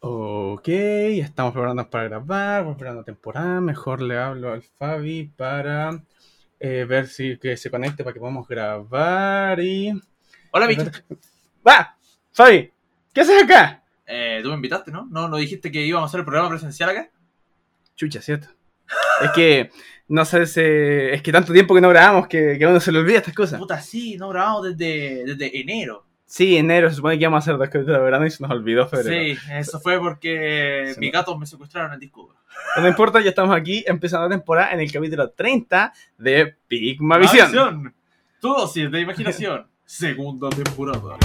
Ok, estamos preparándonos para grabar, preparando temporada. Mejor le hablo al Fabi para eh, ver si que se conecte para que podamos grabar y. Hola, a bicho. ver- ¡Va! ¡Fabi! ¿Qué haces acá? Eh, tú me invitaste, ¿no? ¿no? ¿No dijiste que íbamos a hacer el programa presencial acá? Chucha, ¿cierto? es que, no sé, se- es que tanto tiempo que no grabamos que, que a uno se le olvida estas cosas. Puta, sí, no grabamos desde, desde enero. Sí, enero se supone que íbamos a hacer dos capítulos de verano y se nos olvidó febrero. Sí, eso fue porque Sí, mis no. gatos me secuestraron el disco. duro. Pero No importa, ya estamos aquí empezando la temporada en el capítulo 30 de Pigma Visión. Visión. Tu dosis de imaginación. Segunda temporada.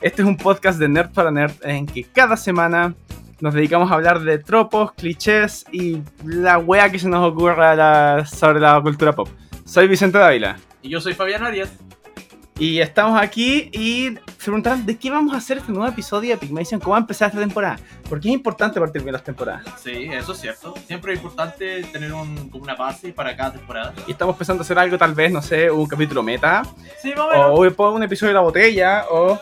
Este es un podcast de Nerd para Nerd en que cada semana nos dedicamos a hablar de tropos, clichés y la wea que se nos ocurra la- sobre la cultura pop. Soy Vicente Dávila Y yo soy Fabián Arias. y estamos aquí y se preguntarán de qué vamos a hacer este nuevo episodio de Pigmation, cómo va a empezar esta temporada, porque es importante partir bien las temporadas. Sí, eso es cierto. Siempre es importante tener un, como una base para cada temporada. Y estamos pensando hacer algo tal vez, no sé, un capítulo meta, Sí, más o menos. o después un episodio de la botella, o...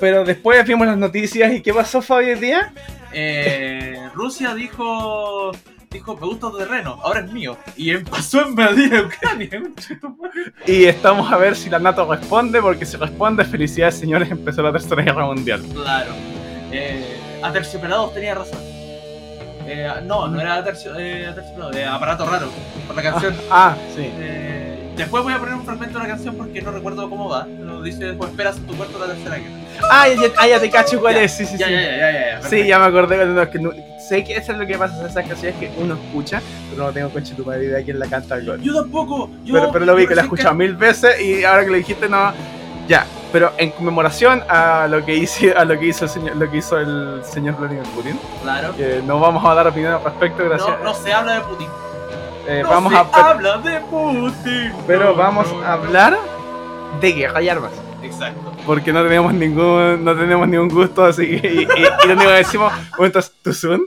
Pero después vimos las noticias y ¿qué pasó Fabio hoy día? Eh, Rusia dijo... Dijo, me gusta tu terreno, ahora es mío. Y em- pasó en Madrid, Ucrania. conchetumare. Y estamos a ver si la NATO responde, porque si responde, felicidades señores, empezó la Tercera Guerra Mundial. Claro. Eh, aterciopelados tenía razón. Eh, no, no era atercio- eh, aterciopelado, eh, aparato raro, por la canción. Ah, sí. Eh, después voy a poner un fragmento de la canción porque no recuerdo cómo va. Lo dice después, esperas en tu cuarto la tercera guerra. Ah, ya, ya- ah, ya te cacho cuál es, sí, sí, Ya, sí. ya, ya, ya, ya, ya. Sí, ya me acordé cuando no, que no- sé que eso es lo que pasa en esas canciones que uno escucha, pero no tengo coche tu madre idea de quién la canta el gol. Yo tampoco. Yo, Pero, pero lo vi yo que la he recién escuchado mil veces y ahora que lo dijiste no. Ya, pero en conmemoración a lo que hizo, a lo que hizo el señor, lo que hizo el señor Vladimir Putin, ca- Claro. que no vamos a dar opinión al respecto, gracias. No, no se habla de Putin. Eh, No vamos se a habla de Putin. Pero No, vamos no, no. a hablar de guerra y armas. Exacto. Porque no tenemos ningún, no tenemos ningún gusto, así que. Y, y- y lo único que decimos, bueno, entonces, ¿tú son?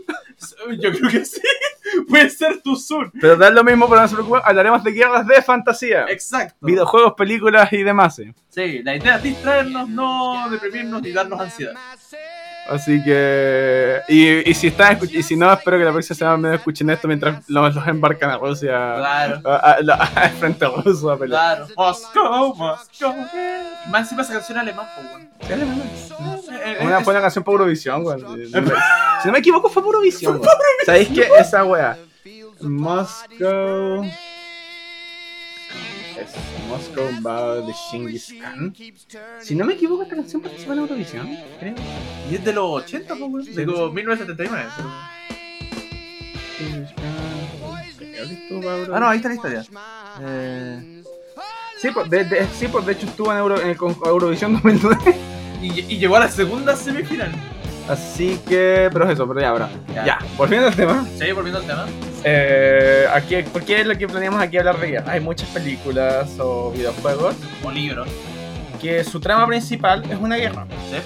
Yo creo que sí. Puede ser tu Zoom. Pero da lo mismo, pero no se preocupen, hablaremos de guerras de fantasía. Exacto. Videojuegos, películas y demás. eh. Sí, la idea es distraernos, no deprimirnos ni darnos ansiedad. Así que. Y, y si están, escu- y si no, espero que la próxima semana no escuchen esto mientras los, los embarcan a Rusia. Claro, a- a- la- Al frente ruso a pelear. claro. Moscú, Moscú. Y más encima esa canción en alemán, pues, weón. Eh, eh, Una es- buena canción para Eurovisión, weón. Si no me equivoco, fue por Eurovisión, weón. ¿Sabéis qué? Esa wea. Moscow. Es Moscow Bow de Genghis Khan. Si no me equivoco, esta canción participó en Eurovisión, creo. Y es de los 80, pues, weón. De como 1979. pero- Genghis Khan. Creo que estuvo a Ah, no, Eurovisión. ahí está la historia. Eh, Sí, pues, de, de- sí, pues, de hecho estuvo en, Euro- en el con- Eurovisión 2009. y, y llegó a la segunda semifinal. Así que, pero es eso, pero ya, ahora. Ya, volviendo al tema. Sí, volviendo al tema. Eh, aquí, ¿Por qué es lo que planeamos aquí hablar de guerra? Hay muchas películas o videojuegos O libro. que su trama principal es una guerra. ¿sí?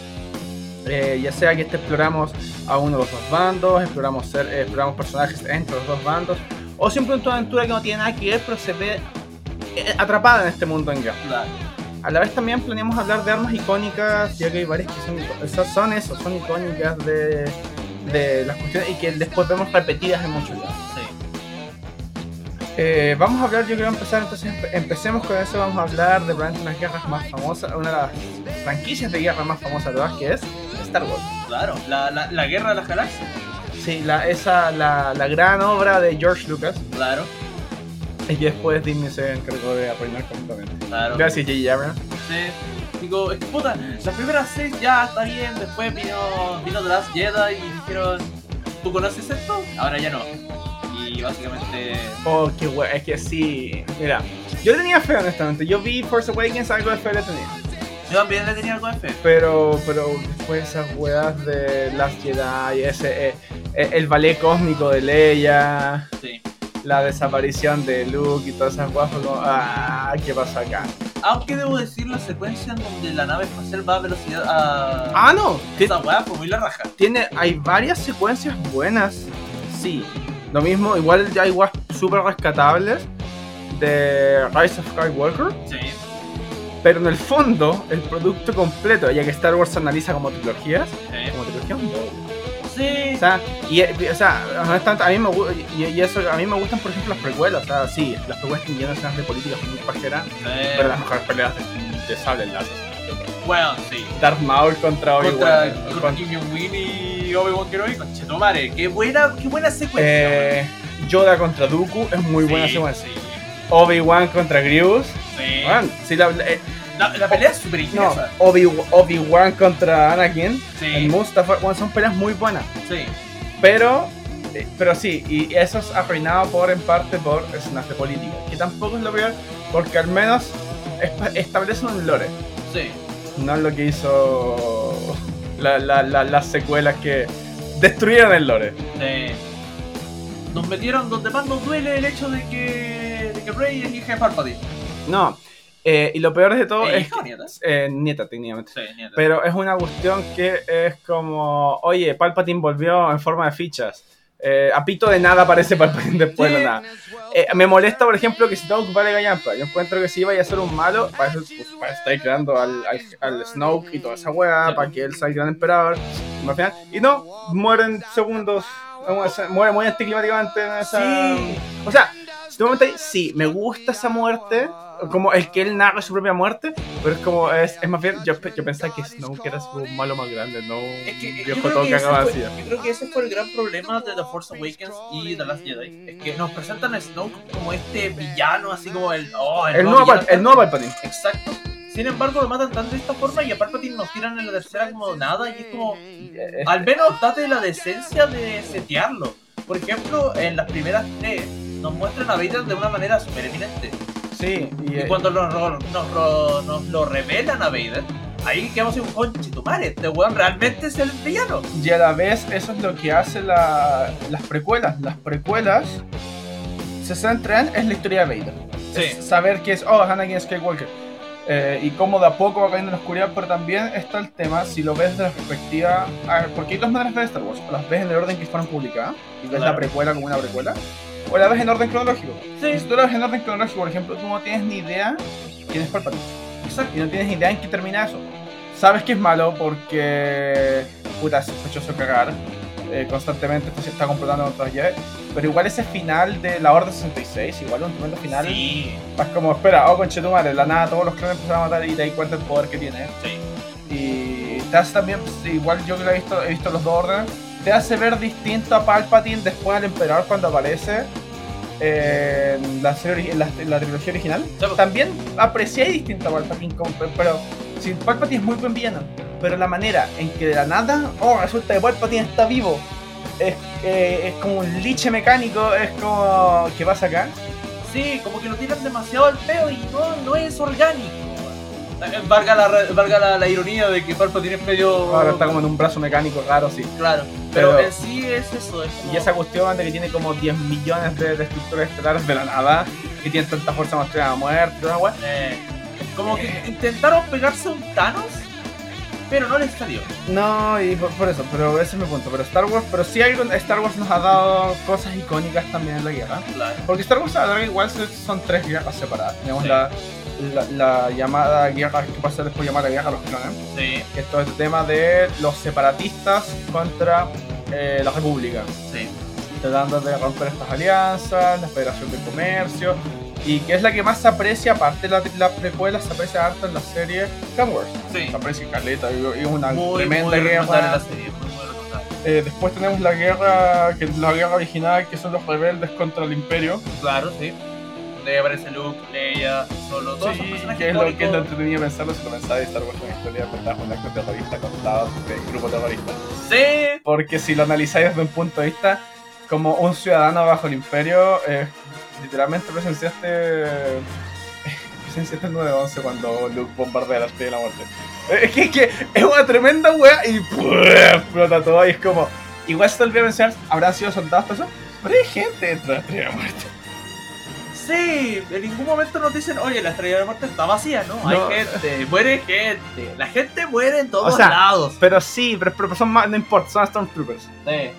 Eh, ya sea que este exploramos a uno de los dos bandos, exploramos, ser, eh, exploramos personajes entre los dos bandos, o simplemente una aventura que no tiene nada que ver, pero se ve eh, atrapada en este mundo en guerra. Claro. A la vez también planeamos hablar de armas icónicas, ya que hay varias que son, ico- esas son eso, son icónicas de, de las cuestiones y que después vemos repetidas en muchos lados. Sí. Eh, vamos a hablar, yo creo empezar, entonces empe- empecemos con eso, vamos a hablar de probablemente unas guerras más famosas, una de las franquicias de guerra más famosas de todas, que es Star Wars. Claro. La, la, la guerra de las galaxias. Sí, la, esa, la, la gran obra de George Lucas, Claro. y que después Disney se encargó de arruinar completamente. Claro. Gracias, J.J. Abrams. Sí. Digo, es que puta, las primeras seis ya está bien, después vino, vino The Last Jedi y dijeron, ¿tú conoces esto? Ahora ya no. Y y básicamente. Oh, qué wea, es que sí. Mira, yo tenía fe, honestamente. Yo vi Force Awakens, algo de fe le tenía. Yo también le tenía algo de fe. Pero, pero después esas weas de las Jedi, ese, eh, eh, el ballet cósmico de Leia, Sí. la desaparición de Luke y todas esas weas, fue como, ah, ¿qué pasó acá? Aunque debo decir, la secuencia en donde la nave espacial va a velocidad. A... Ah, no, ti- Esa weá fue muy la raja. tiene, hay varias secuencias buenas, sí. Lo mismo, igual ya hay weas súper rescatables de Rise of Skywalker. Sí. Pero en el fondo, el producto completo, ya que Star Wars se analiza como trilogías, Sí. como trilogía, no. Sí. o sea, y, y- o sea, honestamente, a mí me gu- y, y eso, a mí me gustan, por ejemplo, las precuelas, o sea, sí, las precuelas tienen llenas de escenas de política muy pajeras, Eh. pero las mejores peleas de, de sable láser. Bueno, sí. Darth Maul contra Obi-Wan. Contra eh, Kurt con- Kim Win y Obi-Wan Kenobi con Chetomare. Qué buena, qué buena secuencia. weón. eh, Yoda contra Dooku es muy buena Sí, secuencia. Sí. Obi-Wan contra Grievous. sí. Bueno, sí, la, eh, La, la pelea es súper no, intensa. Obi- Obi-Wan contra Anakin. Sí. En Mustafa, bueno, son peleas muy buenas. Sí. Pero, eh, pero sí, y eso es arruinado por, en parte por escenas de política, que tampoco es lo peor, porque al menos espa- establece un lore, Sí. no es lo que hizo la- la- la- las secuelas que destruyeron el lore. Sí. Eh, Nos metieron donde más nos duele el hecho de que, de que Rey es hija de Palpatine. No, eh, y lo peor de todo ¿Eh, es hija o nieta? que- eh, nieta técnicamente. Sí, nieta. Pero es una cuestión que es como, oye, Palpatine volvió en forma de fichas. Eh, a pito de nada aparece Palpatine después de la nada. Eh, me molesta, por ejemplo, que si Snoke vale gallampa. Yo encuentro que si vaya a ser un malo, para eso, pues, para eso estáis creando al, al, al Snoke y toda esa weá, para que él sea el gran emperador. Y al final- Y no, mueren segundos. eh, Vamos a hacer- Muere muy anticlimáticamente este en esa. Sí. O sea, si tú me preguntas, sí, me gusta esa muerte, como el que él narra su propia muerte, pero es como, es, es más bien, yo, pe- yo pensaba que Snoke era su malo más grande, no un Es que, eh, yo, viejo creo todo que ese cagado fue, así. yo creo que ese fue el gran problema de The Force Awakens y The Last Jedi. Es que nos presentan a Snoke como este villano, así como el. Oh, el, El nuevo nuevo, Pal- villano. el nuevo Palpatine. Exacto. Sin embargo, lo matan tanto de esta forma y a Palpatine nos tiran en la tercera como nada y es como. Eh, Al menos date la decencia de setearlo. Por ejemplo, en las primeras tres nos muestran a Vader de una manera súper eminente. Sí, y, Y eh, cuando nos, ro- nos ro- nos lo revelan a Vader, ahí quedamos en un conchetumare. Este weón realmente es el villano. Y a la vez eso es lo que hace la- las precuelas. Las precuelas se centran en la historia de Vader. Sí. Es saber que es, oh, es Anakin Skywalker. Eh, y cómo de a poco va cayendo en la oscuridad, pero también está el tema, si lo ves desde la perspectiva... a ver, porque hay dos maneras de ver Star Wars. O las ves en el orden que fueron publicadas, y ves Claro. la precuela como una precuela, o la ves en orden cronológico. Y si Sí, tú la ves en orden cronológico, por ejemplo, tú no tienes ni idea quién es Palpatine exacto. y no tienes ni idea en qué termina eso. Sabes que es malo porque. Puta, es sospechoso cagar. eh, constantemente pues, se está complotando contra los Jedi. Pero igual ese final de la Orden 66, igual un tremendo final. Sí, Es como, espera, oh conchetumare, de la nada todos los clones empezaron a matar y te das cuenta el poder que tiene. sí. Y te hace también, pues, igual yo que lo he visto, he visto los dos órdenes, te hace ver distinto a Palpatine después al Emperador cuando aparece eh, en la, serie, en la, en la trilogía original también aprecié distinto a Palpatine, como- pe- pero si Palpatine es muy buen villano, pero la manera en que de la nada, oh, resulta que Palpatine está vivo, es, eh, es como un liche mecánico, es como, ¿qué pasa acá? Sí, como que lo tiran demasiado al peo y no, no es orgánico. Eh, Valga la, re- valga la, la ironía de que Palpatine es medio. Ahora está como en un brazo mecánico raro, sí. Claro, pero, Pero- en sí es eso. Es como- Y esa cuestión de que tiene como 10 millones de, de estructuras estelares de la nada, que tiene tanta fuerza mostrada a muerte, toda la wea, Eh, como que intentaron pegarse a un Thanos, pero no les salió. No, y por, por eso, pero ese es mi punto. Pero Star Wars, pero sí algo, Star Wars nos ha dado cosas icónicas también en la guerra. Claro. Porque Star Wars a la larga igual se- son tres guerras separadas. Tenemos Sí. la, la, la llamada guerra, que pasa después llamada guerra a los clones, Sí, que es todo este tema de los separatistas contra eh, la República, sí. tratando de romper estas alianzas, la Federación de Comercio, y que es la que más se aprecia, aparte de la, la precuela, se aprecia harto en la serie Star Wars. Sí. Se aprecia Caleta, y y es una Muy, tremenda muy recomendable guerra. la serie. Muy, muy recomendable. Eh, después tenemos la guerra, que, la guerra original, que son los rebeldes contra el Imperio. Claro, sí. Donde aparece Luke, Leia, solo todos esos Sí, personajes que es lo que es lo históricos. entretenido pensarlo si comenzaba a Star Wars una historia contada con un acto terrorista contado de un grupo terrorista. Sí. Porque si lo analizáis desde un punto de vista, como un ciudadano bajo el imperio, eh, literalmente presenciaste. Presenciaste el 9-11 cuando Luke bombardea la estrella de la muerte. Eh, Es que es, que es una tremenda wea y ¡pua! explota todo. Y es como. Igual se te olvidó mencionar, habrán sido soldados para eso, pero hay gente dentro de la estrella de la muerte. Sí, en ningún momento nos dicen, oye, la estrella de la muerte está vacía, ¿no? No. Hay gente, muere gente. La gente muere en todos O sea, lados. Pero sí, pero, pero son más, no importa, son Stormtroopers. Sí.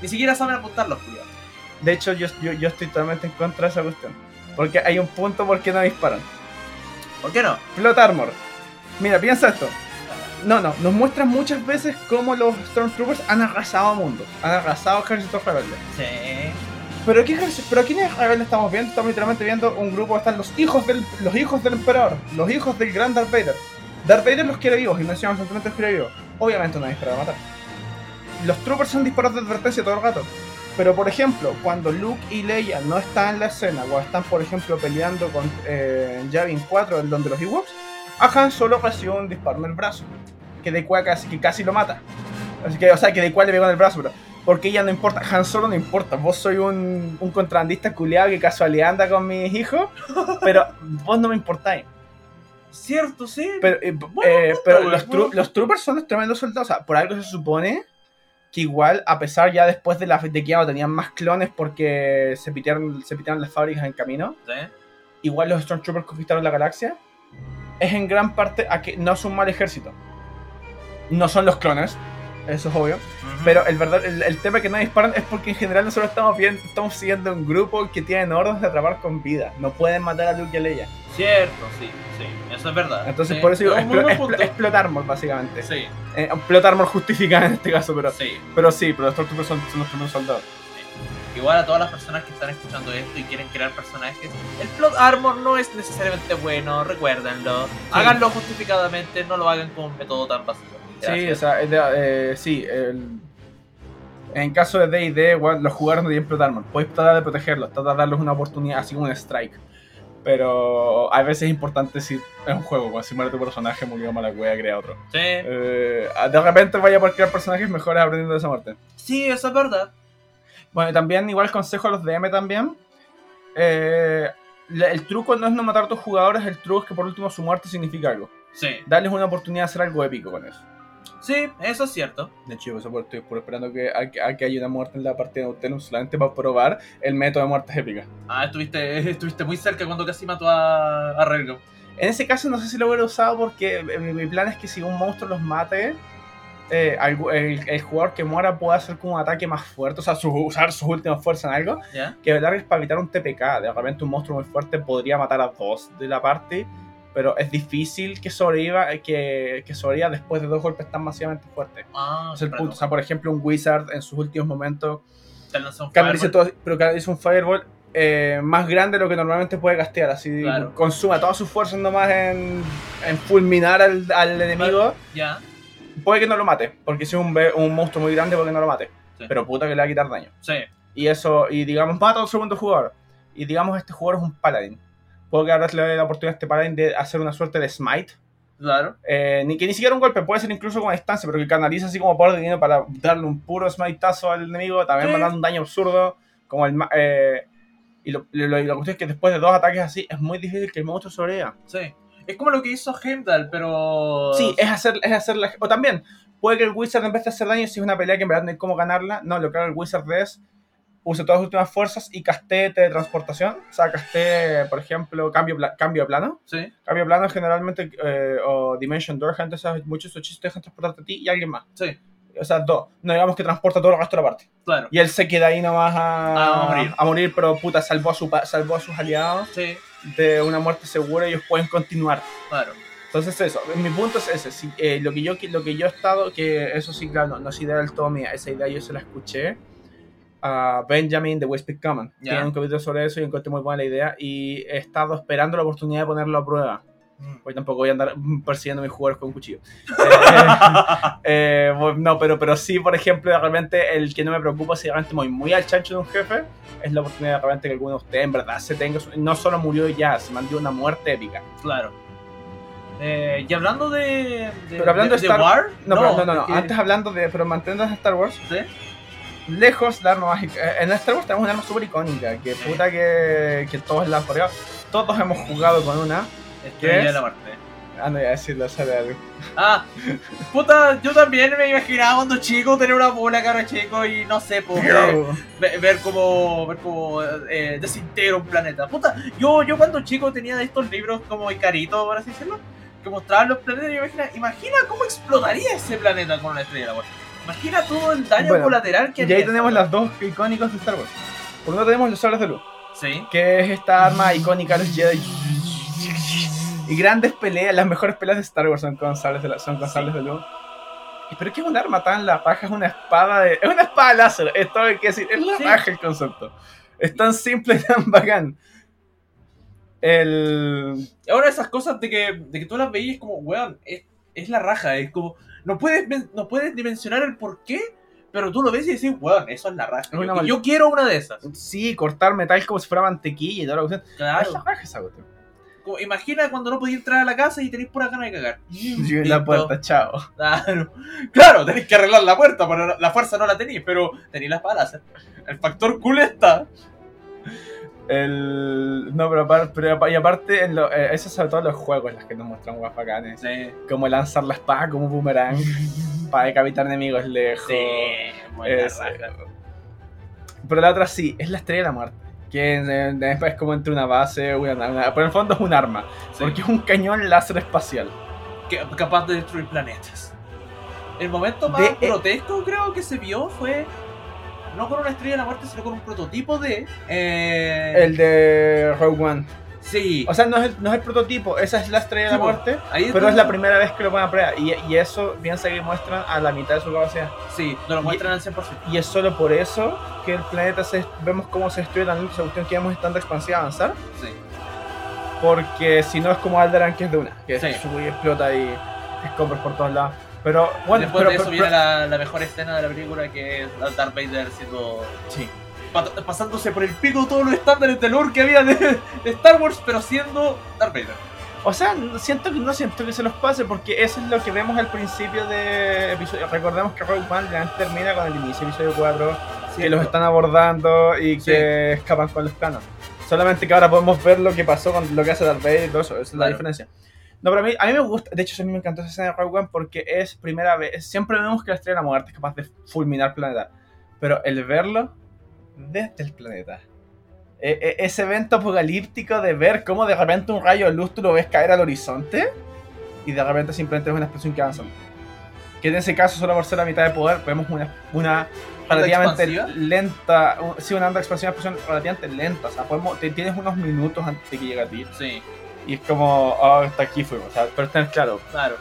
Ni siquiera saben apuntar los culiados. De hecho, yo, yo, yo estoy totalmente en contra de esa cuestión. Porque hay un punto por qué no disparan. ¿Por qué no? Plot Armor. Mira, piensa esto. No, no, nos muestran muchas veces cómo los Stormtroopers han arrasado mundos, han arrasado ejércitos rebeldes. Sí. Pero ¿qué ejército- pero quiénes rebeldes estamos viendo? Estamos literalmente viendo un grupo, están los hijos del, los hijos del emperador, los hijos del gran Darth Vader. Darth Vader los quiere vivos y menciona constantemente los quiere vivos. Obviamente no dispara para matar. Los troopers son disparos de advertencia todo el rato. Pero por ejemplo, cuando Luke y Leia no están en la escena, o están por ejemplo peleando con eh, Javin 4, el donde los Ewoks, a Han solo recibe un disparo en el brazo, que de cual casi, que casi lo mata. Así que, o sea, que de cual le pegó en el brazo, pero porque ella no importa, Han Solo no importa, vos soy un, un contrabandista culiado que casualidad anda con mis hijos, pero vos no me importáis. Cierto, sí. Pero, eh, Bueno, eh, pero bueno, los, tru- bueno. los troopers son los tremendos soldados. O sea, por algo se supone que igual, a pesar ya después de la de que ya no tenían más clones porque se pitearon, se pitearon las fábricas en camino, Sí. igual los Stormtroopers conquistaron la galaxia. Es en gran parte a que no es un mal ejército. No son los clones, eso es obvio. Pero el, verdad, el, el tema que no disparan es porque en general nosotros estamos bien, estamos siguiendo un grupo que tienen órdenes de atrapar con vida. No pueden matar a Luke y a Leia. Cierto, sí, sí. Eso es verdad. Entonces Sí, por eso digo, es un muy explo- buen explo- punto. explot armor, básicamente. Sí, Eh, explot armor justificada en este caso, pero, sí. pero sí, pero los Stormtroopers son, son los primeros soldados. Igual a todas las personas que están escuchando esto y quieren crear personajes, el plot armor no es necesariamente bueno, recuérdenlo. Háganlo justificadamente, no lo hagan con un método tan básico. Sí, o sea, es de- eh, sí, el- en caso de D&D, weón, los jugadores no tienen explot armor. Puedes tratar de protegerlos, tratar de darles una oportunidad, así como un strike. Pero a veces es importante si es un juego, cuando si muere tu personaje, murió mala wea, crea otro. sí. Eh, de repente vaya por crear personajes mejores aprendiendo de esa muerte. Sí, eso es verdad. Bueno, y también igual consejo a los DM también. eh, la- el truco no es no matar a tus jugadores, el truco es que por último su muerte significa algo. Sí. Darles una oportunidad de hacer algo épico con eso. Sí, eso es cierto. De hecho, yo por- estoy por esperando que, a, que- a que haya una muerte en la partida de Utenum solamente para probar el método de muertes épicas. Ah, estuviste, estuviste muy cerca cuando casi mató a, a Rengo. En ese caso no sé si lo hubiera usado porque eh, mi, mi plan es que si un monstruo los mate, eh, algu- el, el jugador que muera pueda hacer como un ataque más fuerte, o sea, su- usar sus últimas fuerzas en algo ¿Ya? que velar es para evitar un TPK. De repente un monstruo muy fuerte podría matar a dos de la parte, pero es difícil que sobreviva, eh, que, que sobreviva después de dos golpes tan masivamente fuertes. Ah, O sea, el punto. O sea, perdón. por ejemplo, un Wizard en sus últimos momentos Te lanzó un canaliza fireball. todo, pero canaliza un Fireball eh, más grande de lo que normalmente puede castear. Así Claro. consuma todas sus fuerzas nomás en, en fulminar al, al enemigo. Ya. Puede que no lo mate, porque si es un, be- un monstruo muy grande, puede que no lo mate. Sí. Pero puta que le va a quitar daño. Sí. Y eso, y digamos, mata a un segundo jugador. Y digamos, este jugador es un paladín. Puedo que ahora le dé la oportunidad a este paladín de hacer una suerte de smite. Claro. eh, ni, que ni siquiera un golpe, puede ser incluso con distancia, pero que canaliza así como por dinero para darle un puro smiteazo al enemigo, también Sí. mandando un daño absurdo. Como el ma- eh, y lo, lo- lo- y la cuestión es que después de dos ataques así, es muy difícil que el monstruo sobreviva. Sí. Es como lo que hizo Heimdall, pero. Sí, es hacer, es hacer la- O también, puede que el Wizard en vez de hacer daño, si es una pelea que en verdad no hay cómo ganarla, no, lo que haga el Wizard es use todas sus últimas fuerzas y castee teletransportación. O sea, castee, por ejemplo, cambio, pla- cambio de plano. Sí. Cambio de plano generalmente, eh, o Dimension Door, gente, sabes, muchos hechizos te dejan transportarte a ti y a alguien más. Sí. O sea, dos. No digamos que transporta todo el resto de la parte. Claro. Y él se queda ahí nomás a, A morir. pero puta, salvó a, su, pa- salvó a sus aliados Sí. de una muerte segura y ellos pueden continuar. Claro. Entonces eso, mi punto es ese, si, eh, lo, que yo, lo que yo he estado, que eso sí, claro, no, no es idea del todo mía, esa idea yo se la escuché a Benjamin de Westpick Common, Ya. tiene un capítulo sobre eso y encontré muy buena la idea y he estado esperando la oportunidad de ponerlo a prueba, porque tampoco voy a andar mm, persiguiendo a mis jugadores con un cuchillo. Eh, eh, bueno, no, pero, pero sí, por ejemplo, de repente el que no me preocupa si realmente voy muy al chancho de un jefe, es la oportunidad de repente que alguno de ustedes en verdad se tenga, su- no solo murió ya, se mandó una muerte épica. Claro. Eh, y hablando de. de Pero hablando de Star- War. No, pero no, no, no. que- Antes hablando de. Pero manteniendo a Star Wars. ¿Sí? lejos la arma más ic- eh, En Star Wars tenemos una arma súper icónica, que puta que, que todos la han jugado. Todos hemos jugado con una. ¿Qué Estoy ya es? la parte. Ah, no, ya decirlo, sale algo. Ah, puta, yo también me imaginaba cuando chico tener una bola, cara chico, y no sé, pues, eh, ve- ver como, ver como eh, desintegra un planeta. Puta, yo, yo cuando chico tenía estos libros como Icarito, por así decirlo, que mostraban los planetas y yo imagina, imagina cómo explotaría ese planeta con una estrella de la muerte. Imagina todo el daño Bueno, colateral que Y ahí tenemos las dos icónicas de Star Wars. Por un lado tenemos los sables de luz, Sí. que es esta arma icónica de los Jedi. Y grandes peleas, las mejores peleas de Star Wars son con sables de, la- son con Sí. sables de luz. Y Pero que es un arma tan la paja, es una espada de... Es una espada láser, esto hay que decir, es la Sí. paja el concepto. Es tan simple y tan bacán. El... Es una de esas cosas de que, de que tú las veías como, weón, es, es la raja, es como, no puedes, men- no puedes dimensionar el por qué, pero tú lo ves y decís, weón, eso es la raja. Es Yo, una mal- yo quiero una de esas. Sí, cortar metal como si fuera mantequilla y toda la cuestión. Es la Claro. paja esa cuestión. Como, imagina cuando no podías entrar a la casa y tenés pura gana de cagar. Y en la Listo. puerta, chao. Claro, claro, tenés que arreglar la puerta, pero la fuerza no la tenés, pero tenés las balas. El factor cool está. El... No, pero aparte, y aparte en lo- eh, eso sobre todo en los juegos, las que nos muestran guas bacanes. Sí. Como lanzar la espada como un boomerang para decapitar enemigos lejos. Sí, buena Es- raja. Pero la otra sí, es la estrella de la muerte. Que en- en- es, como entre una base, una, una- pero en el fondo es un arma. Sí. Porque es un cañón láser espacial. que- capaz de destruir planetas. El momento más De- eh, grotesco creo que se vio fue no con una estrella de la muerte, sino con un prototipo de... eh, El de Rogue One. Sí. O sea, no es el, no es el prototipo, esa es la estrella de la Sí, bueno. muerte. ahí Pero tú- es la primera vez que lo ponen a prueba. Y, y eso piensa que muestran a la mitad de su capacidad. Sí, no lo muestran al 100%. Y es solo por eso que el planeta se, vemos cómo se destruye tan esa cuestión que vemos es tanta expansiva avanzar. Sí. Porque si no es como Alderan que es de una, que Sí. sube y explota y escombros por todos lados. Pero bueno, Después pero- de eso pero- viene la, la mejor escena de la película que es la Darth Vader siendo... Sí. pat- Pasándose por el pico todos los estándares de lore que había de, de Star Wars, pero siendo Darth Vader. O sea, no- siento que no siento que se los pase porque eso es lo que vemos al principio de episodio. Recordemos que Rogue One ya termina con el inicio de episodio 4, que los están abordando y que Sí. escapan con los planos. Solamente que ahora podemos ver lo que pasó con lo que hace Darth Vader y todo eso, esa es la Claro. diferencia. No, pero a mí, a mí me gusta, de hecho a mí me encantó esa escena de Rogue One porque es primera vez, siempre vemos que la Estrella de la Muerte es capaz de fulminar planeta, pero el verlo desde el planeta. E- e- ese evento apocalíptico de ver cómo de repente un rayo de luz tú lo ves caer al horizonte y de repente simplemente es una explosión que avanza. Que en ese caso, solo por ser la mitad de poder, vemos una, una relativamente expansiva? lenta, un- sí, una onda expansiva, una explosión relativamente lenta. O sea, podemos, te- tienes unos minutos antes de que llegue a ti. Sí, Y es como, ah, hasta aquí fuimos, o sea, pero tener claro. claro.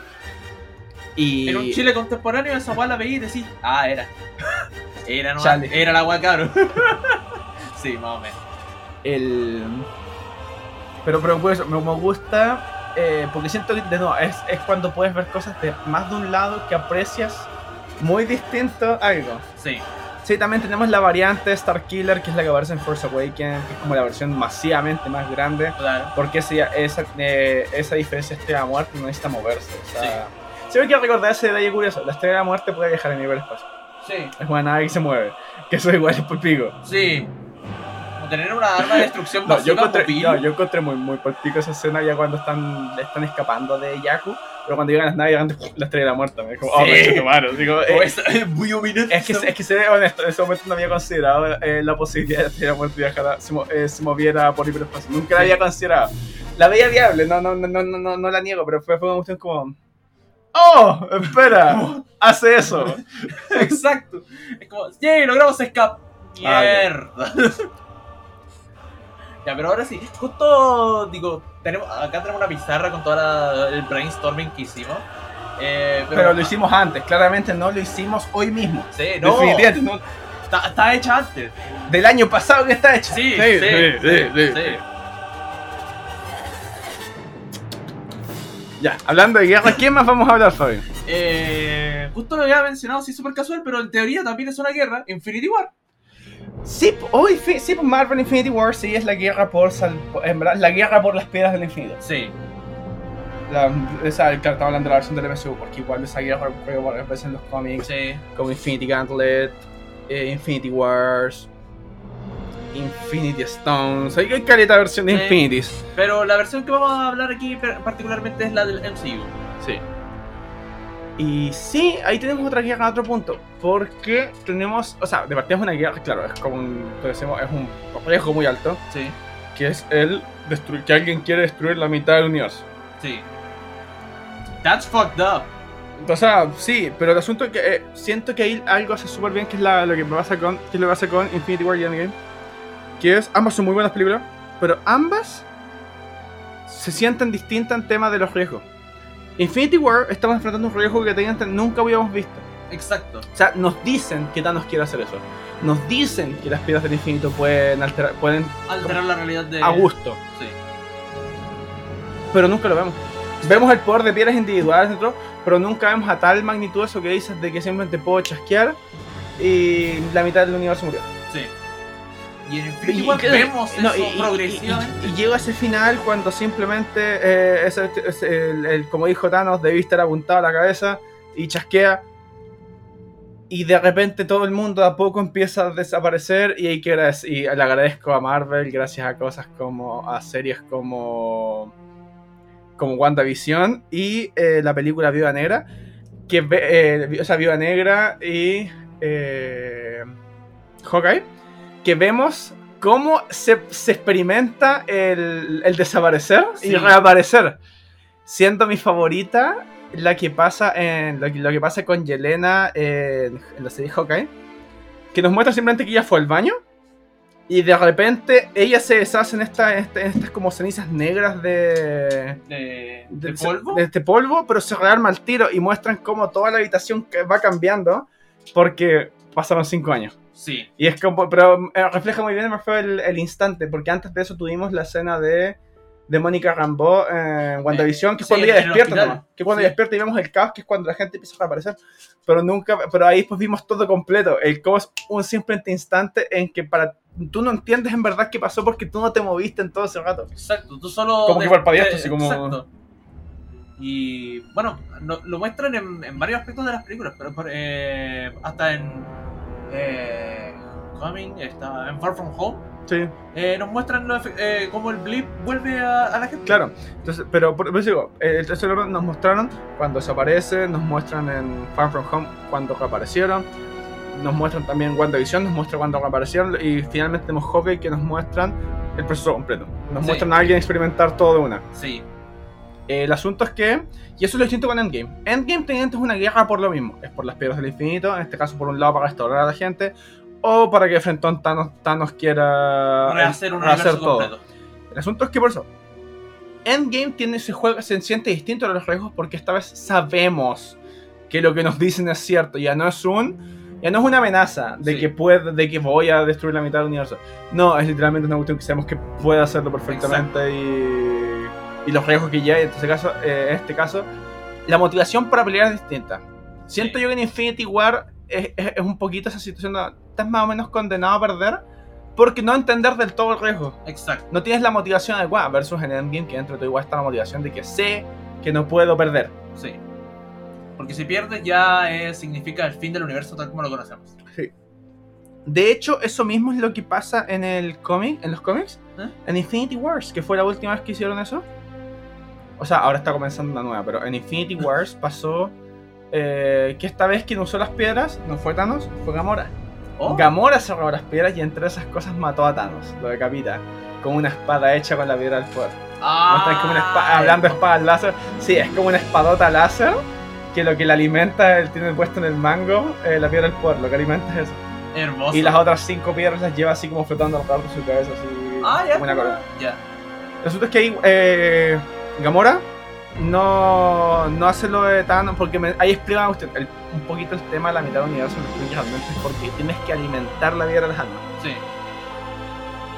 Y En un Chile contemporáneo esa weá la veía y decís, ah, era. Era no Chale. Era la weá, cabrón. sí, más o menos. el. Pero, pero pues, me, me gusta eh, porque siento que de nuevo, es, es cuando puedes ver cosas de más de un lado que aprecias muy distinto a algo. Sí, Sí, también tenemos la variante Starkiller, que es la que aparece en Force Awakens, que es como la versión masivamente más grande. claro. Porque esa, esa, eh, esa diferencia de estrella de la muerte no necesita moverse. O sea, Siempre quiero recordar ese detalle curioso: la estrella de la muerte puede viajar en nivel espacio. Sí, Es una nave que se mueve, que eso igual es palpico. sí. Como tener una arma de destrucción No, yo masiva encontré, móvil. no, yo encontré muy, muy palpico esa escena ya cuando están, le están escapando de Yaku, pero cuando llegan las naves, llegan la estrella de la muerte. Es como, oh, Sí. me tomaron. Como esa- muy humillante. eh, Es que, es que seré honesto, en ese momento no había considerado eh, la posibilidad de que la muerte viajara, se, mo- eh, se moviera por hiperespacio. Nunca la Sí. había considerado. La veía viable, no, no, no, no, no, no, no la niego, pero fue, fue una cuestión como. ¡Oh! ¡Espera! ¡Hace eso! Exacto. Es como, ¡yay! Logramos escapar. Ah, ya. Mierda. ya, pero ahora sí. Justo, digo, tenemos, acá tenemos una pizarra con todo el brainstorming que hicimos. Eh, pero, Pero lo hicimos antes, claramente no lo hicimos hoy mismo. Sí, no. Definitivamente, no, Está, está hecha antes. del año pasado que está hecha. Sí, sí, sí, sí. Ya, hablando de guerra, ¿quién más vamos a hablar, Fabio? Eh, justo lo había mencionado, sí, súper casual, pero en teoría también es una guerra. Infinity War. Sí, p- hoy fi- sí, pues Marvel Infinity War sí es la guerra por sal- en verdad, la guerra por las piedras del infinito. Sí, La, esa, claro, estaba hablando de la versión del MCU, porque igual esa guerra ocurrió varias veces en los cómics, sí. como Infinity Gauntlet, eh, Infinity Wars, Infinity Stones. Hay, hay caleta de versión de Sí. Infinities. Pero la versión que vamos a hablar aquí per- particularmente es la del MCU. Sí. Y sí, ahí tenemos otra guerra, otro punto. Porque tenemos, o sea, de partida es una guerra, claro, es como un, como decimos, es un complejo muy alto, Sí, que es el destru- que alguien quiere destruir la mitad del universo. sí. That's fucked up. O sea, sí, pero el asunto es que eh, siento que ahí algo hace súper bien, que es la, lo que pasa con que es lo que pasa con Infinity War y Endgame. Que es, ambas son muy buenas películas, pero ambas se sienten distintas en tema de los riesgos. Infinity War estamos enfrentando un riesgo que Thanos nunca habíamos visto. Exacto. O sea, nos dicen que Thanos quiere hacer eso. Nos dicen que las piedras del infinito pueden alterar, pueden Alterar la realidad de. a gusto, Sí. pero nunca lo vemos. Vemos el poder de piedras individuales dentro, pero nunca vemos a tal magnitud eso que dices de que simplemente puedo chasquear y la mitad del universo murió. Sí. Y en Infinity Y- War y que- vemos no, eso y- y- progresivamente. y- y- y llega ese final cuando simplemente, eh, ese- ese- el- el- como dijo Thanos, debiste estar apuntado a la cabeza y chasquea. Y de repente todo el mundo de a poco empieza a desaparecer y, hay que agradec- y le agradezco a Marvel gracias a cosas como, a series como, como WandaVision y eh, la película Viuda Negra, que, ve- eh, o sea, Viuda Negra y eh, Hawkeye, que vemos cómo se, se experimenta el, el desaparecer Sí. y reaparecer. Siendo mi favorita la que pasa en lo que, lo que pasa con Yelena en, en la serie Hawkeye, que nos muestra simplemente que ella fue al baño y de repente ella se deshace en, esta, en esta- en estas como cenizas negras de... de, de de- polvo. de este polvo, pero se rearma el tiro y muestran cómo toda la habitación que va cambiando porque pasaron cinco años. Sí, Y es como, pero eh, refleja muy bien me fue el, el instante, porque antes de eso tuvimos la escena de, de Mónica Rambeau en WandaVision, que es Eh, sí, cuando en ella el despierta, hospital. nomás, que cuando Sí. ella despierta y vemos el caos, que es cuando la gente empieza a reaparecer, pero nunca, pero ahí pues vimos todo completo, el cómo es un simplemente instante en que para tú no entiendes en verdad qué pasó porque tú no te moviste en todo ese rato. exacto. Tú solo. Como que de- parpadeaste, de- así como- Exacto. Y bueno, no- lo muestran en, en varios aspectos de las películas, pero por- eh, hasta en. eh, Coming, está en Far From Home. Sí, eh, nos muestran lo efe- eh, cómo el blip vuelve a, a la gente. claro. Entonces, pero por por eso digo, eh, el tercer orden nos mostraron cuando desaparece, nos muestran en Far From Home cuando reaparecieron, nos muestran también WandaVision, nos muestra cuando reaparecieron y finalmente tenemos Hawkeye que nos muestran el proceso completo. Nos Sí. muestran a alguien experimentar todo de una. Sí, Eh, el asunto es que, y eso es lo distinto con Endgame. Endgame técnicamente es una guerra por lo mismo. Es por las piedras del infinito, en este caso por un lado para restaurar a la gente o para que Frentón Thanos, Thanos quiera rehacer un Ah, rehacer universo completo. el asunto es que por eso. Endgame tiene ese juego, se siente distinto a los juegos porque esta vez sabemos que lo que nos dicen es cierto. Ya no es un. Ya no es una amenaza de Sí. que puede, de que voy a destruir la mitad del universo. No, es literalmente una cuestión que sabemos que puede hacerlo perfectamente y, y los riesgos que ya hay. En este caso, eh, en este caso, la motivación para pelear es distinta. Siento Sí. yo que en Infinity War es, es- es un poquito esa situación de estás más o menos condenado a perder porque no entender del todo el riesgo Exacto. no tienes la motivación adecuada versus en Endgame que dentro de tu igual está la motivación de que sé que no puedo perder. Sí. Porque si pierdes ya eh, significa el fin del universo tal como lo conocemos. De hecho, eso mismo es lo que pasa en el cómic, en los cómics, ¿Eh? en Infinity Wars, que fue la última vez que hicieron eso. O sea, ahora está comenzando una nueva, pero en Infinity Wars pasó eh, que esta vez quien usó las piedras no fue Thanos, fue Gamora. Oh, Gamora se robó las piedras y entre esas cosas mató a Thanos, lo decapita, con una espada hecha con la piedra del poder. ah, Muestran como una espada, hablando de espadas láser. Sí, es como una espadota láser que lo que la alimenta, él tiene puesto en el mango, eh, la piedra del poder, lo que alimenta es eso. Hermoso. Y las otras cinco piedras las lleva así como flotando alrededor de su cabeza, así Ah, ya. como una corona. Ya. El asunto es que ahí eh, Gamora no, no hace lo de Thanos, porque me- ahí explica usted el- un poquito el tema de la mitad del universo, que realmente es porque tienes que alimentar la piedra de las almas. Sí.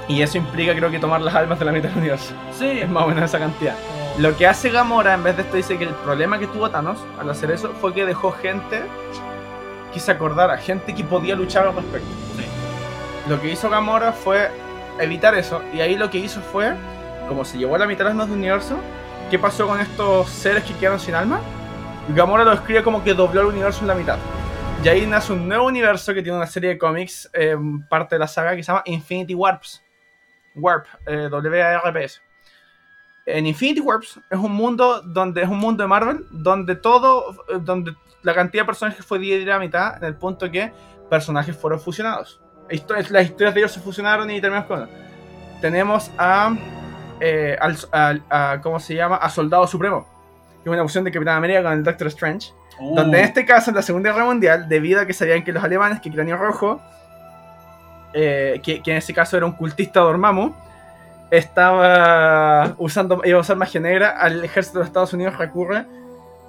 Y eso implica creo que tomar las almas de la mitad del universo. Sí. Es más o menos esa cantidad. Lo que hace Gamora, en vez de esto, dice que el problema que tuvo Thanos al hacer eso fue que dejó gente que se acordara, gente que podía luchar al respecto. Sí. Lo que hizo Gamora fue evitar eso, y ahí lo que hizo fue, como se llevó a la mitad de las almas del universo, ¿qué pasó con estos seres que quedaron sin alma? Gamora lo describe como que dobló el universo en la mitad. Y ahí nace un nuevo universo que tiene una serie de cómics, eh, parte de la saga, que se llama Infinity Warps. Warp, eh, W-A-R-P-S. En Infinity Warps es un mundo donde es un mundo de Marvel donde todo, eh, donde la cantidad de personajes fue dividida a la mitad en el punto que personajes fueron fusionados. Histo- las historias de ellos se fusionaron y terminamos con. Tenemos a, eh, al, al- a- ¿cómo se llama? A Soldado Supremo, que es una fusión de Capitán América con el Doctor Strange. Uh, Donde en este caso, en la Segunda Guerra Mundial, debido a que sabían que los alemanes, que Cráneo Rojo, eh, que, que en ese caso era un cultista de Dormammu, estaba usando, iba a usar magia negra, al ejército de los Estados Unidos recurre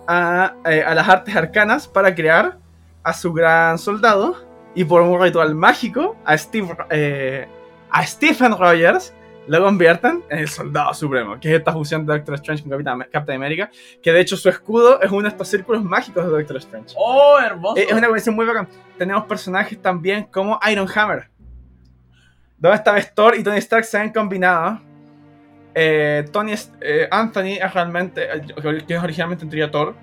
a, eh, a las artes arcanas para crear a su gran soldado y por un ritual mágico a, Steve, eh, a Stephen Rogers lo convierten en el soldado supremo, que es esta fusión de Doctor Strange con Capitán, Captain America, que de hecho su escudo es uno de estos círculos mágicos de Doctor Strange. Oh, hermoso. Es es una conexión muy bacán. Tenemos personajes también como Iron Hammer. Donde esta vez Thor y Tony Stark se han combinado. Eh, Tony es- eh, Anthony es realmente, eh, que es originalmente en teoría Thor,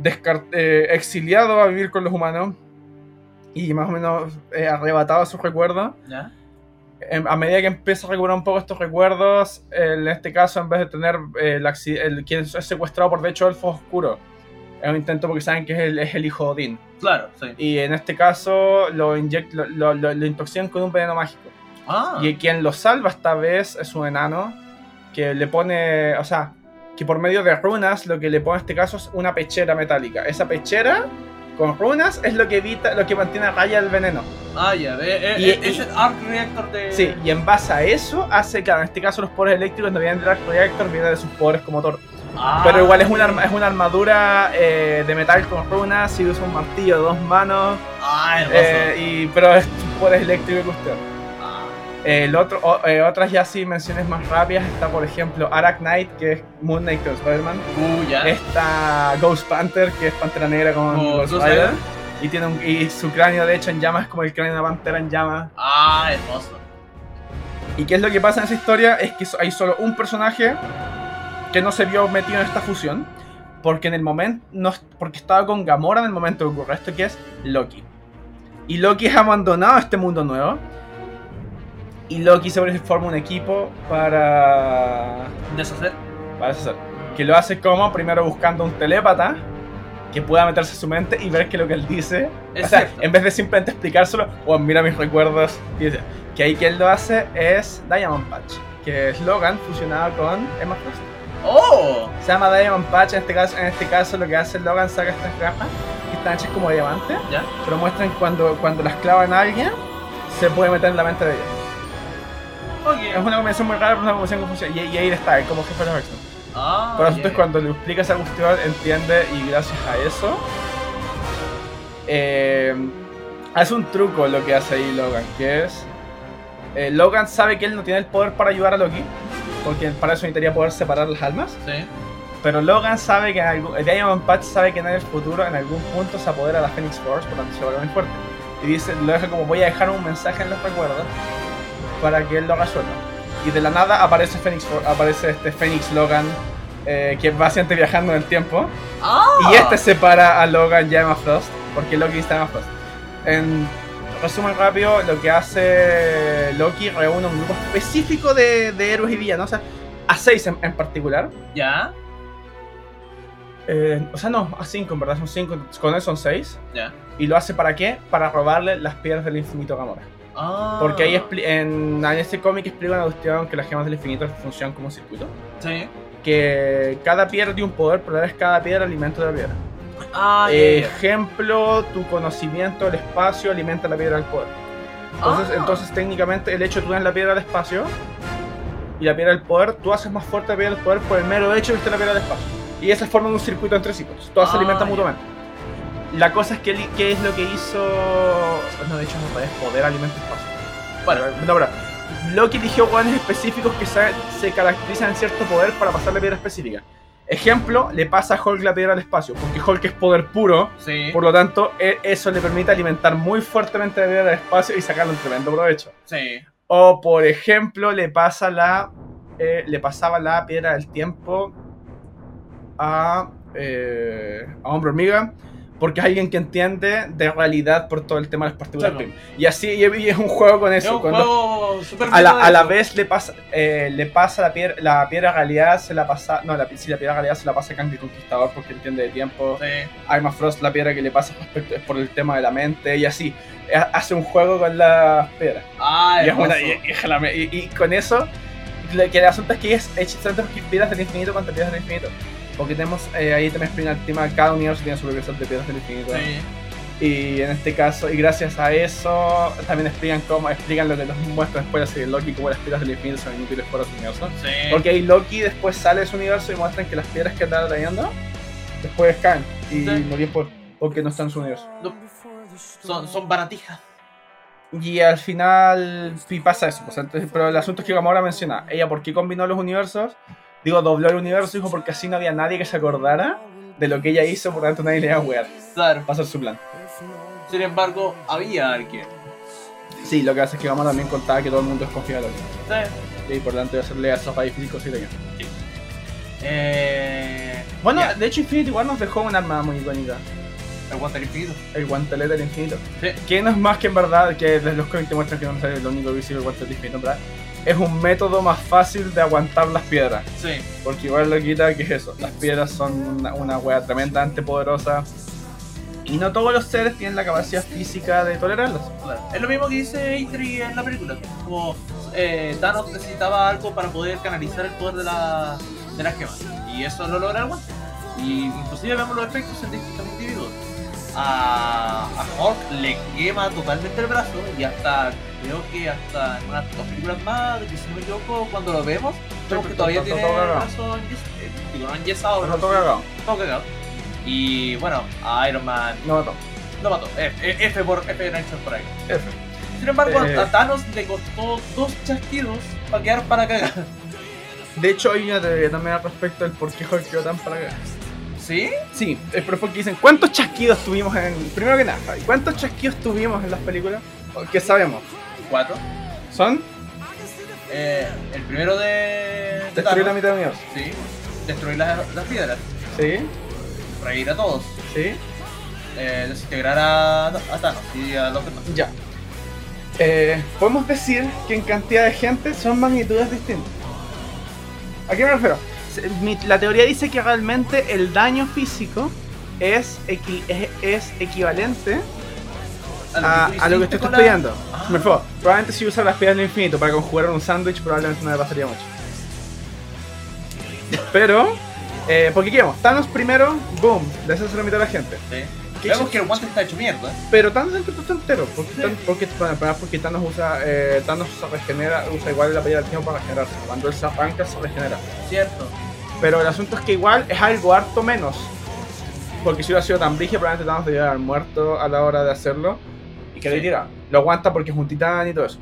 descar- eh, exiliado a vivir con los humanos y más o menos eh, arrebatado a sus recuerdos ¿Ya? em- a medida que empieza a recuperar un poco estos recuerdos, el- en este caso, en vez de tener eh, el, acci- el- quien es secuestrado por de hecho elfos oscuros, es un intento porque saben que es el, es el hijo de Odín. Claro, sí. Y en este caso lo, inyect- lo, lo- lo- lo intoxican con un veneno mágico. Ah, Y quien lo salva esta vez es un enano que le pone, o sea, que por medio de runas lo que le pone en este caso es una pechera metálica. Esa pechera con runas es lo que evita, lo que mantiene a raya el veneno. ah ya. eh, eh, y- eh, es el Arc Reactor de. Sí, y en base a eso hace, claro, en este caso los poderes eléctricos no vienen del Arc Reactor, vienen de sus poderes como Thor. Ah, Pero igual es una, arma- es una armadura eh, de metal con runas y usa un martillo de dos manos, Ah, hermoso. eh, y, pero es poderes eléctricos que usted. Ah, El otro, o- eh, otras ya sí menciones más rápidas está por ejemplo Arachnite, que es Moon Knight con Spider-Man. uh, ya. Está Ghost Panther, que es Pantera Negra con Con Ghost Ghost Rider. Rider. Y, tiene un- y su cráneo de hecho en llamas es como el cráneo de una pantera en llamas. Ah, hermoso. ¿Y qué es lo que pasa en esa historia? Es que so- hay solo un personaje que no se vio metido en esta fusión. Porque en el momento. No, es- porque estaba con Gamora en el momento que ocurre esto, que es Loki. Y Loki es abandonado a este mundo nuevo. Y Loki se forma un equipo para. Deshacer. para hacer- Que lo hace como primero buscando un telépata que pueda meterse a su mente y ver que lo que él dice Es o sea, cierto. en vez de simplemente explicárselo, o mira mis recuerdos, y dice, que ahí quien lo hace es Diamond Patch, que es Logan fusionado con Emma Frost. Oh, Se llama Diamond Patch, en este caso, en este caso lo que hace Logan saca estas gafas, que están hechas como diamantes, ya. pero muestran cuando, cuando las clavan a alguien, se puede meter en la mente de ellos. Es Ok. una combinación muy rara, pero es una combinación que funciona, y, y ahí está, es como jefe de los x Ah, Por eso ya, entonces, ya. cuando le explicas a cuestión entiende y gracias a eso eh, hace un truco lo que hace ahí Logan, que es eh, Logan sabe que él no tiene el poder para ayudar a Loki, porque para eso necesitaría poder separar las almas, Sí. pero Logan sabe que en algún, eh, Diamond Patch sabe que en el futuro en algún punto se apodera la Phoenix Force, por tanto se vuelve muy fuerte. Y dice, lo deja como voy a dejar un mensaje en los recuerdos para que él lo resuelva. Y de la nada aparece Phoenix Force- aparece este Phoenix Logan eh, que va siempre viajando en el tiempo. Ah. Y este separa a Logan y a Emma Frost, porque Loki está Emma Frost. En resumen rápido, lo que hace Loki reúne un grupo específico de, de héroes y villanos, o sea, a seis en- en particular. Ya, Eh, o sea, no, a 5, en verdad, son 5. Con él son 6. ya. ¿Y lo hace para qué? Para robarle las piedras del infinito a Gamora. Ah. Porque ahí expli- en, en este cómic explican a cuestión que las gemas del infinito funcionan como circuito. Sí. Que cada piedra tiene un poder, pero a la vez cada piedra alimenta la piedra. Ah, ya, ya, ya. Ejemplo, tu conocimiento del espacio alimenta la piedra del poder. Entonces, Ah. entonces técnicamente, el hecho de tú tener la piedra del espacio y la piedra del poder, tú haces más fuerte la piedra del poder por el mero hecho de estar la piedra del espacio. Y esas forman un circuito entre sí, pues, todas se Ah, alimentan ya. mutuamente. La cosa es que, li- ¿qué es lo que hizo. No, de hecho, no es poder alimenta el espacio. Bueno, No, pero Loki eligió guanes específicos que se, se caracterizan en cierto poder para pasar la piedra específica. Ejemplo, le pasa a Hulk la piedra al espacio, porque Hulk es poder puro, sí. por lo tanto, e- eso le permite alimentar muy fuertemente la piedra del espacio y sacarle un tremendo provecho. Sí. O, por ejemplo, le pasa la. eh, le pasaba la piedra del tiempo a. eh, a Hombre Hormiga. porque es alguien que entiende de realidad por todo el tema de las partículas Claro. PIM. Y así y- y es un juego con Es eso. un cuando- juego súper a, la, bueno de a la eso. vez le pasa, eh, le pasa la, piedra, la piedra realidad, se la pasa. No, la, sí, la piedra realidad se la pasa a Kang el Conquistador porque entiende de tiempo. Sí. Ima Frost, la piedra que le pasa respecto- es por el tema de la mente y así. Eh, Hace un juego con las piedras. Ah, Y, es hermoso. una- y- y es la me- y- y con eso, lo que el asunto es que es hechizando piedras del infinito contra piedras del infinito. Porque tenemos eh, ahí también explica el tema, cada universo tiene su versión de piedras del infinito. Sí. Y en este caso, y gracias a eso, también explican cómo, explican lo que nos muestra después la serie Loki, cómo las piedras del infinito son inútiles para su universo. Sí. Porque ahí Loki después sale de su universo y muestran que las piedras que anda trayendo después caen y Sí. morían por, porque no están en su universo. No. Son, son baratijas. Y al final sí pasa eso. pues, entonces- pero el asunto es que Gamora menciona, ella por qué combinó los universos, digo, dobló el universo, dijo porque así no había nadie que se acordara de lo que ella hizo, por lo tanto nadie le iba a wear. Claro. Va a ser su plan. Sin embargo, había alguien. Sí, lo que hace es que Gamora también contaba que todo el mundo desconfía de Loki. Sí. Y por lo tanto iba a hacerle a esos países físicos y de Eh, Bueno, ya, de hecho Infinity War nos dejó una arma muy icónica. el Water Infinito. el guantelete del infinito. Sí. Que no es más que en verdad, que desde los cómics te muestran que no es lo único visible el guantelete del infinito, en ¿verdad? Es un método más fácil de aguantar las piedras. Sí. Porque igual lo quita que es eso. Las piedras son una, una wea tremendamente poderosa. Y no todos los seres tienen la capacidad física de tolerarlas. Claro. Es lo mismo que dice Eitri en la película. que es Como eh, Thanos necesitaba algo para poder canalizar el poder de, la, de las gemas. Y eso lo logra el guante. Y inclusive vemos los efectos en distintos individuos. A, a Hulk le quema totalmente el brazo y hasta, creo que hasta en unas dos películas más, de que si no me equivoco, cuando lo vemos, vemos que pero todavía está tiene el todo cagado. brazo enyes- eh, digo, no enyesado, Pero pero no todo sí, cagado. todo cagado. Y bueno, a Iron Man No mató. lo mató. F, F, F por F de Nature por ahí. F. Sin embargo, Eh. a Thanos le costó dos chasquidos para quedar para cagar. De hecho, hay una teoría también al respecto del por qué Hulk quedó tan para acá. ¿Sí? Sí, es por porque dicen, ¿cuántos chasquidos tuvimos en... Primero que nada, Javi, ¿cuántos chasquidos tuvimos en las películas? ¿Qué sabemos? Cuatro. Son Eh, el primero de. de Destruir la Thanos. mitad del universo. Sí. Destruir las, las piedras. Sí, Reír a todos. sí, Eh, desintegrar a, a Thanos y a los demás. ya. Eh, podemos decir que en cantidad de gente son magnitudes distintas. ¿A qué me refiero? Se- mi- La teoría dice que realmente el daño físico es, equi- es, es equivalente a, tú a lo que hiciste estoy con estudiando. Ah. Me refiero, probablemente si usara las piedras del infinito para conjugar un sándwich probablemente no me pasaría mucho. Pero, eh, porque qué vemos? Thanos primero, boom, deshace la mitad de la gente. La... Sí. ¿Qué Vemos ch- que el guante está hecho mierda. Pero Thanos es el todo entero, porque, Sí. Thanos- porque, bueno, para- porque Thanos usa, eh, Thanos se regenera, usa igual la pelea del tiempo para regenerarse. Cuando él se arranca se regenera. Cierto. Pero el asunto es que igual es algo harto menos. Porque si hubiera sido tan brígido, probablemente Thanos debería haber muerto a la hora de hacerlo. Y que le Sí. diga, lo aguanta porque es un titán y todo eso.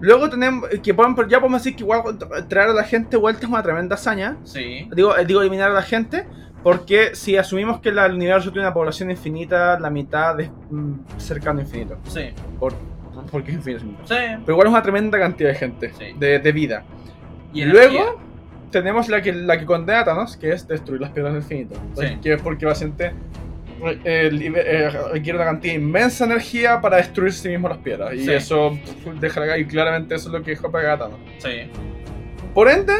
Luego tenemos, que pueden- pero ya podemos decir que igual traer a la gente vuelta es una tremenda hazaña Sí. digo, eh, digo eliminar a la gente, porque si asumimos que la- el universo tiene una población infinita, la mitad es mm, cercano a infinito, Sí. por, porque es infinito. es infinito. Sí. Pero igual es una tremenda cantidad de gente, Sí. de, de vida. Y energía. Luego tenemos la que, la que condena a Thanos, que es destruir las piedras del infinito, Pues, Sí. que es porque básicamente re- eh, libe- eh, requiere una cantidad inmensa de energía para destruir sí mismo las piedras. Y Sí. eso pff, deja y claramente eso es lo que dejó pagar a Thanos. Sí. Por ende,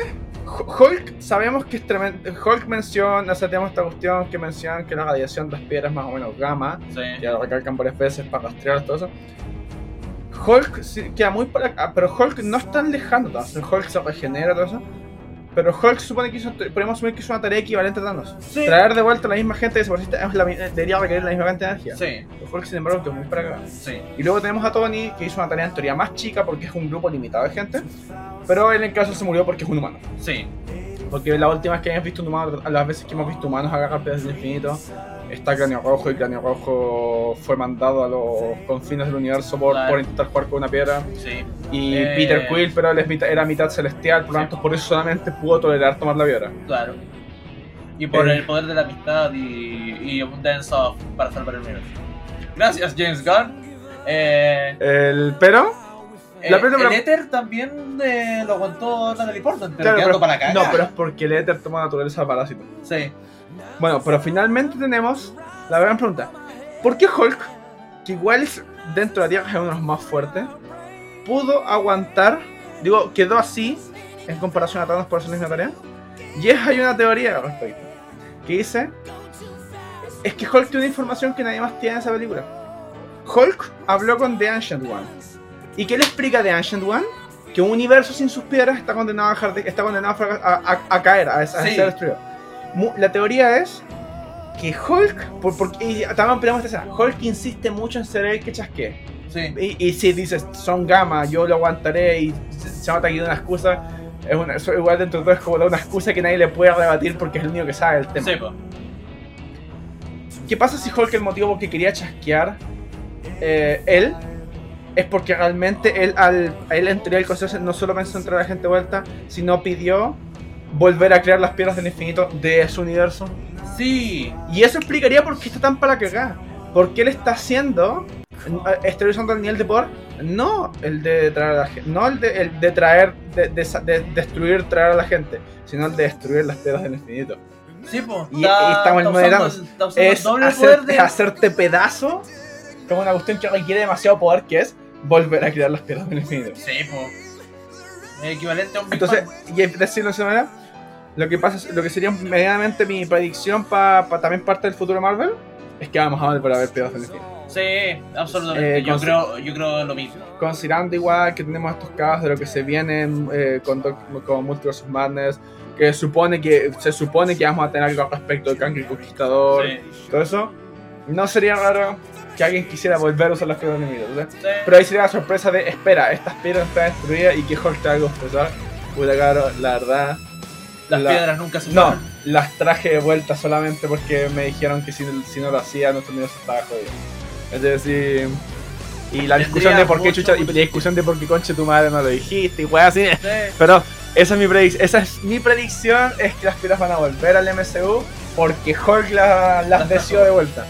Ho- Hulk, sabemos que es tremendo. Hulk menciona, o sea, tenemos esta cuestión que mencionan que la radiación de las piedras es más o menos gamma, Sí. ya lo recalcan varias veces para rastrear todo eso. Hulk sí, queda muy para acá, pero Hulk no es tan lejano, ¿no? O sea, Hulk se regenera, todo eso. Pero Hulk supone que hizo, podemos asumir que hizo una tarea equivalente a Thanos. Sí. Traer de vuelta a la misma gente que se persiste, es la mi- eh, debería requerir la misma cantidad de energía. Sí. Pero Hulk, sin embargo, quedó muy para acá. Sí. Y luego tenemos a Tony, que hizo una tarea en teoría más chica porque es un grupo limitado de gente. Pero él en caso se murió porque es un humano. Sí. Porque la última vez que hemos visto un humano, las veces que hemos visto humanos agarrar piedras del infinito, está Cráneo Rojo y Cráneo Rojo fue mandado a los confines del universo por, Claro. por intentar jugar con una piedra. Sí. Y Eh. Peter Quill, pero él es mitad- era mitad celestial, por lo Sí. tanto por eso solamente pudo tolerar tomar la piedra. Claro. Y por Eh. el poder de la amistad y, y un dance off para salvar el universo. Gracias, James Gunn. Eh, El, pero... eh, La película- el Ether también eh, lo aguantó Natalie Portman, pero claro, quedando pero- para acá. no, pero es porque el Éter toma naturaleza de parásito. Sí, Bueno, pero finalmente tenemos La gran pregunta. ¿Por qué Hulk, que igual es dentro de la Tierra es uno de los más fuertes, pudo aguantar, digo, quedó así en comparación a Thanos por hacer la misma tarea? Y es, hay una teoría al respecto, que dice, es que Hulk tiene una información que nadie más tiene en esa película. Hulk habló con The Ancient One. ¿Y qué le explica The Ancient One? Que un universo sin sus piedras está condenado a, dejar de- está condenado a fraca- a, a- a caer, a, a Sí. ser destruido. Mu- La teoría es que Hulk, por, porque, y también ampliamos esta escena, Hulk insiste mucho en ser el que chasquee. Sí. Y, y si dices, son gama, yo lo aguantaré y se, se nota que tiene una excusa, es una, eso igual dentro de todo es como una excusa que nadie le puede rebatir porque es el único que sabe el tema. Sí, po. ¿Qué pasa si Hulk el motivo por que quería chasquear eh, él? Es porque realmente él, al, a él entregar el consejo no solo pensó en traer a la gente de vuelta, sino pidió volver a crear las piedras del infinito de su universo. Sí. Y eso explicaría por qué está tan para cagar. ¿Por qué él está haciendo? ¿Está usando el nivel de poder? No el de traer a la gente. No el de, el de traer, de, de sa- de destruir, traer a la gente. Sino el de destruir las piedras del infinito. Sí, po. Y- y estamos en está el modelo. usando el- está usando Es el doble hacer- poder de. es hacerte pedazo. Como una cuestión que requiere demasiado poder, que es volver a crear las piedras del infinito. Sí, po. El equivalente a un Big Entonces, Bang. y decirlo de esa manera, lo que pasa, es- lo que sería medianamente mi predicción para también parte del futuro de Marvel, es que vamos a volver a ver piedras del infinito. Sí, absolutamente. Eh, yo, con- creo, yo creo lo mismo. considerando igual que tenemos estos casos de lo que se viene eh, con, Doc- con Multiverse of Madness, que supone que se supone que vamos a tener algo al respecto de Kang el Conquistador, Sí, todo eso, no sería raro que alguien quisiera volver a usar las piedras del infinito, ¿verdad? sí. ¿eh? Pero ahí sería la sorpresa de, espera, estas piedras están destruidas y que Hulk te haga explotar. Puta caro, la verdad. Las la- piedras nunca se No, usan. las traje de vuelta solamente porque me dijeron que si, si no lo hacía nuestro universo estaba jodido. Es decir, y la Tendría discusión de por qué mucho, chucha, y la mucho discusión de por qué conche tu madre no lo dijiste y weas así. Sí. Pero esa es mi predicción, esa es mi predicción es que las piedras van a volver al MCU porque Hulk la- las Las deseó de vuelta.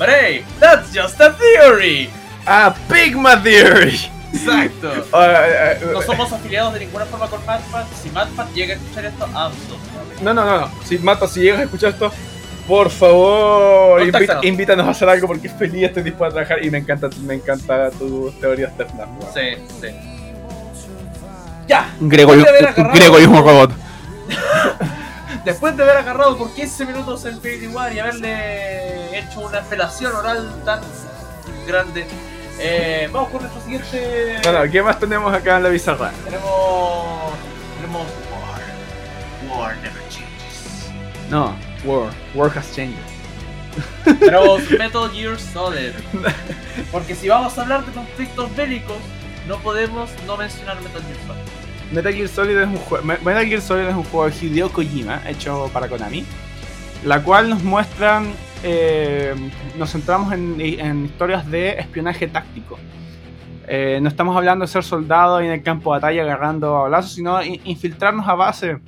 But hey, that's just a theory. Ah, Pigma Theory. Exacto. Ah, eh, eh, No somos afiliados de ninguna forma con MadFat. Si MadFat llega a escuchar esto, absolutamente. No, no, no, no. Si Mata, si llegas a escuchar esto, por favor, invita- Contáctanos. invítanos a hacer algo porque feliz estoy dispuesto a trabajar y me encanta, me encanta tu teoría externa. Sí, sí. Ya, Gregorio, Podría haber agarrado- Gregorio es un robot. después de haber agarrado por 15 minutos el Infinity War y haberle hecho una apelación oral tan grande, eh, vamos con nuestro siguiente. Bueno, ¿qué más tenemos acá en la bizarra? Tenemos. Tenemos War. War never changes. No, War. War has changed. Tenemos Metal Gear Solid. Porque si vamos a hablar de conflictos bélicos, no podemos no mencionar Metal Gear Solid. Metal Gear Solid es un juego. Me- Metal Gear Solid es un juego de Hideo Kojima hecho para Konami, la cual nos muestra, eh, nos centramos en, en historias de espionaje táctico. Eh, no estamos hablando de ser soldado en el campo de batalla agarrando a balazos, sino i- infiltrarnos a base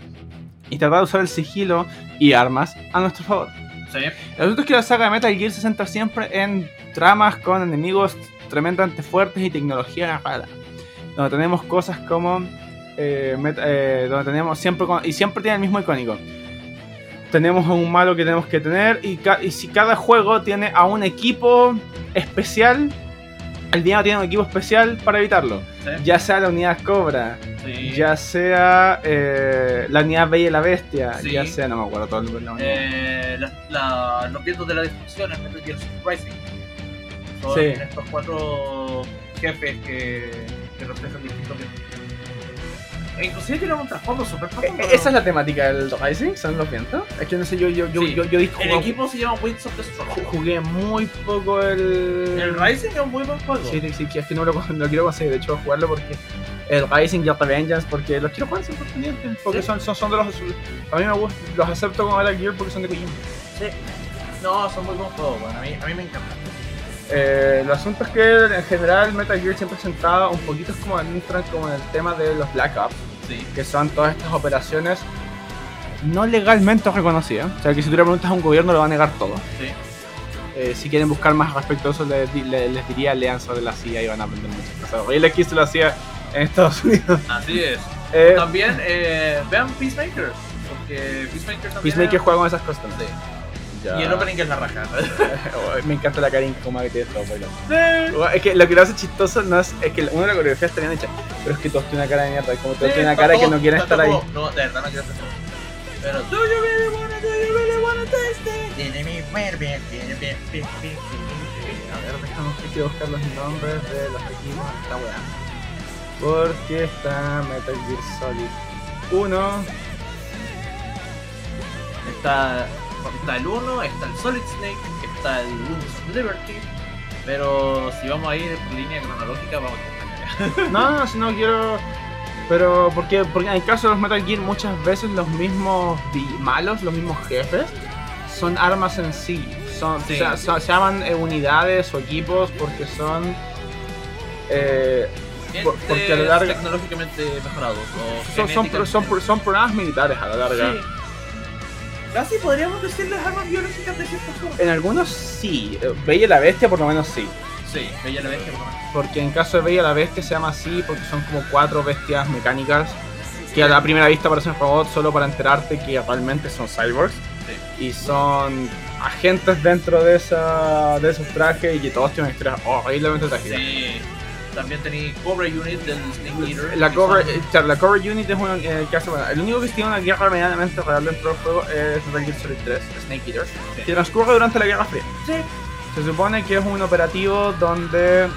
y tratar de usar el sigilo y armas a nuestro favor. Sí. El asunto es que la saga de Metal Gear se centra siempre en tramas con enemigos tremendamente fuertes y tecnología rara. Donde tenemos cosas como. eh, met- eh, donde tenemos siempre. con- y siempre tiene el mismo icónico. Tenemos a un malo que tenemos que tener. Y, ca- y si cada juego tiene a un equipo especial, el villano tiene un equipo especial para evitarlo. Sí. Ya sea la unidad Cobra, Sí. ya sea eh, la unidad Bella y la Bestia, Sí. ya sea. No me acuerdo todo el nombre. Eh, la- la- los vientos de la destrucción en Metal Gear Solid Rising. Son Sí. estos cuatro jefes que, que reflejan distintos vientos. E inclusive tienen un trasfondo súper profundo, Eh, ¿no? Esa es la temática del Rising, son los vientos. Es que no sé, yo, yo, yo, Sí. yo, yo, El jugué- equipo se llama Winds of Destruction. ju- jugué muy poco el. El Rising es un muy buen juego. Sí, sí, sí, que es que no lo, lo quiero conseguir, de hecho, jugarlo porque. El Rising y el Revengeance, porque los quiero jugar son pendientes, porque Sí. son, son, son de los. A mí me gusta, los acepto como Metal Gear porque son de Kojima. No, son muy buenos juegos, bueno, a mí, a mí me encanta. Eh, el asunto es que en general Metal Gear siempre sentaba un poquito como en, como en el tema de los Black Ops. Sí. que son todas estas operaciones no legalmente reconocidas. O sea, que si tú le preguntas a un gobierno, lo va a negar todo. Sí. Eh, si quieren buscar más respecto a eso, les, di- le- les diría lean sobre la CIA y van a aprender muchas cosas. Horrible que hizo la CIA en Estados Unidos. Así es. Eh, También eh, vean Peacemaker, porque Peacemaker también Peacemaker es- juega con esas cosas. Sí. Ya. Y el opening es la raja. Me encanta la Karin como que tiene todo bailando. Bueno, Es que lo que lo hace chistoso no es, es que uno de la coreografía está bien hecha, pero es que todos tienen una cara de mierda, como todos tienen una cara que no quieren estar ahí. No, de verdad no quiero estar ahí. Pero, do you really wanna, do you really wanna taste it? Tiene mi cuerpo, tiene mi- mi- mi- mi- mi- A ver, déjame que quiero buscar los nombres de los equipos de esta weá. Porque está Metal Gear Solid 1, Está, está el 1, está el Solid Snake, está el Wounds of Liberty. Pero si vamos a ir por línea cronológica, vamos a estar cagados. No, si no quiero. Pero porque, porque en el caso de los Metal Gear muchas veces los mismos vi- malos, los mismos jefes, son armas en sí. Son, Sí. Se, se- se llaman eh, unidades o equipos porque son... eh, Por- porque a lo Entes largo- tecnológicamente mejorados. O son, son, pro- son, pro- son programas militares a la larga. Casi podríamos decir las armas biológicas de cierta forma. En algunos sí. eh, Bella y la Bestia por lo menos sí. Sí, bella la bestia. por- Porque en caso de Bella y la Bestia se llama así porque son como cuatro bestias mecánicas que a la primera vista parecen robots solo para enterarte que realmente son cyborgs. y son agentes dentro de, esa, de esos trajes y que todos tienen historias horriblemente Sí. trágicas. sí. También tenéis Cobra Unit del Snake Eater. La que cover, son- eh, claro, la cover unit es uno eh, que hace, bueno, el único que tiene una guerra medianamente real dentro del juego es Metal Gear Solid 3, Snake Eater, que transcurre durante la Guerra Fría. Se supone que es un operativo donde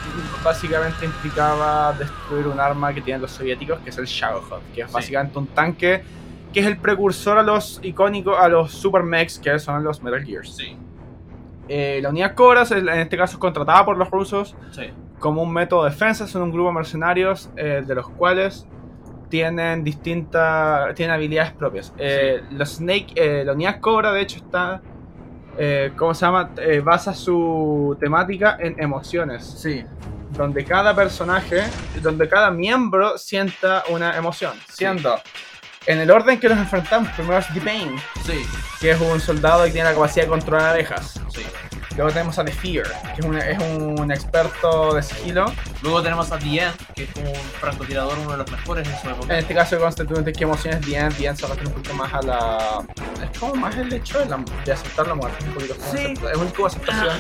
básicamente implicaba destruir un arma que tienen los soviéticos, que es el Shadowhawk, que es Sí. básicamente un tanque que es el precursor a los icónicos, a los Super Mechs, que son los Metal Gears. Sí, Eh, la unidad Cobra, se- en este caso, es contratada por los rusos sí. como un método de defensa. Son un grupo de mercenarios eh, de los cuales tienen distintas tienen habilidades propias. Eh, los Snake, eh, la unidad Cobra, de hecho, está. eh, ¿Cómo se llama? Eh, basa su temática en emociones, Sí. donde cada personaje, donde cada miembro sienta una emoción. Siendo en el orden que los enfrentamos, primero es D-Pain, Sí, que es un soldado que tiene la capacidad de controlar abejas. sí. Luego tenemos a The Fear, que es un, es un experto de sigilo. Luego tenemos a The End, que es como un francotirador, uno de los mejores en su época. En este caso, constantemente que emociones bien, bien, se refiere un poquito más a la. Es como más el hecho de, la- de aceptar la muerte. Un poquito como Sí. acepta- Es un tipo de aceptación.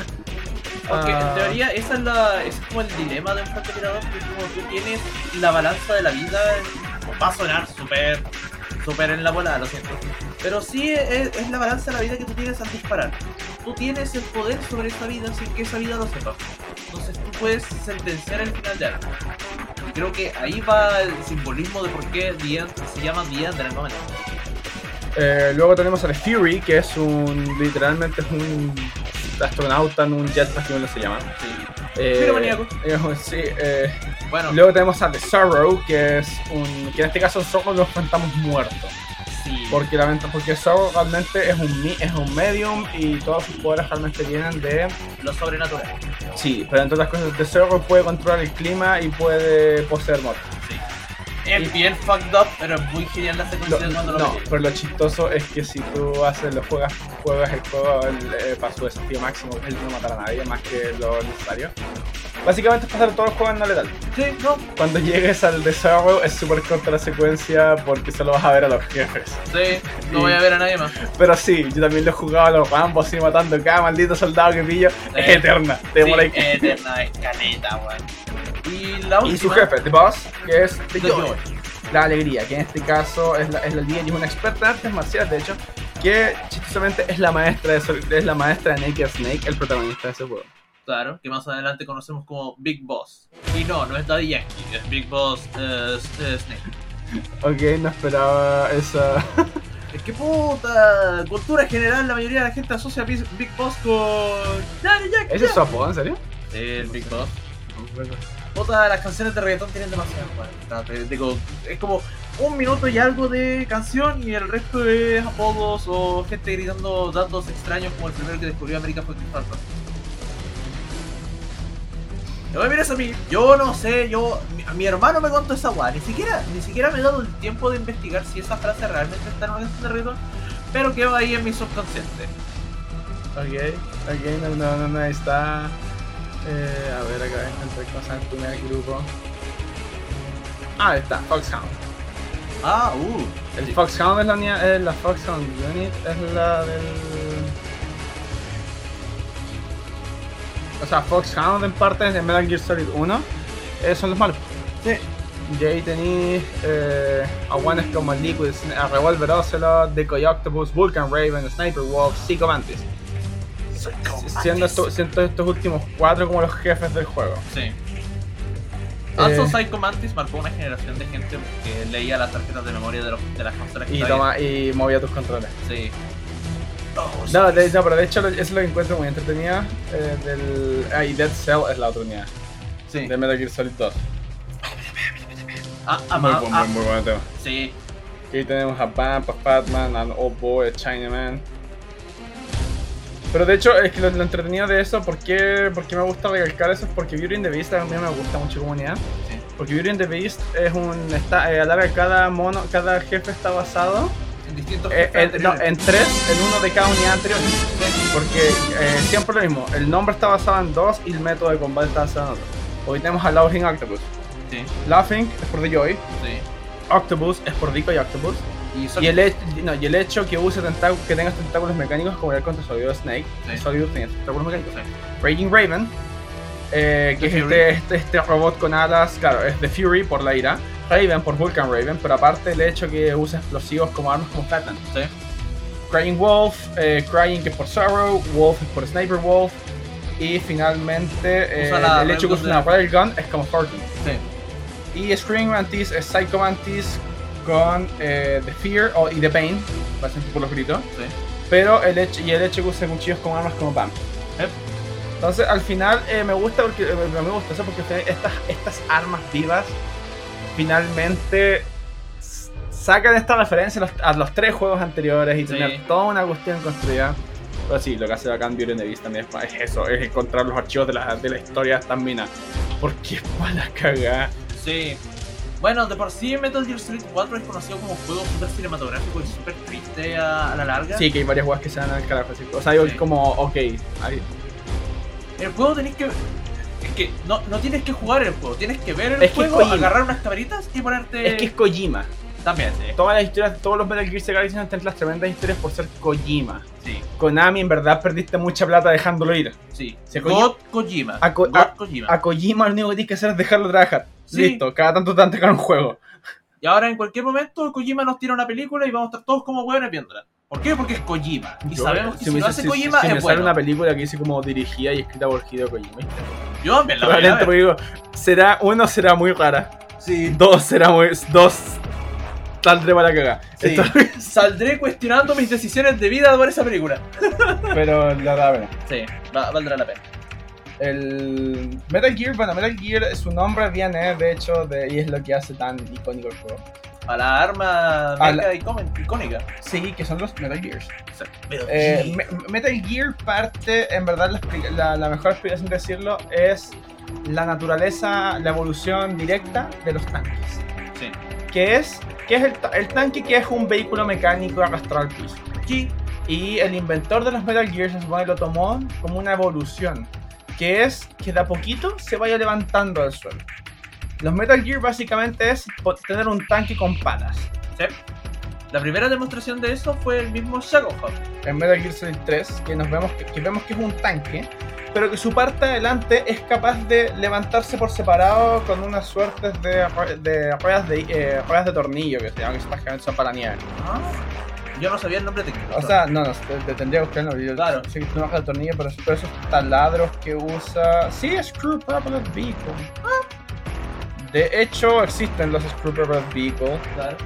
Porque Ah, en teoría esa es, la, ese es como el dilema de un francotirador, que es como tú tienes la balanza de la vida, en- va a sonar súper, súper en la volada, lo siento. Pero sí es, es la balanza de la vida que tú tienes al disparar. Tú tienes el poder sobre esa vida sin que esa vida lo sepa. Entonces tú puedes sentenciar el final de algo. Y creo que ahí va el simbolismo de por qué The End se llama The End de la novela. eh, luego tenemos a The Fury, que es un. literalmente es un astronauta en un jetpack, que uno se llama. Eh, Piromaníaco. es un- sí, eh, Bueno, Luego tenemos a The Sorrow, que es un. que en este caso solo lo enfrentamos muerto. sí. Porque lamento, porque Sorrow realmente es un, mi- es un medium y todos sus poderes realmente vienen de. lo sobrenatural. Sí, pero entre otras cosas, The Sorrow puede controlar el clima y puede poseer muerte. Sí. Es bien fucked up, pero es muy genial la secuencia de cuando lo no, meten. pero lo chistoso es que si tú haces los juegas, juegas el juego el, eh, para su desafío máximo, que es no matar a nadie más que lo necesario. Básicamente es pasar todos los juegos en no letal. Sí, no. Cuando llegues al The Sorrow es súper corta la secuencia porque solo vas a ver a los jefes. Sí, no voy a ver a nadie más. Pero sí, yo también lo he jugado a los Rambos así matando cada maldito soldado que pillo. Es eterna. Te Sí, eh, demora ahí. eterna escaleta, weón. Y la última. eh, Y su jefe, The Boss, que es The The Joy. Joy. La alegría, que en este caso es la, es la líder y es una experta en artes marciales, de hecho, que chistosamente es la maestra de, Sol- es la maestra de Naked Snake, el protagonista de ese juego. Claro, que más adelante conocemos como Big Boss. Y no, no es Daddy Yankee, es Big Boss eh, S- eh, Snake. Ok, no esperaba esa. Es que puta, cultura general, la mayoría de la gente asocia a Big Big Boss con. Daddy Yankee. ¿Ese es su apodo, en serio? Sí, el Big Boss. Puta, las canciones de reggaetón tienen demasiado, weón. No, te- digo, es como un minuto y algo de canción y el resto es apodos o gente gritando datos extraños como el primero que descubrió América fue Chris Farley. No me mires a mí, yo no sé, yo. Mi, mi hermano me contó esa weá, ni siquiera, ni siquiera me he dado el tiempo de investigar si esa frase realmente está en una canción de reggaetón, pero quedó ahí en mi subconsciente. Ok, ok, no, no, no, no, ahí está. Eh, a ver, acá encontré cosas en primer grupo. Ah, ahí está, Foxhound. Ah, uh. El Foxhound es la unidad, es la Foxhound Unit, es la del. o sea, Foxhound en parte de Metal Gear Solid 1 eh, son los malos. Sí. Y ahí tenéis eh, a guanes como Liquid, Sna- a Revolver Ocelot, Decoy Octopus, Vulcan Raven, Sniper Wolf, Psycho Mantis. Siendo, esto- siendo estos últimos cuatro como los jefes del juego. Sí. Also, Eh. Psycho Ah, Mantis marcó una generación de gente que leía las tarjetas de memoria de, los- de las consolas que Y, traía. toma, Oh, y movía tus controles. Sí. No, de, no, pero de hecho lo- eso es lo que encuentro muy entretenido. eh, del, ah, y Dead Cell es la otra unidad. Sí. De Metal Gear Solid 2. Ah, ah, Muy, ah, buen, ah, muy, muy buen tema. Sí. Aquí tenemos a Bump, a Batman, a Old Boy, a Chinaman. Pero de hecho, es que lo, lo entretenido de eso, ¿por qué, por qué me gusta recalcar eso? Es porque Beauty and the Beast también me gusta mucho como unidad. Sí. Porque Beauty and the Beast es un. Está, eh, a la larga, cada mono, cada jefe está basado En distintos eh, jefes en, no, anteriores. en tres, en uno de cada unidad anterior. Porque eh, siempre lo mismo, el nombre está basado en dos y el método de combate está basado en otro. Hoy tenemos a Laughing Octopus. Sí, Laughing es por The Joy, sí. Octopus es por Dico y Octopus. Y, son- Y el, he- no, y el hecho que use tentá- que tengas tentáculos mecánicos como era contra Sólido Snake, Sí. Sólido tenía tentáculos mecánicos. Sí. Raging Raven, eh, que es The este, este, este robot con alas, claro, es The Fury por la ira, Raven por Vulcan Raven, pero aparte el hecho que usa explosivos como armas como Batman. Sí. Crying Wolf, eh, Crying que es por Sorrow, Wolf es por Sniper Wolf, y finalmente eh, Usa la el hecho que Railgun usa una de- Railgun es como Fortnite. Sí. Y Screaming Mantis es Psycho Mantis con eh, The Fear o, y The Pain, bastante por los gritos. Sí. Pero el hecho, y el hecho que use cuchillos con armas como Bam. Yep. Entonces al final eh, me gusta porque eh, me me gusta eso porque al final estas, estas armas vivas finalmente s- sacan esta referencia a los, a los tres juegos anteriores y Sí. tener toda una cuestión construida. Pero sí, lo que hace bacán Beauty and the Beast también es, pa- es eso, es encontrar los archivos de la, de la historia de estas minas. Porque es para la cagada. Sí. Bueno, de por sí Metal Gear Solid 4 es conocido como un juego súper cinematográfico y súper triste a, a la larga. Sí, que hay varias weas que se dan al carajo. así. O sea, yo Sí. como, ok, ahí- El juego tenés que... Es que no, no tienes que jugar el juego, tienes que ver el Es que juego, Kojima. agarrar unas camaritas y ponerte... es que es Kojima. También, sí. Todas las historias, todos los Metal Gear se caracterizan entre las tremendas historias por ser Kojima. Sí, Konami, en verdad, perdiste mucha plata dejándolo ir. sí. Se God Kojima. A Ko- God a- Kojima. A Kojima lo único que tienes que hacer es dejarlo trabajar. Sí. Listo, cada tanto te van a entregar un juego. Y ahora en cualquier momento Kojima nos tira una película y vamos a estar todos como hueones viéndola. ¿Por qué? Porque es Kojima. Y Yo- sabemos que si, me lo sa- hace si- Kojima si me sale es bueno. una película que hice como dirigida y escrita por Hideo Kojima. Yo también la voy a Probablemente ver. porque digo, será, uno será muy rara, Sí. dos será muy. dos saldré para cagar. Sí. Saldré cuestionando mis decisiones de vida por esa película. pero la verdad, bueno. Sí, va- valdrá la pena. El Metal Gear, bueno, Metal Gear, su nombre viene de hecho de, y es lo que hace tan icónico el juego. A la arma A meca icón- icónica. Sí, que son los Metal Gears. Pero Eh, sí. Me- Metal Gear parte, en verdad, la, expli- la- la mejor explicación de decirlo es la naturaleza, la evolución directa de los tanques. Sí. Que es, que es el, ta- el tanque que es un vehículo mecánico arrastrado al piso. Sí, Y el inventor de los Metal Gear se supone lo tomó como una evolución, que es que de a poquito se vaya levantando del suelo. Los Metal Gear básicamente es po- tener un tanque con palas. La primera demostración de eso fue el mismo Shadowhawk. En Metal Gear Solid 3, que nos vemos que, que vemos que es un tanque, pero que su parte adelante es capaz de levantarse por separado con unas suertes de, rue- de ruedas de eh, ruedas de tornillo que se llaman que son básicamente son para la nieve. Yo no sabía el nombre técnico. O sea, no, no, te, te tendría que buscar en los videos. Claro. Sí, no baja el tornillo, pero, pero esos taladros que usa. Sí, Screw Purple Vehicle. Ah. De hecho, existen los Screw Purple Vehicle. claro.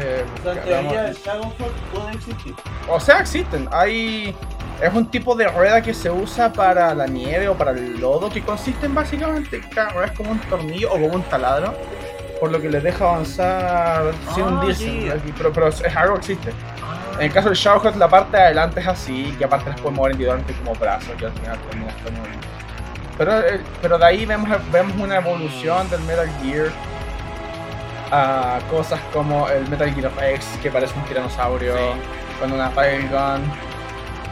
eh, O sea, en hablamos- teoría el Shadowhawk puede existir. o sea, existen. Hay. Es un tipo de rueda que se usa para la nieve o para el lodo, que consiste en básicamente cada rueda es como un tornillo o como un taladro, por lo que les deja avanzar sin Ah, hundirse. sí. Pero, pero es algo que existe. En Ah, el caso del Shadowhawk, la parte de adelante es así, que aparte las pueden mover individualmente como brazos, que al final terminas con un- Pero, eh, pero de ahí vemos, vemos una evolución del Metal Gear a cosas como el Metal Gear Rex, que parece un tiranosaurio, Sí. con una Railgun,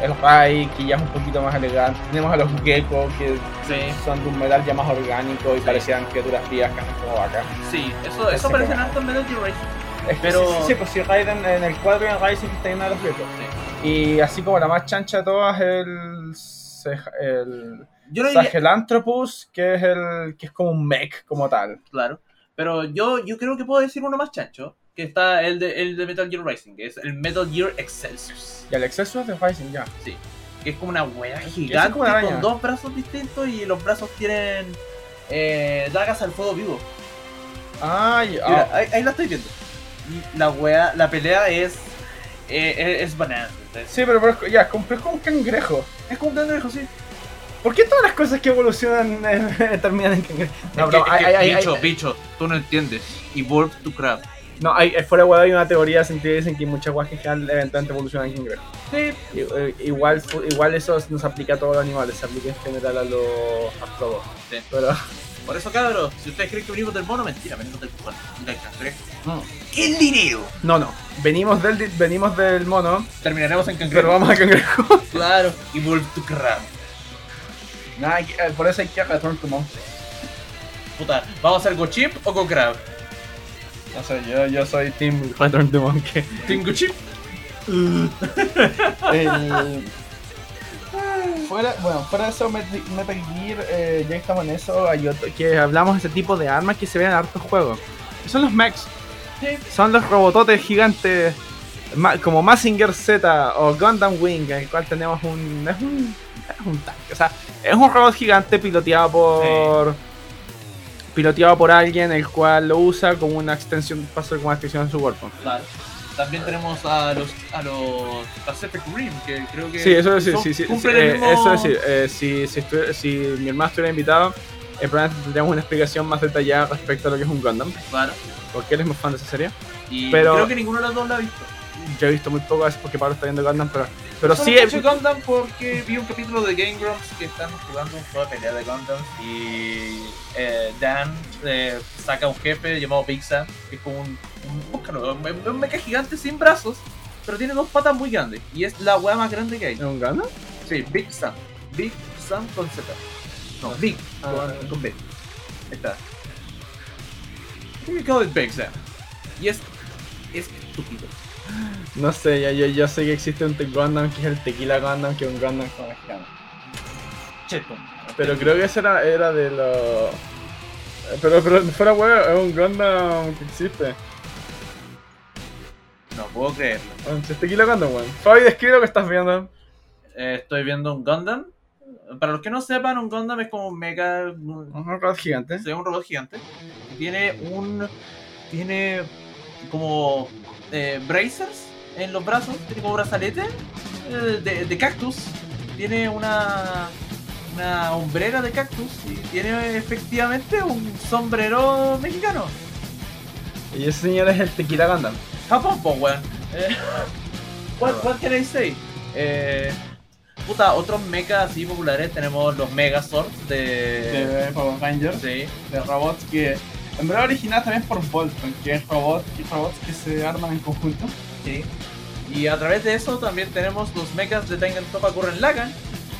el Rai, que ya es un poquito más elegante. Tenemos a los Gecko, que sí, son de un metal ya más orgánico y Sí. parecían criaturas frías, casi como vacas. sí. Eso, eso Ese parece como- harto en Metal Gear Rising. Es que Pero- sí, sí, sí, pues si Raiden en el cuadro en Rising está lleno de los Gecko. Sí. Y así como la más chancha de todas, el se- el Yo no diría, Sahelanthropus, que es el que es como un mech como tal. claro, pero yo, yo creo que puedo decir uno más chancho, que está el de, el de Metal Gear Rising, que es el Metal Gear Excelsius, Y el exceso es de Rising ya. que es como una wea es gigante como una araña. con dos brazos distintos y los brazos tienen eh, dagas al fuego vivo. Ay, ah, Mira, ahí, ahí la estoy viendo. Y La wea, la pelea es, eh, es, es banana. Es, sí, pero, pero es- ya, como- pero es como un cangrejo. es como un cangrejo, sí. ¿Por qué todas las cosas que evolucionan eh, terminan en cangrejo? No, Es que- pero es que, hay- hay- hay- bicho, bicho, tú no entiendes. Evolve to craft. no, hay, eh, fuera de huevo hay una teoría sentida dicen que muchas guajes en general eventualmente evolucionan en cangrejo. Sí, I- eh, Igual, fu- igual eso nos aplica a todos los animales, se aplica en general a los artrópodos. Sí. Pero por eso, cabros, si ustedes creen que venimos del mono, mentira, venimos del cujón, del cangrejo. Mm. ¡El dinero! no, no, venimos del di- venimos del mono, Terminaremos en pero cangrejo. vamos a cangrejo. Claro, Evolve to craft. Nada, hay que- eh, por eso hay que retornar tu monstruo. Puta, ¿vamos a hacer Gochip o con crab? No sé, yo, yo soy Team Return to Monkey. ¿Tengo chip? El- Eh, Fuera, bueno, fuera de eso, Met- Metal Gear, eh, ya que estamos en eso, hay otro, que hablamos de ese tipo de armas que se ven en hartos juegos. Son los mechs, Sí. son los robototes gigantes, ma- como Massinger Z o Gundam Wing, en el cual tenemos un... Es un, es un tanque, o sea, es un robot gigante piloteado por... Piloteado por alguien el cual lo usa como una extensión, paso como una extensión de su cuerpo. Claro. También tenemos a los, a los Pacific Rim, que creo que. Sí, eso es decir, son- sí, sí, sí, cumplen el eh, mismo- eso es decir, eh, si, si, estu- si mi hermano estuviera invitado, eh, probablemente tendríamos una explicación más detallada respecto a lo que es un Gundam, Claro. porque él es más fan de esa serie. Y Pero- creo que ninguno de los dos lo ha visto. Yo he visto muy poco veces porque Pablo está viendo Gundam, pero, pero Solo sí, eh, pues, cacho Gundam porque vi un capítulo de Game Grumps que están jugando un juego de pelea de Gundam y eh, Dan eh, saca un jefe llamado Pizza, que es como un, un, búscalo, un, un- un mecha gigante sin brazos, pero tiene dos patas muy grandes y es la weá más grande que hay. ¿es un Gundam? Sí, Big Sam. Big Sam con Z. No, Ah. Big con, con B. Ahí está. What do you call it Big Sam? Y es, es estúpido. No sé, ya, yo, yo sé que existe un te- Gundam que es el Tequila Gundam, que es un Gundam como mexicano. Cheto. Pero creo que ese era, era de los... Pero, pero fuera huevo, es un Gundam que existe. No puedo creerlo. Bueno, si es Tequila Gundam, weón. Fabi, describe lo que estás viendo. Eh, estoy viendo un Gundam. Para los que no sepan, un Gundam es como un mega. un- Un robot gigante. Es un robot gigante. Tiene un. Tiene como. eh, bracers en los brazos. Tiene como brazalete eh, de, de cactus. Tiene una. Una hombrera de cactus. Y tiene efectivamente un sombrero mexicano. Y ese señor es el Tequila Gundam. Japón, pues, weón. Eh, what, what can I say? Eh, puta, otros mechas así populares tenemos los Megazords de. de Power Rangers, Sí, de robots que en verdad originadas también por Bolton, que es robot, que robots que se arman en conjunto. sí. Y a través de eso también tenemos los mechas de Tengen Topa Curren Lagan.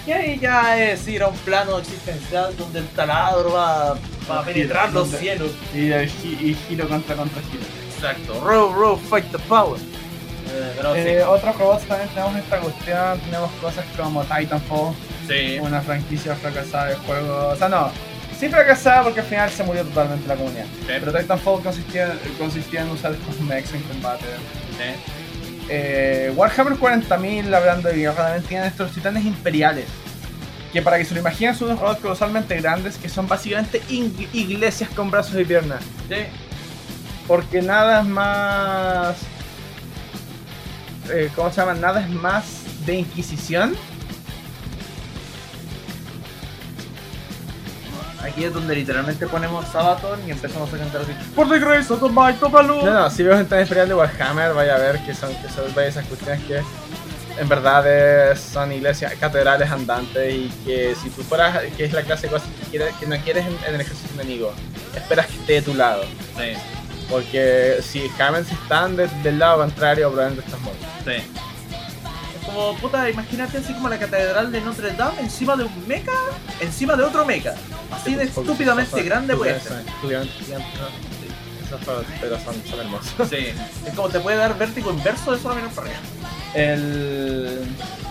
Y ahí ya es ir a un plano existencial donde el taladro va, va a penetrar los Donde- cielos. Y, el gi- y giro contra contra giro. Exacto. Row, row, fight the power. Eh, pero sí, Eh, Otros robots también tenemos esta cuestión, tenemos cosas como Titanfall, sí, una franquicia fracasada de juego. O sea, no, sí fracasada porque al final se murió totalmente la comunidad. sí, Pero Titanfall consistía, consistía en usar estos mechs en combate. sí. Eh, Warhammer 40.000, hablando de guerra, también tienen estos titanes imperiales. Que para que se lo imaginen son unos robots colosalmente grandes que son básicamente ing- iglesias con brazos y piernas. sí. Porque nada es más... eh, ¿Cómo se llama? Nada es más de Inquisición. Aquí es donde literalmente ponemos Sabaton y empezamos a cantar así. Por regreso, toma y tómalo. No, no, si ves un tan imperial de Warhammer, vaya a ver que son, que son vaya esas cuestiones que en verdad es- son iglesias, catedrales andantes y que si tú fueras, que es la clase de cosas que, quieres- que no quieres en, en el ejército enemigo, esperas que esté de tu lado, Sí, porque si Hammer si están de- del lado contrario, probablemente estás muerto. sí. Es como, puta, imagínate así como la catedral de Notre Dame encima de un mecha, encima de otro mecha. Así de estúpidamente grande puede ser. Estúpidamente gigante, ¿no? Sí, esos son- pero son, son hermosos. Sí. Es como te puede dar vértigo inverso de eso a menos para arriba. El...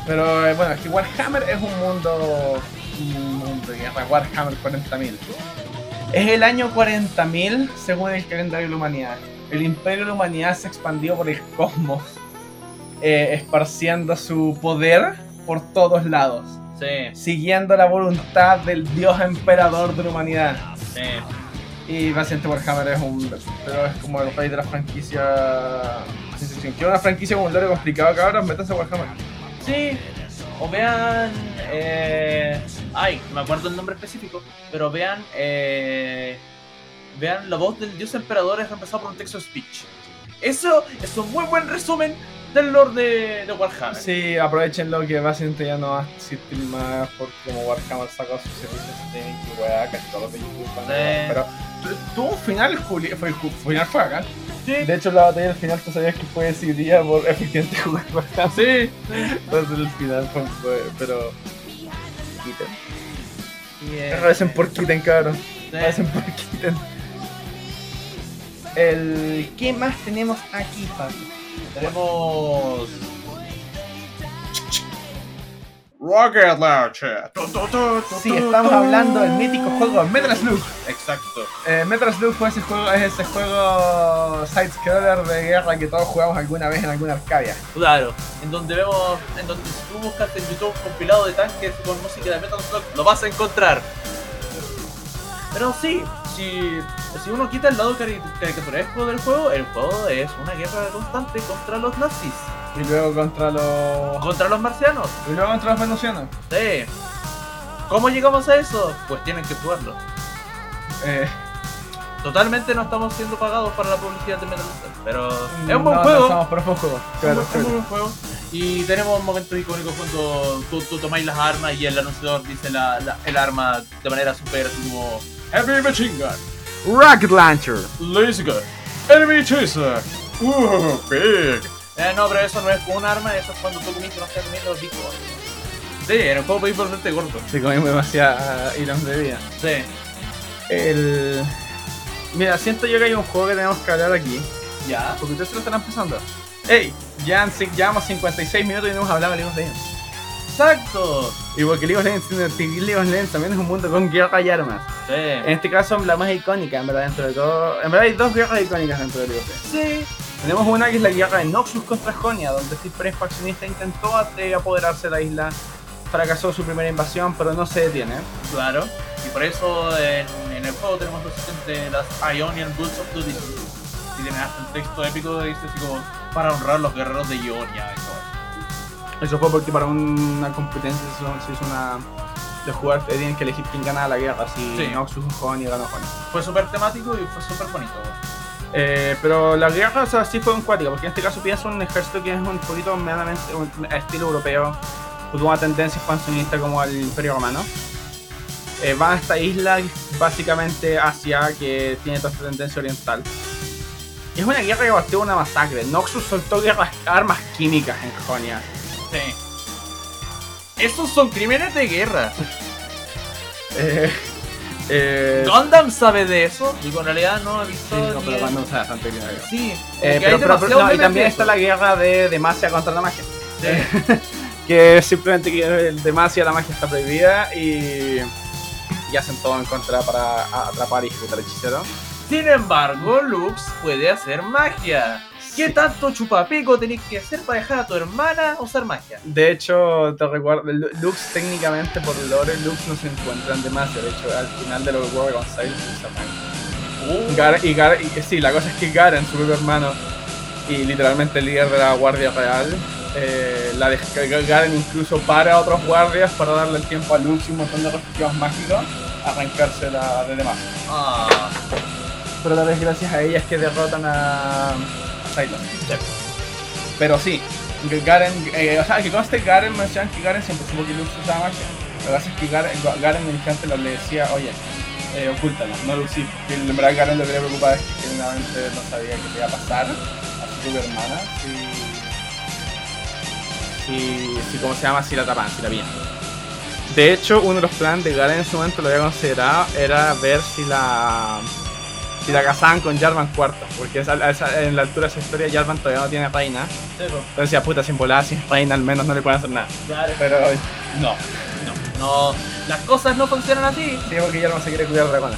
Pero eh, bueno, es que Warhammer es un mundo. Un mundo de guerra. Warhammer 40.000. Es el año 40.000 según el calendario de la humanidad. El imperio de la humanidad se expandió por el cosmos, eh, esparciendo su poder por todos lados, Sí, siguiendo la voluntad del dios emperador de la humanidad. sí. Y Paciente Warhammer es un. Pero es como el rey de la franquicia. ciencia ficción. Quiero una franquicia con un lore complicado, cabrón. Métanse a Warhammer. Sí. O vean. eh, ay, no me acuerdo el nombre específico. Pero vean. eh, vean la voz del dios emperador es reemplazado por un texto speech. Eso es un muy buen resumen del lore de, de Warhammer. Sí, aprovechenlo que Paciente ya no va a existir más porque como Warhammer sacó sus servicios streaming y weá, casi todos los de YouTube. van a- Sí. Pero tu- tuvo un final, Julio. Fue, ju- final fue acá. Sí. De hecho, la batalla del final tú sabías que fue decidida por efectivamente jugar Warhammer. Sí. Entonces el final fue. fue- pero. Quiten. Y, eh, Recen por Quiten, cabrón. sí. Hacen por Kitten. El... ¿Qué más tenemos aquí, Pablo? Tenemos. Rocket Launcher. Tu, tu, tu, tu, Sí, tu, estamos tu. hablando del mítico juego Metal Slug. Exacto. Eh, Metal Slug fue ese juego, es ese juego side-scroller de guerra que todos jugamos alguna vez en alguna arcadia. Claro, en donde vemos, en donde si tú buscas en YouTube un compilado de tanques con música de Metal Slug, lo vas a encontrar. Pero sí, si, si uno quita el lado cari- caricaturesco del juego, el juego es una guerra constante contra los nazis, Y luego contra los... contra los marcianos. Y luego contra los venusianos. Sí. ¿Cómo llegamos a eso? Pues tienen que jugarlo. Eh, Totalmente no estamos siendo pagados para la publicidad de Metal Slug, pero es un buen no, juego. No somos profos juegos. Claro, es un claro. buen juego. Y tenemos momentos icónicos cuando tú, tú tomáis las armas y el anunciador dice la, la- el arma de manera super así como Heavy Machine Gun, Rocket Launcher. Laser Gun, Enemy Chaser, uh, Big. Eh, no, pero eso no es con un arma, eso es cuando tú comiste, no sé, comiste los discos. Sí, en el juego podéis volverte gordo. Sí, comimos demasiada Irán de vida. Sí, El... Mira, siento yo que hay un juego que tenemos que hablar aquí. ya. Porque ustedes se lo están empezando. ¡Ey! Ya, han cin- llevamos 56 minutos y no hemos hablado de League of Legends. Exacto. Y porque League of Legends tiene- tiene- League of Legends también es un mundo con guerra y armas. En Sí. este caso, la más icónica, en verdad, dentro de todo. En verdad, hay dos guerras icónicas dentro de League of Legends. Sí. Tenemos una que es la guerra de Noxus contra Jonia, donde este imperio faccionista intentó ate- apoderarse de la isla. Fracasó su primera invasión, pero no se detiene. Claro. Y por eso en, en el juego tenemos los ítems de las Ionian Bulls of Duty. Y tiene hasta el texto épico que dice así como para honrar los guerreros de Ionia. y todo. Eso fue porque para una competencia se hizo- se hizo una. Los jugadores tienen que elegir quién gana la guerra, si Sí. Noxus o Jonia ganó Jonia. Fue súper temático y fue súper bonito. Eh, pero la guerra, o sea, sí fue un cuático, porque en este caso pienso un ejército que es un poquito meramente un estilo europeo, con una tendencia expansionista como el Imperio Romano. Eh, van a esta isla, básicamente Asia, que tiene toda esta tendencia oriental. Y es una guerra que partió de una masacre. Noxus soltó guerras, armas químicas en Jonia. Sí. Estos son crímenes de guerra. Eh, eh, Gundam sabe de eso. Y en realidad no ha visto. Sí, no, ni pero el- cuando usa bastante bien la guerra. Sí, como Eh, que pero, hay pero- demasiados no, y memes también de está eso. la guerra de Demacia contra la magia. Sí, que simplemente que el Demacia la magia está prohibida y, y hacen todo en contra para a- atrapar y ejecutar hechiceros. Sin embargo, Lux puede hacer magia. ¿Qué Sí. tanto chupapico tenés que hacer para dejar a tu hermana usar magia? De hecho, te recuerdo, Lu- Lux técnicamente por lore, Lux no se encuentra en Demacia. De hecho, al final de los War con Sail se usa magia. Gar- y Gar- y- sí, la cosa es que Garen, su propio hermano y literalmente el líder de la Guardia Real, eh, la dej- Garen incluso para a otros guardias para darle el tiempo a Lux y un montón de refugiados mágicos a arrancarse la, de Demacia. Ah, pero tal vez gracias a ellas que derrotan a, a Sylar. Pero sí, que Garen, eh, o sea, que conste Garen mencionan que Garen siempre supo que Lux usaba magia. Lo que pasa es que Garen, Ga- Garen en instante lo- le decía, oye, eh, ocúltalo, no lo usí. Y en verdad Garen lo que le preocupaba es que genuinamente no sabía qué le iba a pasar a su hermana si, si, si ¿cómo se llama? Si la atrapaban, si la pillan. De hecho, uno de los planes de Garen en su momento lo había considerado era ver si la Si la casaban con Jarvan cuarto, porque esa- esa- en la altura de esa historia Jarvan todavía no tiene reina. Entonces decía, puta, sin volar, sin reina, al menos no le pueden hacer nada. Claro. Pero no. No, las cosas no funcionan así. Sí, porque Jarvan se quiere cuidar dragones.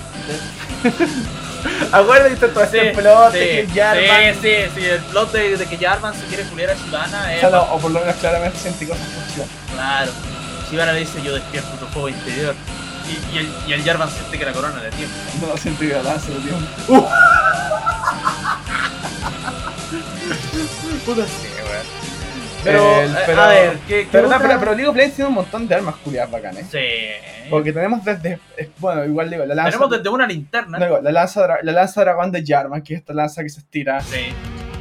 Acuérdate todo Sí, este plot sí, de que Jarvan... sí, sí, sí, el plot de, de que Jarvan se quiere culiar a Shivana O, es... sea, no, o por lo menos claramente sentí cosas por Chivas. Claro. Shivana le dice, yo despierto tu fuego interior. Y, y el, y el Jarvan siente que la corona le tiembla. No lo sentí balance, tío. Puta sí, weón. Pero, eh, a ver, ¿qué, qué Pero, no, otra- pero, pero League of Legends tiene un montón de armas culiadas bacanas. Sí. Porque tenemos desde. eh, Bueno, igual digo, la lanza. Tenemos desde una linterna. no, digo, la lanza, dra- la lanza dragón de Jarvan, que es esta lanza que se estira. Sí,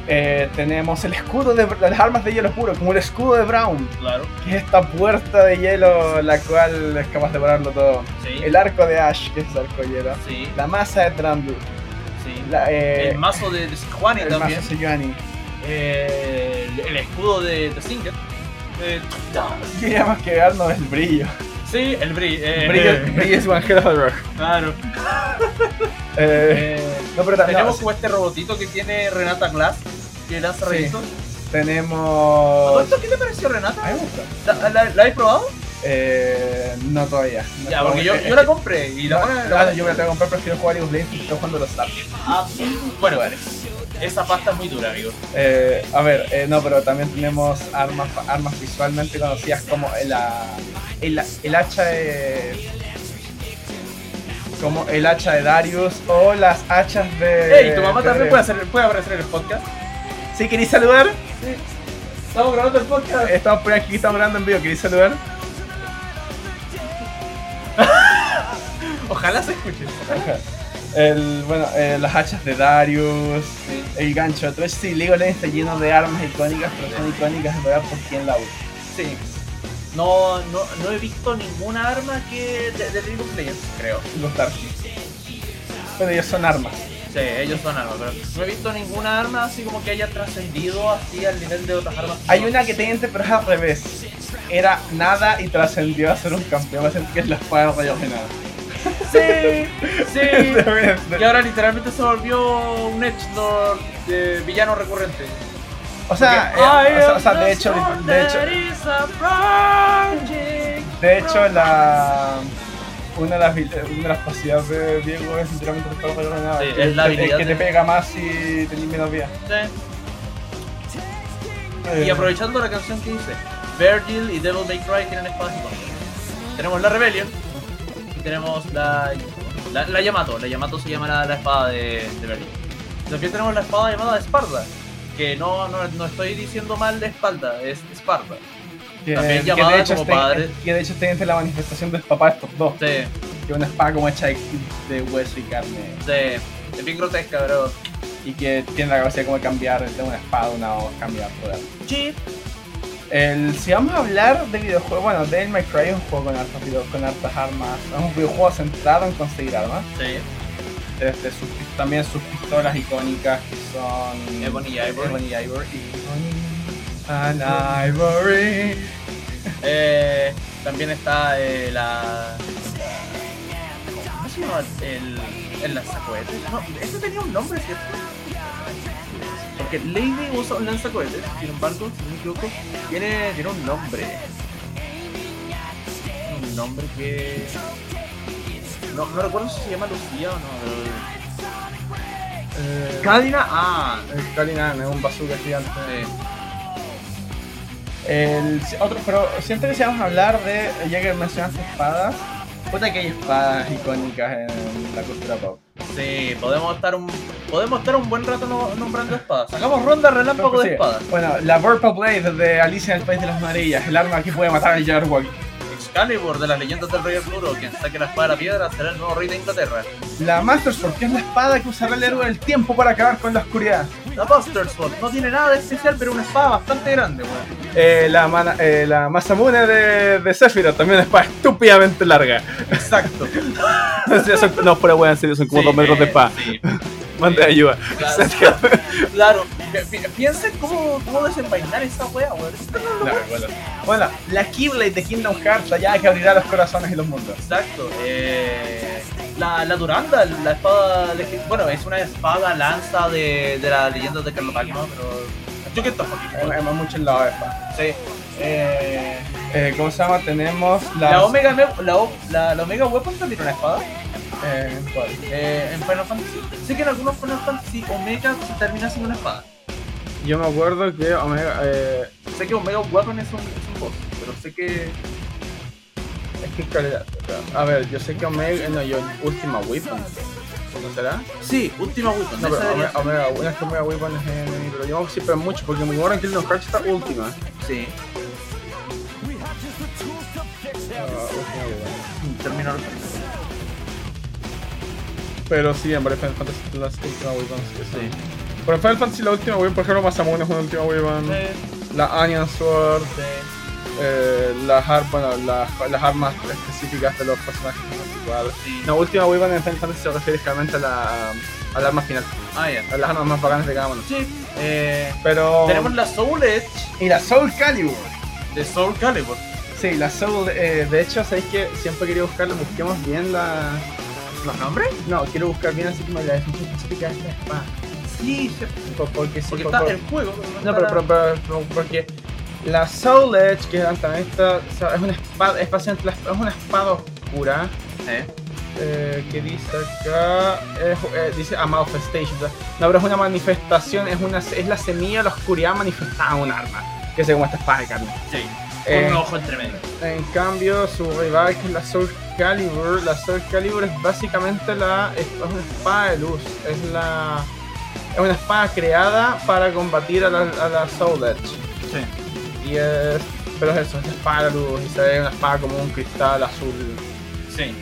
Eh, tenemos el escudo de las armas de hielo puro, como el escudo de Brown, claro. que es esta puerta de hielo la cual es capaz de pararlo todo. Sí. El arco de Ash, que es el arco de hielo. Sí, La masa de Trundle. sí. La, eh, el mazo de, de Sejuani el también. mazo de Sejuani. Eh, el, el escudo de, de Singer. Eh, ¿Qué llamas que darnos el brillo? sí, el brillo. Eh, Brillo, brillo es One Hell of a Rock. Claro. Eh, Eh, no, pero también Tenemos como este robotito que tiene Renata Glass, que lanza Sí. Oh. rayitos. tenemos. ¿Esto qué te pareció Renata? Ay, me gusta. ¿La, la, la has probado? Eh, no todavía. No Ya, como- porque yo, eh, yo la compré y la no, pone- no, la- yo me la tengo que comprar, prefiero jugar League of Legends, estoy jugando los Zap. Ah, bueno, vale. Esa pasta es muy dura, amigo. Eh, a ver, eh, no, pero también tenemos armas armas visualmente conocidas como la, el, el hacha de. Como el hacha de Darius o las hachas de. Ey, tu mamá de- también puede, hacer, puede aparecer en el podcast. ¿Sí queréis saludar? Estamos grabando el podcast. Estamos por aquí, estamos hablando en vivo, ¿queréis saludar? Ojalá se escuche. Ajá. El, bueno, eh, las hachas de Darius, el gancho de Thresh. Sí, League of Legends está lleno de armas icónicas, pero son icónicas en verdad por quién la usa. Sí. No, no, no he visto ninguna arma que de, de League of Legends, creo. Los Darkies. Pero ellos son armas. Sí, ellos son armas, pero no he visto ninguna arma así como que haya trascendido así al nivel de otras armas. Hay una que tenía pero es al revés. Era nada y trascendió a ser un campeón. Va a ser que es la espada de rayos de nada. Sí, sí. Y Tremendo. ahora literalmente se volvió un Edge Lord de villano recurrente. O sea, eh, o sea, o sea, de hecho, de hecho, de hecho la una de las vil- una de las pasidades de Diego es sinceramente la espada de rayos de nada. Sí, que, es la que- habilidad que de- te pega más si tenés menos vida. Eh, Y aprovechando la canción que dice, Virgil y Devil May Cry tienen espadas icónicas. Tenemos la Rebellion y tenemos la, la, la Yamato. La Yamato se llama la, la espada de, de Virgil. También tenemos la espada llamada Esparta, que no, no, no estoy diciendo mal de espalda, es Esparta. Que- también que de llamada hecho como está- padre. Que de hecho está entre la manifestación del papá de estos dos. Sí, Que una espada como hecha de, de hueso y carne. sí, es bien grotesca, pero Y que tiene la capacidad como de cambiar de una espada a una o cambiar poder. Chip. El, si vamos a hablar de videojuegos, bueno, Devil May Cry es un juego con hartas, video- con hartas armas, es un videojuego centrado en conseguir armas. Sí, Este, sus pis- también sus pistolas icónicas que son Ebony y Ivory. Ebony y Ivory. Ebony and Ivory. Eh, también está eh, la. ¿Cómo se llama? El, el lanzacohetes. No, ese tenía un nombre, ¿cierto? Porque Lady usa un lanzacohetes, sin embargo, si no me equivoco, tiene, tiene un nombre. Tiene Un nombre que. No, no recuerdo si se llama Lucía o no. pero- Eh, Cadina, ah. el Kalinan es un bazooka gigante. eh, El, otro, pero siempre que vamos a hablar de, ya que mencionaste espadas, puta que hay espadas icónicas en la cultura pop. sí, podemos estar un podemos estar un buen rato no- nombrando espadas. Sacamos ronda relámpago de Sí. espadas. Bueno, la Purple Blade de Alicia en el País de las Maravillas, el arma que puede matar al Jabberwocky. Excalibur de las leyendas del Rey Arturo, quien saque la espada de la piedra será el nuevo rey de Inglaterra. La Master Sword, que es la espada que usará el héroe del tiempo para acabar con la oscuridad. La Buster Sword no tiene nada de especial, pero una espada bastante grande, weón. Eh, la, mana, eh, la Masamune de, de Sephiroth también es espada estúpidamente larga. Exacto. Sí, son- no, pero bueno, en serio, son como eh, Sí, dos metros de eh, espada. sí, Mande ayuda. claro. claro. pi- piensen cómo, cómo desenvainar esa wea, weón. No, bueno. Bueno, la Keyblade de Kingdom Hearts, allá que abrirá los corazones y los mundos. Exacto. eh, la, la Duranda, la espada. lege- Bueno, es una espada lanza de, de la leyenda de Carlos Magno, pero. Yo que esto Eh, Hemos hemos mucho en la oveja. Sí. Eh, eh, ¿Cómo se llama? Tenemos las- La Omega, Me- la, O- la, la Omega Weapon también era una espada. eh, ¿cuál? eh, en Final Fantasy. Sé que en algunos Final Fantasy Omega se termina siendo una espada. Yo me acuerdo que Omega. eh, Sé que Omega Weapon es un, es un boss, pero sé que. es que calidad. A ver, yo sé que Omega. eh, No, yo. Última Weapon. ¿Cómo será? Sí, última Weapon. No, esa pero debería Omega, ser. Omega, Weapon- es que Omega Weapon es en. Pero yo siempre mucho porque me acuerdo que Kingdom Hearts está última. ¿eh? Sí, Ah, última Weapon. terminó el- Pero sí, en varios Final Fantasy las últimas Weapons. Sí. Sí. Pero en Final Fantasy la última Weapon, por ejemplo, Masamune es una última Weapon. La Onion Sword. eh, las, ar- bueno, las, las armas específicas de los personajes son igual. Sí. La última Weapon en Final Fantasy se refiere generalmente a la, a la arma final, Ah, ya. a las armas más bacanas de cada uno. Sí. Eh, Pero. tenemos la Soul Edge Y la Soul Calibur. de Soul Calibur. Sí, la Soul. eh, de hecho, sabéis que siempre quería buscarlo, busquemos bien la. ¿Los nombres? No, quiero buscar bien así como la definición específica de esta espada. Sí, sí, Por- Porque sí, porque por- está por- el juego. No, pero, pero, pero- pero- porque la Soul Edge, que es la antagonista, o sea, es una espada, es, básicamente la- es una espada oscura. Eh, eh, que dice acá eh, ju- eh, dice a manifestation o sea, no pero es una manifestación es una es la semilla de la oscuridad manifestada en un arma que se llama esta espada de carne Sí, Eh, con un ojo entre medio. en cambio su rival que es la Soul Calibur la Soul Calibur es básicamente la es es una espada de luz es la es una espada creada para combatir a la, a la Soul Edge Sí. y es pero es eso es una espada de luz y se ve una espada como un cristal azul Sí.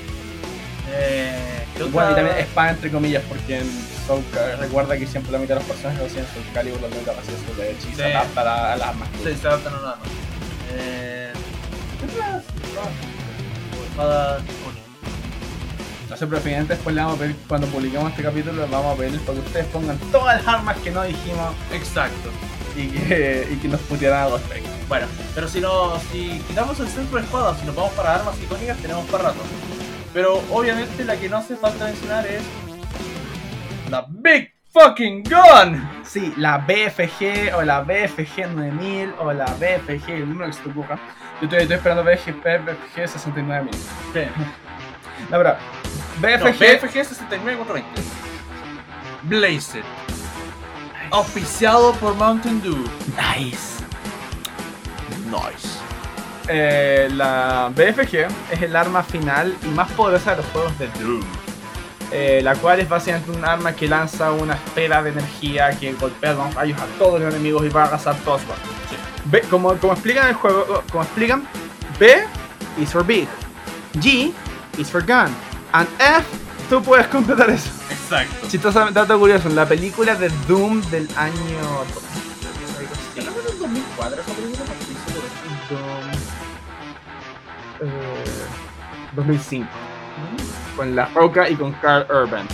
Eh, ¿qué Bueno, y otra? también espada entre comillas, porque en Soul Calibur, recuerda que siempre la mitad de los personajes lo hacían en Soul Calibur, la mitad lo hacían en Soul Edge, y Sí. se adapta a, la- a las armas. Sí, se adaptan a nada más. Eh, ¿Qué otras? Ah, Espada demonio. Entonces, pero finalmente después le vamos a pedir, cuando publiquemos este capítulo, le vamos a pedir para que ustedes pongan todas las armas que no dijimos Exacto. y que, y que nos putearan a los tres. Bueno, pero si no, si quitamos el centro de espada, si nos vamos para armas icónicas, tenemos para rato. Pero obviamente la que no hace falta mencionar es la Big Fucking Gun. Sí, la BFG o la BFG 9000 o la BFG, el número que se te ocurra. Yo estoy, estoy esperando BFG, BFG 69000. ¿Qué? La verdad, No, BFG, BFG 69420. Blazer. Oficiado por Mountain Dew. Nice. Nice. Eh, la BFG es el arma final y más poderosa de los juegos de Doom. Eh, la cual es básicamente un arma que lanza una esfera de energía que golpea con rayos a todos los enemigos y va a arrasar todos. sus armas. Sí. B- como, como explican en el juego, oh, como explican, B is for big, G is for gun, and F tú puedes completar eso. Exacto. Chistosa, dato curioso, en la película de Doom del año... ¿En 2004 esa película? No estoy seguro. Doom, eh, 2005 con La Roca y con Carl Urban.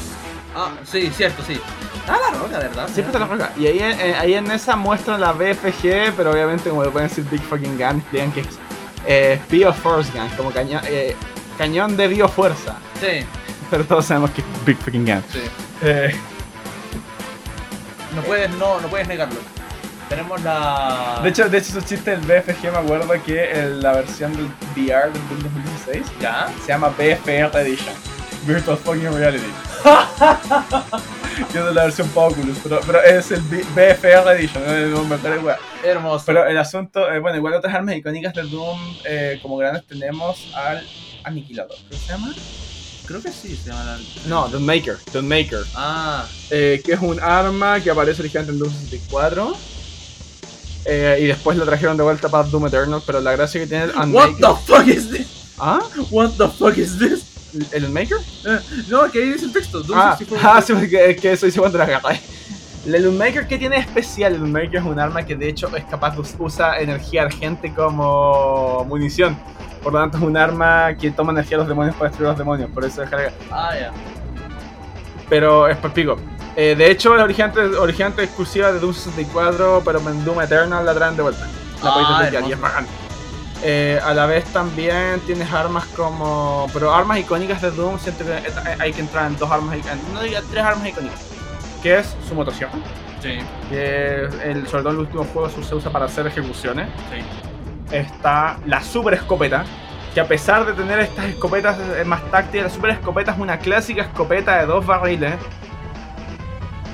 Ah, sí, cierto, sí. Ah, la roca, ¿verdad? Siempre está pues, La Roca. Y ahí, en- eh, ahí en esa muestran la BFG, pero obviamente como le pueden decir Big Fucking Gun, digan que es eh, Bioforce Gun, como cañón, eh, cañón de biofuerza. Sí, Pero todos sabemos que es Big Fucking Gun. sí. Eh, No puedes, no, no puedes negarlo. Tenemos la. de hecho, de hecho, esos chistes del BFG me acuerdo que en la versión del VR del Doom 2016 ya. se llama BFR Edition, Virtual Fucking Reality. Yo de la versión para Oculus, pero, pero es el B- BFR Edition, no es el nombre, pero igual. Hermoso. Pero el asunto, eh, bueno, igual otras armas icónicas de Doom, eh, como grandes, tenemos al Aniquilador. ¿Qué se llama? Creo que sí se llama la. no, The Maker, The Maker. Ah, eh, que es un arma que aparece originalmente en Doom 64. eh, y después la trajeron de vuelta para Doom Eternal, pero la gracia que tiene el what the fuck is this? ¿Ah? What the fuck is this? ¿El Maker? Eh, No, que ahí dice el texto. Doom Ah, 64. ah, sí, porque es que eso hice cuando la agarré. La Maker, ¿qué tiene de especial? La Maker es un arma que de hecho es capaz de us- usa energía argente como munición. Por lo tanto, es un arma que toma energía de los demonios para destruir a los demonios. Por eso es carga. Ah, ya. Pero es por pico. Eh, de hecho, la originante, originante exclusiva de Doom 64, pero en Doom Eternal la traen de vuelta. La Ah, podéis desbloquear hermoso. y es bacán. Eh, a la vez también tienes armas como. Pero armas icónicas de Doom, siento que eh, hay que entrar en dos armas icónicas. No diga tres armas icónicas. Que es su motosierra, Sí, que el, sobre todo en el último juego se usa para hacer ejecuciones sí. está la super escopeta. Que a pesar de tener estas escopetas eh, más táctiles, la super escopeta es una clásica escopeta de dos barriles.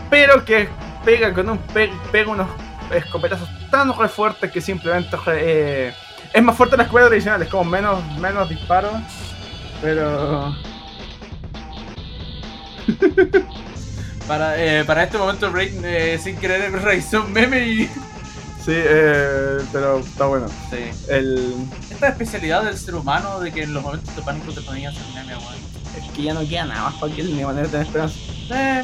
Pero que pega con un pe- pega unos escopetazos tan re fuertes que simplemente re- eh, es más fuerte la escopeta tradicional, es como menos, menos disparos. Pero. Para, eh, para este momento, Brain, eh, sin querer, realizó un meme y. Sí, eh, pero está bueno. Sí. El. Esta especialidad del ser humano de que en los momentos de pánico te ponían a hacer meme, weón. Es que ya no queda nada más para que ni manera de tener esperanza. Eh,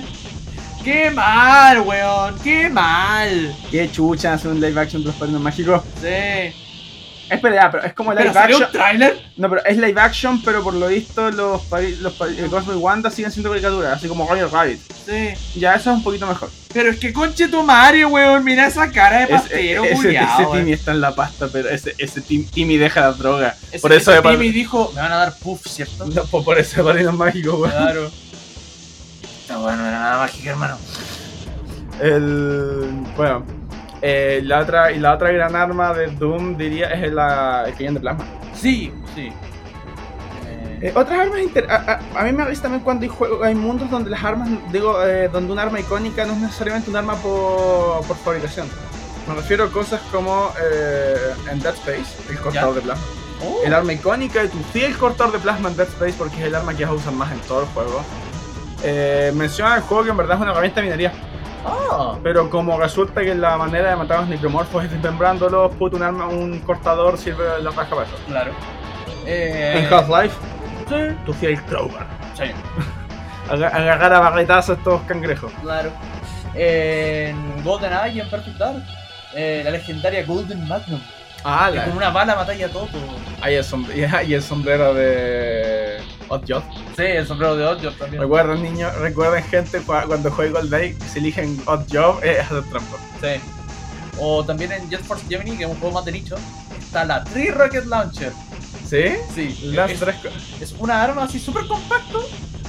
¡Qué mal, weón! ¡Qué mal! Qué chucha hacer un live action de los padrinos mágicos. Sí. Espera, ya, pero es como live ¿Pero salió action. un tráiler? No, pero es live action, pero por lo visto los, pari- los pari- eh, Cosmo y Wanda siguen siendo caricaturas, así como Roger Rabbit. Sí. Ya, eso es un poquito mejor. Pero es que conche tu madre, weón. Mira esa cara de Es- eh, pastero, ese, ese culiao. eh. Timmy está en la pasta, pero ese, ese Tim- Timmy deja la droga. Ese- por eso ese me pare- Timmy dijo, me van a dar puff, ¿cierto? No, po- por eso Padrinos Mágicos, weón. Claro. Esta weón no era nada mágica, hermano. El... Bueno, eh, la, otra, y la otra gran arma de Doom, diría, es la, el cañón de plasma. Sí, sí. Eh, Eh, otras armas inter- a, a- a mí me avisa también cuando hay juego- hay mundos donde las armas, digo, eh, donde un arma icónica no es necesariamente un arma por, por fabricación. Me refiero a cosas como eh, en Dead Space, el cortador de plasma. oh. El arma icónica de tu fiel cortador de plasma en Dead Space porque es el arma que vas a usar más en todo el juego. Eh, menciona el juego que en verdad es una herramienta de minería, Ah. pero como resulta que la manera de matar a los necromorfos es desmembrándolos, puto, un arma, un cortador sirve de la raja para eso. Claro. Eh, En Half-Life, sí, tu fiel crowbar. sí, Aga- agarrar a barretazos a estos cangrejos. claro. En GoldenEye y en Perfect Dark. eh, la legendaria Golden Magnum. Ah, Que con una bala batalla todo. Sí, y, el sombrero, y el sombrero de Oddjob. el sombrero de Oddjob también. Recuerden, niños, recuerden, gente, cua- cuando juego al Day, si eligen Oddjob, es hacer trampa. Sí. O también en Jet Force Gemini, que es un juego más de nicho, está la Tree Rocket Launcher. ¿Sí? Sí, Las es, tres co- es una arma así súper compacto,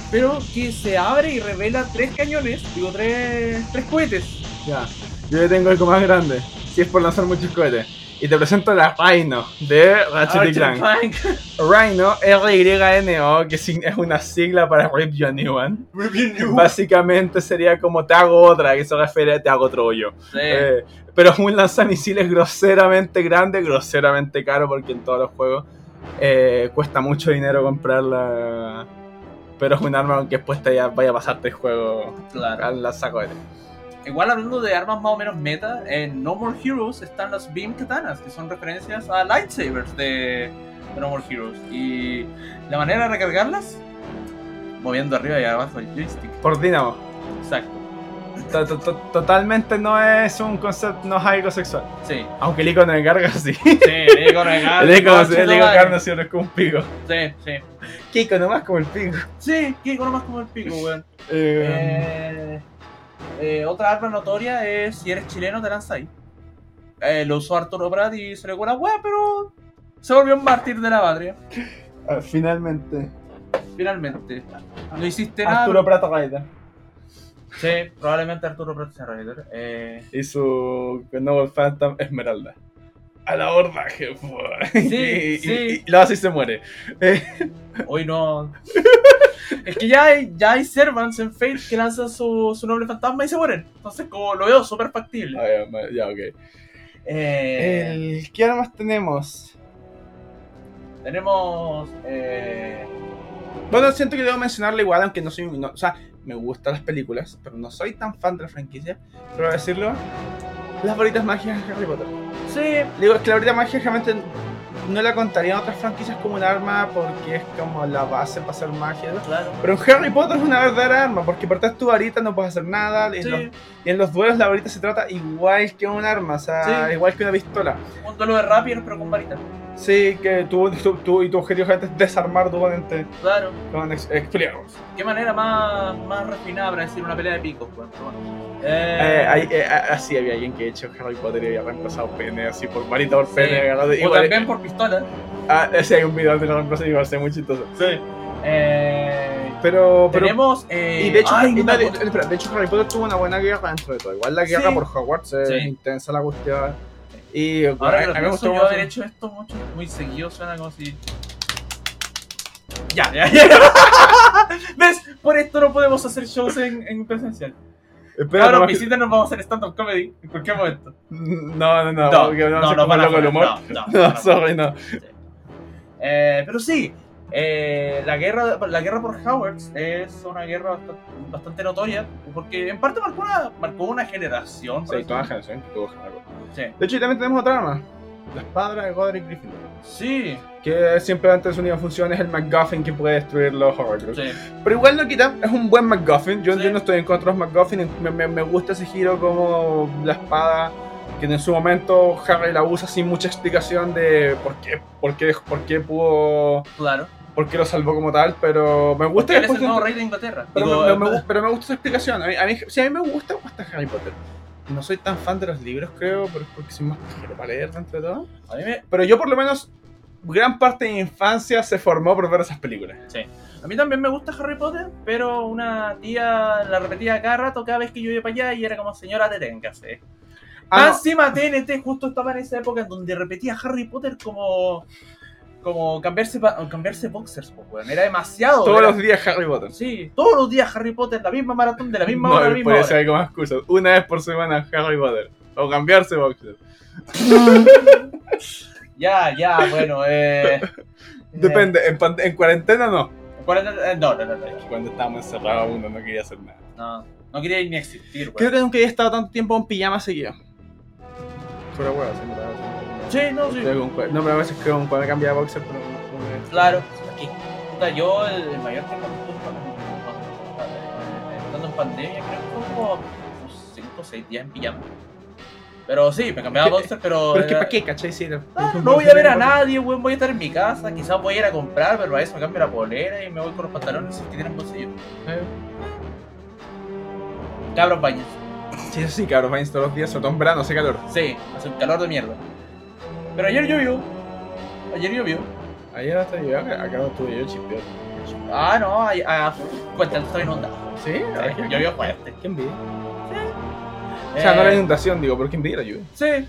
pero que se abre y revela tres cañones, digo, tres, tres cohetes. Ya. Yo ya tengo algo más grande. Si es por lanzar muchos cohetes. Y te presento la Rhino de Ratchet y Ratchet Clank. Clank. Rhino, R-Y-N-O, que sign- es una sigla para Rip You a New One. Básicamente sería como te hago otra, que se refiere a te hago otro hoyo. Sí. Eh, pero es un lanzamisiles groseramente grande, groseramente caro, porque en todos los juegos eh, cuesta mucho dinero comprarla. Pero es un arma que después te ya- vaya a pasarte el juego Claro. al la saco de ti. Igual hablando de armas más o menos meta, en No More Heroes están las Beam Katanas, que son referencias a lightsabers de, de No More Heroes. Y la manera de recargarlas, moviendo arriba y abajo el joystick. Por Dynamo. Exacto. To- to- to- Totalmente no es un concepto, no es algo sexual. Sí. Aunque el icono de carga sí. Sí, le digo regar. El icono, el icono de carga sí, Ah, no es como un pico. Sí, sí. ¿Qué icono más como el pico? Sí, que icono más como el pico, weón. Eh, Eh, eh, otra arma notoria es si eres chileno, te lanzas ahí. Eh, lo usó Arturo Prat y se le fue la weá, pero se volvió un mártir de la patria. ah, finalmente. Finalmente. No hiciste nada. Arturo Prato Rider. Sí, probablemente Arturo Prat sea Raider. Eh, y su nuevo Phantom Esmeralda. A la horda, jefe. y, sí. Y, y lo hace y se muere. Eh, hoy no. es que ya hay, ya hay servants en Fate que lanzan su, su noble fantasma y se mueren. Entonces, como lo veo súper factible. ah, ya, ma- ya, ok. Eh, El- ¿Qué armas tenemos? Tenemos. Eh, Bueno, siento que debo mencionarle igual, aunque no soy. no- o sea, me gustan las películas, pero no soy tan fan de la franquicia. Pero voy a decirlo: las varitas mágicas de Harry Potter. sí, Digo, es que la varita mágica realmente no la contaría en otras franquicias como un arma porque es como la base para hacer magia. ¿no? Claro. Pero en Harry Potter es una verdadera arma porque apartas tu varita, no puedes hacer nada. Y, Sí, en los, y en los duelos la varita se trata igual que un arma, o sea, Sí. igual que una pistola. un duelo de rapier, pero con varita. Sí, que tú, tú- tú- y tu objetivo realmente es desarmar tu oponente Claro. con ex- Expelliarmus. Qué manera más, más refinada para decir una pelea de picos, pues, pero bueno. Eh, Eh, hay- eh, así había alguien que ha hecho Harry Potter y había reemplazado pene así por varita por pene. Sí. agarrado, o igual- también por pistola. Ah, ese hay un video de la reemplazo y va a ser muy chistoso. Sí. Eh, Pero, pero tenemos. eh, Y de hecho, ay, y una no, de, cosa- espera, de hecho Harry Potter tuvo una buena guerra dentro de todo. Igual la guerra Sí. por Hogwarts es Sí. intensa la cuestión. Y Ahora que a- lo a mí me gustó pienso, yo mucho. haber hecho esto mucho, muy seguido suena como si... Ya, ya, ya. ¿Ves? Por esto no podemos hacer shows en, en presencial. Espera, Ahora no, en visita nos vamos a hacer stand-up comedy en cualquier momento. no, no, no, No, porque no, no, se no, come van a loco el poner- humor. no, no, No, no. sorry, no. Sí. Eh, pero sí, eh, la, guerra, la guerra por Howards es una guerra bastante, bastante notoria, porque en parte marcó una, marcó una generación. Sí, por así toda la generación que tuvo Harry Potter. decirlo. De hecho, y también tenemos otra arma. La espada de Godric Gryffindor. sí, Que siempre antes de su única función es el MacGuffin que puede destruir los Horcruxes. sí, Pero igual no quita, es un buen MacGuffin. Yo, Sí. yo no estoy en contra de los MacGuffin. Me, me- me gusta ese giro como la espada que en su momento Harry la usa sin mucha explicación de por qué, por qué, por qué pudo, claro. por qué lo salvó como tal. Pero me gusta. Él es después el nuevo de- rey de Inglaterra. pero, Digo, me, eh, me- me gu- pero me gusta esa explicación. A mí, a mí- sí, a mí me gusta, me gusta Harry Potter. No soy tan fan de los libros, creo, pero es porque soy más pajero para leer dentro de todo. a mí me, Pero yo, por lo menos, gran parte de mi infancia se formó por ver esas películas. A mí también me gusta Harry Potter, pero una tía la repetía cada rato cada vez que yo iba para allá y era como, señora, deténgase. Ah, no. Más encima TNT justo estaba en esa época en donde repetía Harry Potter como como cambiarse pa- cambiarse boxers, pues, weón. Era demasiado. Todos era- los días Harry Potter. Sí, todos los días Harry Potter, la misma maratón de la misma hora, la no, misma puede hora. ser como excusa. Una vez por semana Harry Potter. O cambiarse boxer. Ya, ya, bueno, eh... Depende, en, pan- en cuarentena no. eh, ¿cuál era? Eh, no, no, no, no, Cuando estábamos encerrados uno no quería hacer nada. no. No quería ni existir, weón. Creo que nunca había estado tanto tiempo en pijama seguido. Fuera huevo, siempre Sí, no, sí. No, pero a veces creo que cuando cambia de boxer, pero no- no me- Claro, aquí. Puta, yo el, el mayor tiempo que estuve cuando- estando en pandemia, creo que fue como 5 o 6 días en pijama. Pero sí, me cambiaba Pero- boxer, pero. Pero es que era- para qué, ¿cachai? Sí, era- Claro, no voy a ver a nadie, weón, voy a estar en mi casa, quizás voy a ir a comprar, pero a eso me cambio la polera y me voy con los pantalones que tienen bolsillo. Cabros baños. Sí, eso sí, cabros, vayan todos los días, sobre todo en verano, hace calor. Sí, hace un calor de mierda. Pero ayer llovió. Ayer llovió. Ayer hasta yo, acá no estuve yo chipeo. Ah, no, ay, ah, cuéntalo, estaba inundado. ¿Sí? Sí, Ay, llovió fuerte. ¿Qué envidia? O sea, no Eh, la inundación, digo, porque envidia la lluvia. Sí.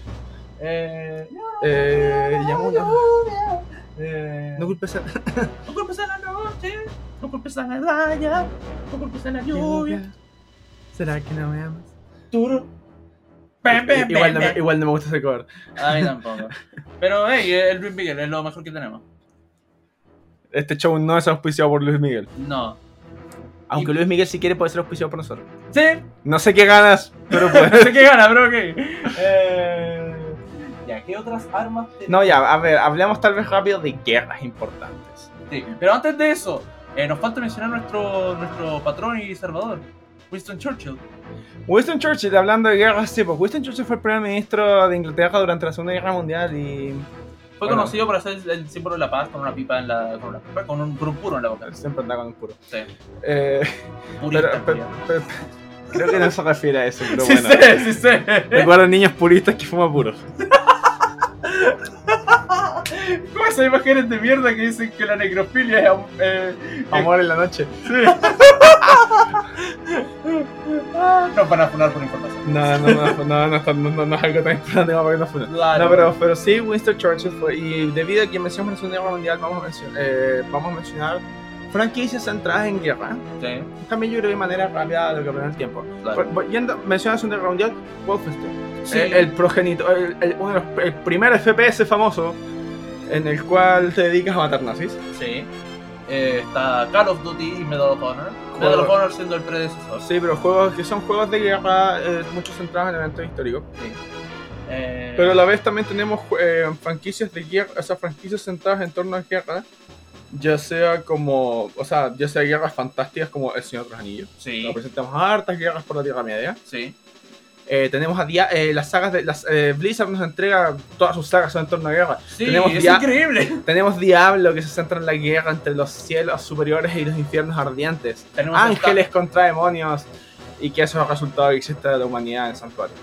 Eh, no, Eh, llamo una- eh, No culpes a no culpes a la noche, no culpes a la raya, no culpes a la lluvia. ¿Será que no me amas? Duro. Pem, pem, igual, pem, no, me- pem. igual no me gusta ese cover. A mí tampoco. Pero, hey, el Luis Miguel es lo mejor que tenemos. Este show no es auspiciado por Luis Miguel. No. Aunque Luis Miguel, si quiere, puede ser auspiciado por nosotros. Sí, No sé qué ganas, pero no pues. sé qué gana, pero ok. Eh, ya, ¿qué otras armas te- No, ya, a ver, hablemos tal vez rápido de guerras importantes. Sí, Pero antes de eso, eh, nos falta mencionar nuestro, nuestro patrón y salvador, Winston Churchill. Winston Churchill, hablando de guerras, sí, pues Winston Churchill fue el primer ministro de Inglaterra durante la Segunda Guerra Mundial y. Fue Bueno. conocido por hacer el, el símbolo de la paz con una pipa en la. con una pipa, con un, con un puro en la boca. Siempre anda con un puro. Sí. Eh, pero, Purista. pero- pero- creo que no se refiere a eso, pero sí bueno. sé, sí sé. Recuerda niños puristas que fuman puros. ¿Cómo esas imágenes de mierda que dicen que la necrofilia es. am- eh, Amor en la noche. ah, nos van a funar por información. No, no, no, no, no, no, no, no es algo tan importante como para que nos funen. Claro. No, pero, pero sí, Winston Churchill fue. Y debido a que mencionamos la Segunda Guerra Mundial, vamos a, mencionar vamos a mencionar franquicias centradas en guerra. Sí, También yo creo de manera rápida de lo que aprende el tiempo. claro. Por- Yendo, menciona la Segunda Guerra Mundial, Wolfenstein. Eh, Sí, El, el progenitor, el, el- uno de los- el primer FPS famoso en el cual te dedicas a matar nazis. sí. Eh, está Call of Duty y Medal of Honor. Medal of Honor siendo el predecesor. Sí, pero juegos que son juegos de guerra, eh, muchos centrados en eventos históricos. Sí. Eh, Pero a la vez también tenemos eh, franquicias de guerra, o sea, franquicias centradas en torno a guerra, ya sea como, o sea, ya sea guerras fantásticas como El Señor de los Anillos. Sí, Nos presentamos hartas guerras por la Tierra Media. sí. Eh, tenemos a dia- eh, las sagas de las eh, Blizzard nos entrega todas sus sagas son en torno a guerra. Sí, Tenemos es ya- increíble. Tenemos Diablo que se centra en la guerra entre los cielos superiores y los infiernos ardientes. Tenemos Ángeles contra demonios y que eso es el resultado que existe de la humanidad en Santuario.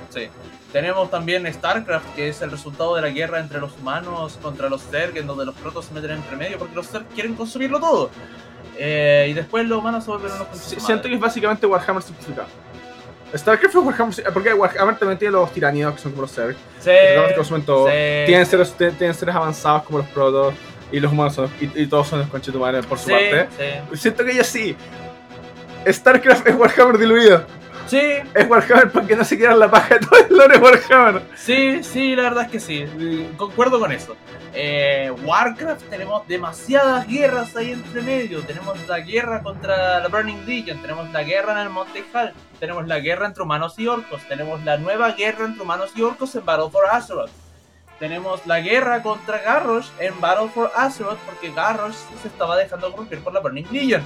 Tenemos también StarCraft, que es el resultado de la guerra entre los humanos contra los Zerg, en donde los protos se meten entre medio porque los Zerg quieren consumirlo todo. Eh, y después los humanos se vuelven unos con Sí, su siento que madre. es básicamente Warhammer simplificado. StarCraft es Warhammer, sim- porque Warhammer también tiene los tiranidos que son como los Zerg. que Sí, consumen todo. sí, Tienen, seres, tienen- tienen seres avanzados como los Protoss y los humanos son- y, y todos son los conchetumares por su sí, parte. Siento que ya sí. StarCraft es Warhammer diluido. sí, Es Warhammer para que no se quieran la paja de todo el lore Warhammer. Sí, sí, la verdad es que sí. eh, Concuerdo con eso. Eh, Warcraft tenemos demasiadas guerras ahí entre medio. Tenemos la guerra contra la Burning Legion, tenemos la guerra en el Monte Hall, tenemos la guerra entre humanos y orcos, tenemos la nueva guerra entre humanos y orcos en Battle for Azeroth. Tenemos la guerra contra Garrosh en Battle for Azeroth porque Garrosh se estaba dejando corromper por la Burning Legion.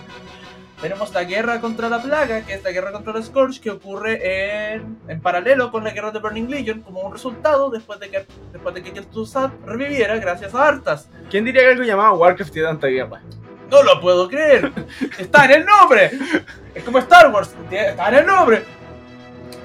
Tenemos la guerra contra la plaga, que es la guerra contra la Scourge, que ocurre en, en paralelo con la guerra de Burning Legion, como un resultado después de que después de que Kel'Thuzad reviviera gracias a Arthas. ¿Quién diría que algo llamado Warcraft tiene tanta guerra? No lo puedo creer. Está en el nombre. Es como Star Wars. Está en el nombre.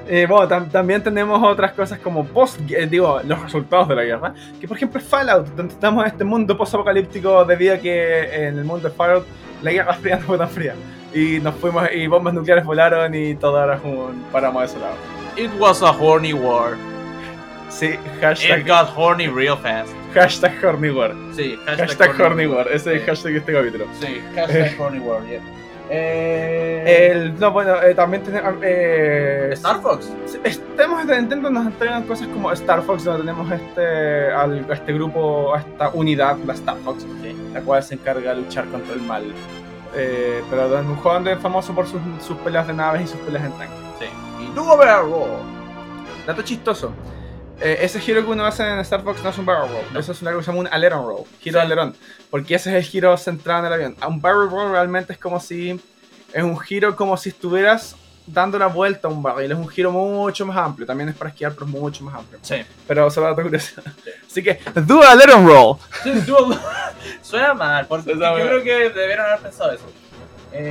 Eh, bueno, tam- también tenemos otras cosas como post, eh, digo, los resultados de la guerra. Que por ejemplo es Fallout, donde estamos en este mundo post-apocalíptico debido a que eh, en el mundo de Fallout la guerra fría no fue tan fría. Y nos fuimos, y bombas nucleares volaron y todo ahora es un páramo desolado. It was a horny war. Sí, hashtag, got horny real fast. hashtag horny war. Sí, Hashtag horny war, ese es el Sí. hashtag de este capítulo. Sí, hashtag horny war, yeah. Eh, El, no, bueno, eh, también tenemos... Eh, Star Fox. Estamos de Nintendo nos entregan cosas como Star Fox, donde tenemos este, al, a este grupo, a esta unidad, la Star Fox, la cual se encarga de luchar contra el mal. Eh, pero es un juego donde es famoso por sus, sus peleas de naves y sus peleas en tanque. Sí. Y Duo Barrel Roll. Dato chistoso. eh, ese giro que uno hace en Star Fox no es un barrel roll, No. eso es una cosa que se llama un aileron roll, giro Sí. de alerón, porque ese es el giro centrado en el avión. A Un barrel roll realmente es como si, es un giro como si estuvieras dando la vuelta a un barril, es un giro mucho más amplio, también es para esquiar, pero es mucho más amplio. Sí. Pero se va a curiosidad. Así que, do a let 'em roll. Sí, estuvo- Suena mal, porque Suena yo mal. creo que debieron haber pensado eso.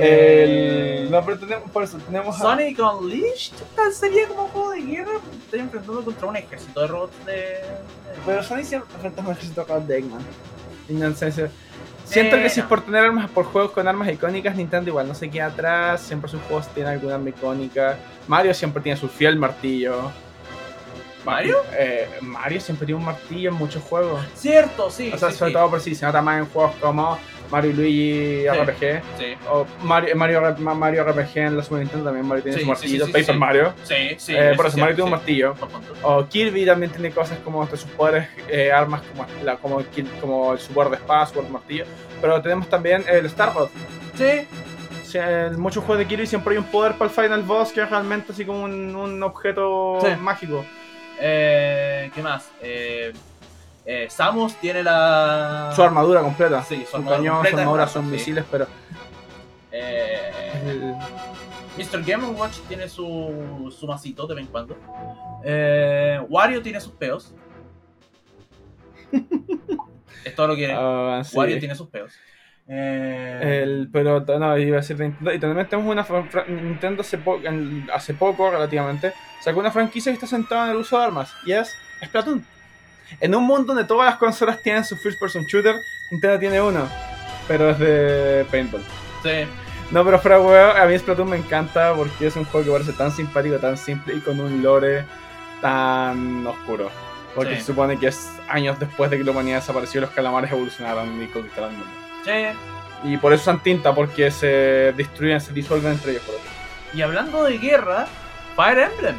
Eh, El... No, pero tenemos, por eso, tenemos a- Sonic Unleashed tal sería como un juego de guerra. Estoy enfrentando contra un ejército de robots de. Pero Sonic siempre enfrenta a un ejército capaz de Eggman. Y no sé, se- Siento Eh, que si es no. por tener armas, por juegos con armas icónicas, Nintendo igual no se queda atrás. Siempre sus juegos tienen alguna arma icónica. Mario siempre tiene su fiel martillo. ¿Mario? Eh, Mario siempre tiene un martillo en muchos juegos. Cierto, sí. o sea, sí, sobre sí. todo por si se nota más en juegos como Mario y Luigi RPG. Sí, O Mario, Mario, Mario RPG en la Super Nintendo también. Mario tiene Sí, su sí, martillo. sí, sí, Paper sí. Mario. sí, sí. Eh, eso por es eso Mario tiene un cierto, martillo. sí. Por punto. O Kirby también tiene cosas como entre sus poderes, eh, armas como, la, como, Kir- como su guarda espada, su guarda martillo. Pero tenemos también el Star Rod. Sí, Sí, en muchos juegos de Kirby siempre hay un poder para el Final Boss que es realmente así como un, un objeto Sí. mágico. eh, ¿qué más? Eh, eh, Samus tiene la. Su armadura completa. Sí, su su armadura cañón, completa, su armadura, claro, sus sí. misiles, pero. Eh, eh, Mr. Game Watch tiene su, su masito de vez en cuando. Eh, Wario tiene sus peos. es todo lo que ah, sí. Wario tiene sus peos. Eh, El- pero t- no, iba a decir de Nintendo. Y también tenemos una. fran- fran- Nintendo hace, po- en- hace poco, relativamente, sacó una franquicia que está centrada en el uso de armas. Y es Splatoon. En un mundo donde todas las consolas tienen su first person shooter, Nintendo tiene uno. Pero es de Paintball. sí. No, pero fuera de huevo, a mí Splatoon me encanta porque es un juego que parece tan simpático, tan simple y con un lore tan oscuro. Porque Sí. se supone que es años después de que la humanidad desapareció, los calamares evolucionaron y conquistaron el mundo. Sí. Y por eso usan tinta, porque se destruyen, se disuelven entre ellos. por otro. Y hablando de guerra, Fire Emblem.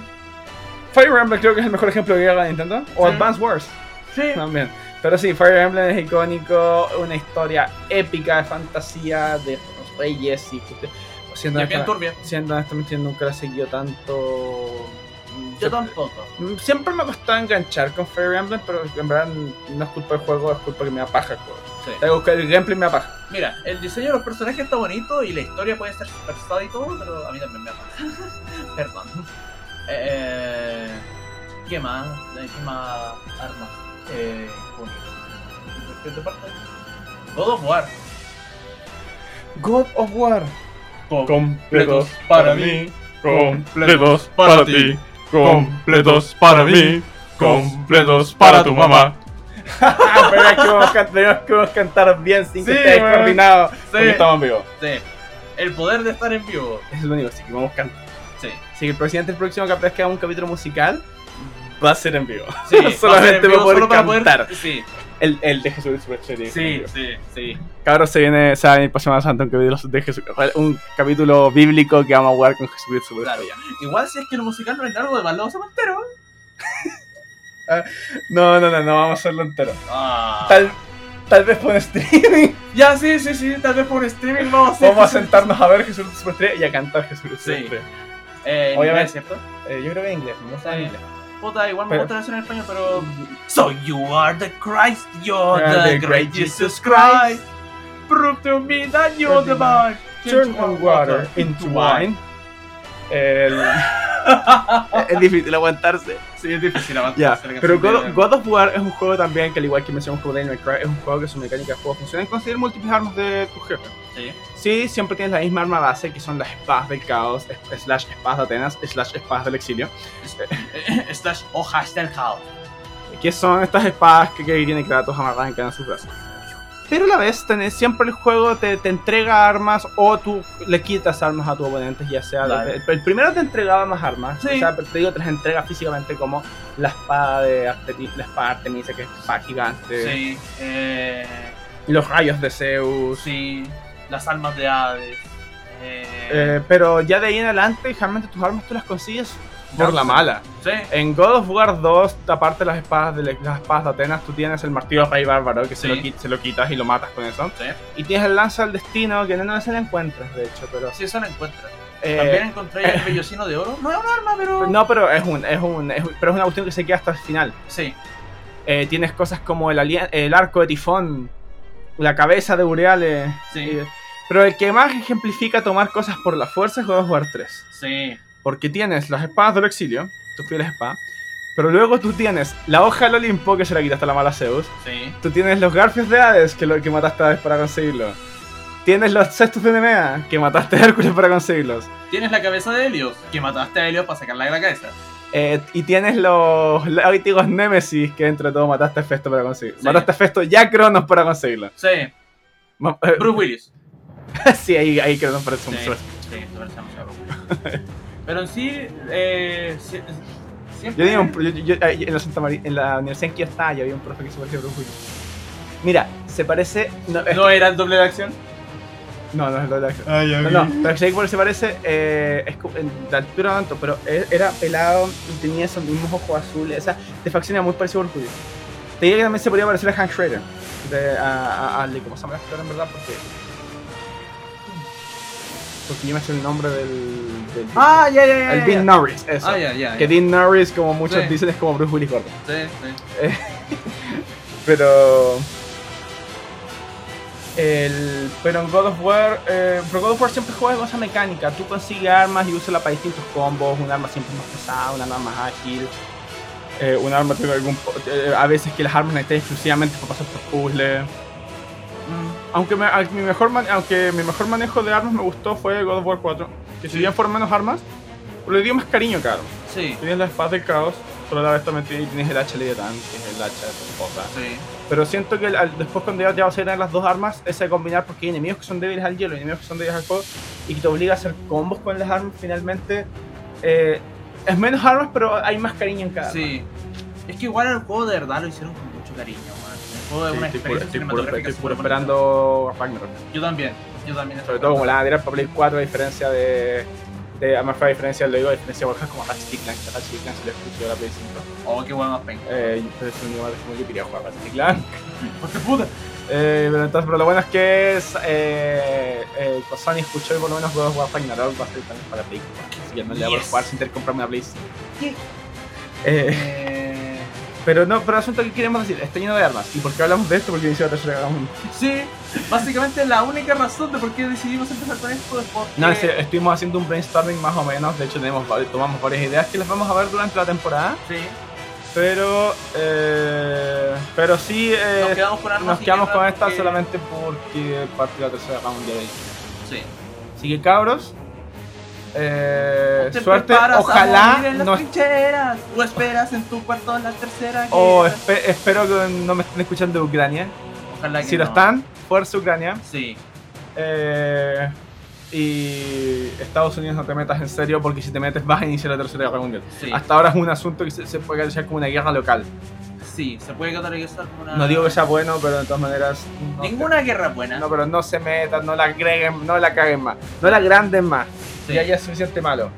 Fire Emblem creo que es el mejor ejemplo de guerra de Nintendo. O Sí. Advance Wars Sí. también. Pero sí, Fire Emblem es icónico, una historia épica de fantasía, de los reyes y... Siendo Y es bien turbia. siendo honestamente yo nunca la he seguido tanto Yo tampoco. Mm, Siempre me ha costado enganchar con Fire Emblem, pero en verdad no es culpa del juego, es culpa que me apaja el juego. Sí. Tengo que buscar el gameplay y me apaja. Mira, el diseño de los personajes está bonito y la historia puede ser superstada y todo, pero a mí también me apaga. Perdón. Eh, ¿Qué más? Eh, ¿Qué más armas? Eh, bonito. ¿Qué te parte? God of War. God of War. Completos para mí, completos para ti, completos para mí, completos para tu mamá. Ah, pero es que vamos a can- tenemos que vamos a cantar bien sin que Sí, esté weón. coordinado. Porque Sí. estamos vivos. Sí. El poder de estar en vivo. Es lo único, así que vamos a cantar. Sí. Así que el presidente, el próximo capítulo que hagamos un capítulo musical, va a ser en vivo. Sí, va a ser Solamente en vivo para poder solo cantar. Sí, El, el de Jesús Superserie. sí, sí, sí. Cabros, se viene, se va a venir para Semana Santa un capítulo de Jesús. Un capítulo bíblico que vamos a jugar con Jesucristo. Claro. Igual si es que lo musical no es largo, de lo vamos entero. No, no, no, no vamos a hacerlo entero. Ah. Tal, tal vez por streaming. Ya, sí, sí, sí, tal vez por streaming vamos a hacer. Vamos a sentarnos a ver Jesús Superserie y a cantar Jesús Sí. Superserie. Eh, Obviamente. Obviamente, ¿cierto? Eh, yo creo que en inglés, no sé en inglés. Puta, igual me Pero- gusta la versión en español, pero. So you are the Christ, you're Ah, the, the great great Jesus Christ. Prove to me that you're You're divine. Turn on water into wine. El- es difícil aguantarse. Sí, es difícil Ya, avanzar. pero God, God of War es un juego también que, al igual que mencionamos como Daniel Cry, es un juego que su mecánica de juego funciona en conseguir múltiples armas de tu jefe. Sí. Sí, siempre tienes la misma arma base, que son las espadas del caos, es- slash espadas de Atenas, slash espadas del exilio. Estas Eh, hojas del caos. que son estas espadas que, que tiene Kratos amarradas en cada de sus brazos. Pero a la vez, tenés- siempre el juego te, te entrega armas o tú le quitas armas a tu oponente, ya sea... Claro. El, el primero te entregaba más armas, Sí. o sea, pero te digo, te las entrega físicamente como la espada de Artemi- la espada de Artemisa, que es espada gigante, Sí. Eh, los rayos de Zeus... sí. Las almas de Hades. Eh, eh, pero ya de ahí en adelante, generalmente tus armas tú las consigues por Darse. la mala. sí. En God of War 2, aparte de las espadas de, las espadas de Atenas, tú tienes el martillo Rey Bárbaro, que se, Sí. lo, qui- se lo quitas y lo matas con eso. Sí. Y tienes el lanza del destino, que no, no se la encuentras, de hecho, pero... Sí, eso lo encuentras. eh, También encontré el bellocino de oro. No es un arma, pero. no, pero es un, es un, es un- pero es una cuestión que se queda hasta el final. Sí. Eh, tienes cosas como el, alien- el arco de Tifón, la cabeza de Boreales. Sí. eh, pero el que más ejemplifica tomar cosas por la fuerza es God of War 3. Sí. Porque tienes las espadas del exilio, tus fieles espadas. Pero luego tú tienes la hoja del Olimpo, que se la quitaste a la mala Zeus. Sí. Tú tienes los garfios de Hades, que lo que mataste a Hades para conseguirlo. Tienes los cestos de Nemea, que mataste a Hércules para conseguirlos. Tienes la cabeza de Helios, que mataste a Helios para sacarle la cabeza. Eh, y tienes los látigos Némesis, que entre todo mataste a Festo para conseguirlo. Sí. Mataste a Festo y a Cronos para conseguirlo. Sí. Ma- eh, Bruce Willis. sí, ahí, ahí Cronos parece un Sí. suerte. Sí, se parece mucho a Bruce Willis. Pero en sí, eh, si- Yo siempre. tenía un, pro- yo- yo- yo- en, la Santa María, en la universidad en que yo estaba, yo había un profe que se parecía a Bruce Willis. Mira, se parece... No, es- ¿No era el doble de acción? no, no es lo de la- No, no, pero Jake Paul se parece, eh, es como- en la altura no tanto, pero e- era pelado y tenía esos mismos ojos azules, esa de facción era muy parecido a Orgullo. Te diría que también se podría parecer a Hank Schrader, de, a, a, a- de cómo se llama el actor en verdad, porque... Porque yo me sé el nombre del... del Ah, ya, ya, ya. el Dean Norris, eso. Ah, ya, ya. Que Dean Norris, como muchos Sí. dicen, es como Bruce Willis gordo. Sí, sí. Pero. El, pero en God of War. eh, pero God of War siempre juega con esa mecánica. Tú consigues armas y úsala para distintos combos. Un arma siempre es más pesada, un arma más ágil. eh, un arma tiene algún. po- eh, a veces que las armas necesitas exclusivamente para pasar por puzzles. Aunque, me- a- mi mejor man- aunque mi mejor manejo de armas me gustó fue God of War 4. Que si bien fueron menos armas, le dio más cariño, claro. Sí, Tienes la espada del caos, pero a la vez también tienes el hacha de tanque, el hacha de tu esposa. sí. Pero siento que al- después cuando ya, ya vas a tener las dos armas, ese combinar porque hay enemigos que son débiles al hielo, enemigos que son débiles al fuego, y que te obliga a hacer combos con las armas, finalmente eh, es menos armas, pero hay más cariño en cada arma. Sí. Es que igual el juego de verdad lo hicieron con mucho cariño, man. El juego es Sí, una estoy puro- estoy experiencia puro- cinematográfica estoy puro súper bonita. esperando Ragnarok. Yo también, yo también. estoy Sobre todo como esperando. la van a tirar para Play 4, a diferencia de... de a más fue a diferencia, lo digo, a diferencia de Warcraft como Ratchet y Clank. Ratchet y Clank se lo escucho de la Play 5. Oh, qué bueno más penca. Eh, y por eso mi madre como que quería jugar Ratchet y Clank. Porque puta. Eh, pero, entonces, pero lo bueno es que es, eh, eh, pues Sony escuchó y por lo menos God of War Ragnarok va a ser también para Play 4. Así que no le voy a Yes. jugar sin tener que comprarme una Play 5. qué? Eh, Eh, pero no, pero el asunto que queremos decir, está lleno de armas. ¿Y por qué hablamos de esto? Porque inició la tercera guerra mundial. Sí, básicamente la única razón de por qué decidimos empezar con esto es porque... No, en serio, estuvimos haciendo un brainstorming más o menos. De hecho, tenemos, vari- tomamos varias ideas que las vamos a ver durante la temporada. Sí, Pero, eh, pero sí, eh, nos quedamos con armas nos y quedamos guerra con esta porque- solamente porque partió la tercera guerra mundial. Sí. Así que cabros, eh, Te suerte. preparas a morir Ojalá en las no. trincheras, o esperas en tu cuarto en la tercera O guerra. espe- espero que no me estén escuchando de Ucrania. Ojalá que Si lo no. están, fuerza Ucrania. Sí, Eh, y Estados Unidos no te metas en serio porque si te metes vas a iniciar la tercera guerra mundial. sí, Hasta ahora es un asunto que se, se puede calificar como una guerra local. sí, se puede catalogar como una... No digo que sea bueno, pero de todas maneras. no Ninguna guerra es buena. No, pero no se metan, no la agreguen, no la caguen más, no la agranden más. Sí. Ya ya es suficiente malo.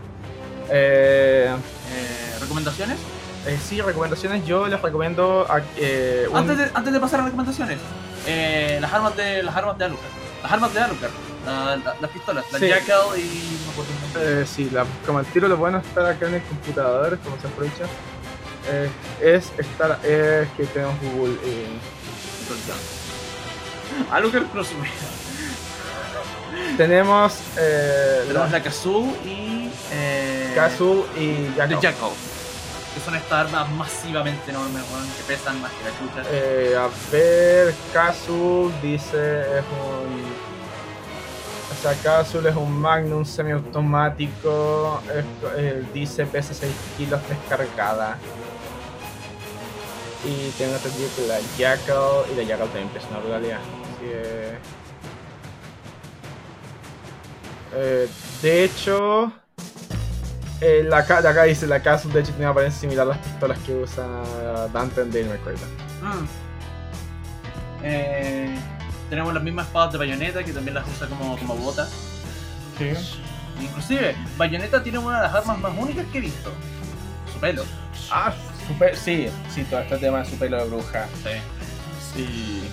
Eh, Eh, ¿Recomendaciones? eh, sí, recomendaciones. Yo les recomiendo a- eh, un- Antes, de, antes de pasar a recomendaciones, eh, las armas de las armas de Alucard. Las armas de Alucard. La- la- las pistolas, la Sí. Jackal y... no me acuerdo el nombre. eh, sí, la- como el tiro lo bueno es estar acá en el computador, como se aprovecha, eh, es estar es que tenemos Google. eh, Alucard Crossover. tenemos eh, Tenemos la Kazoo y. Eh, Kazu y The Jacob. Jackal. Que son estas armas masivamente enormes, weón, que pesan más que la chucha. Eh, a ver, Kazul dice es un. O sea, Kazul es un Magnum semiautomático. es- eh, dice pesa 6 kilos descargada. Y tengo entendido que la Jackal. Y la Jackal también pesa una brutalidad. Así que- Eh, de hecho. eh, la, ca- de acá dice la Kazul de hecho tiene una apariencia similar a las pistolas que usa Dante en Dale McCoy. Mm. Eh, tenemos las mismas espadas de bayoneta que también las usa como, como bota. Inclusive, bayoneta tiene una de las armas más únicas que he visto. Su pelo. ah, su pe- sí, sí, todo este tema de su pelo de bruja. Sí. Sí.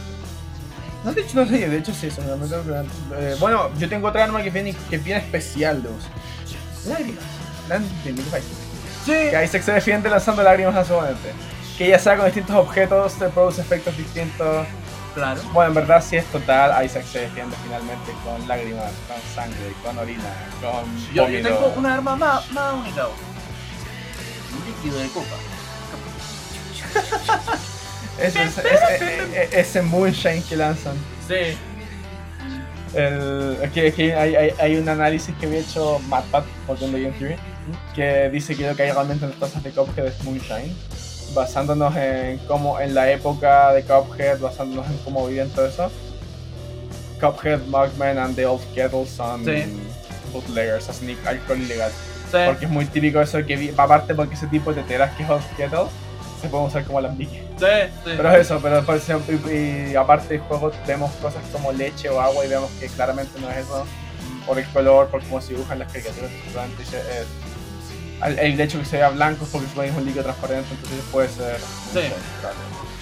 No, de hecho, no sé, de hecho sí, se me olvidó, pero, eh, Bueno, yo tengo otra arma que es bien, que es bien especial de uso. Lágrimas. Lágrimas. Sí. Que Isaac se defiende lanzando lágrimas a su oponente. Que ya sea con distintos objetos, se produce efectos distintos. Claro. Bueno, en verdad sí es total, Isaac se defiende finalmente con lágrimas, con sangre, con orina, con Yo, yo vómito. tengo una arma más, más única. weón. Un líquido de copa. Ese, ese, ese- e- e- ese moonshine que lanzan. Sí. El, aquí, aquí hay, hay, hay un análisis que había hecho MatPat por The Game Theory que dice que lo que hay realmente en las tazas de Cuphead es moonshine. Basándonos en cómo en la época de Cuphead, basándonos en cómo vivían todo eso. Cuphead, Mugman and the Old Kettle son Sí. bootleggers, hacen i- alcohol ilegal. Sí. Porque es muy típico eso que vi, aparte porque ese tipo de teteras que es Old Kettle se pueden usar como alambique. Sí, sí. Pero es eso, pero por ejemplo, y, y aparte del juego vemos cosas como leche o agua y vemos que claramente no es eso por el color, por cómo se dibujan las caricaturas. seguramente se- eh, al- el, hecho que se vea blanco es porque supongo que es un líquido transparente, entonces puede ser. Sí. claro.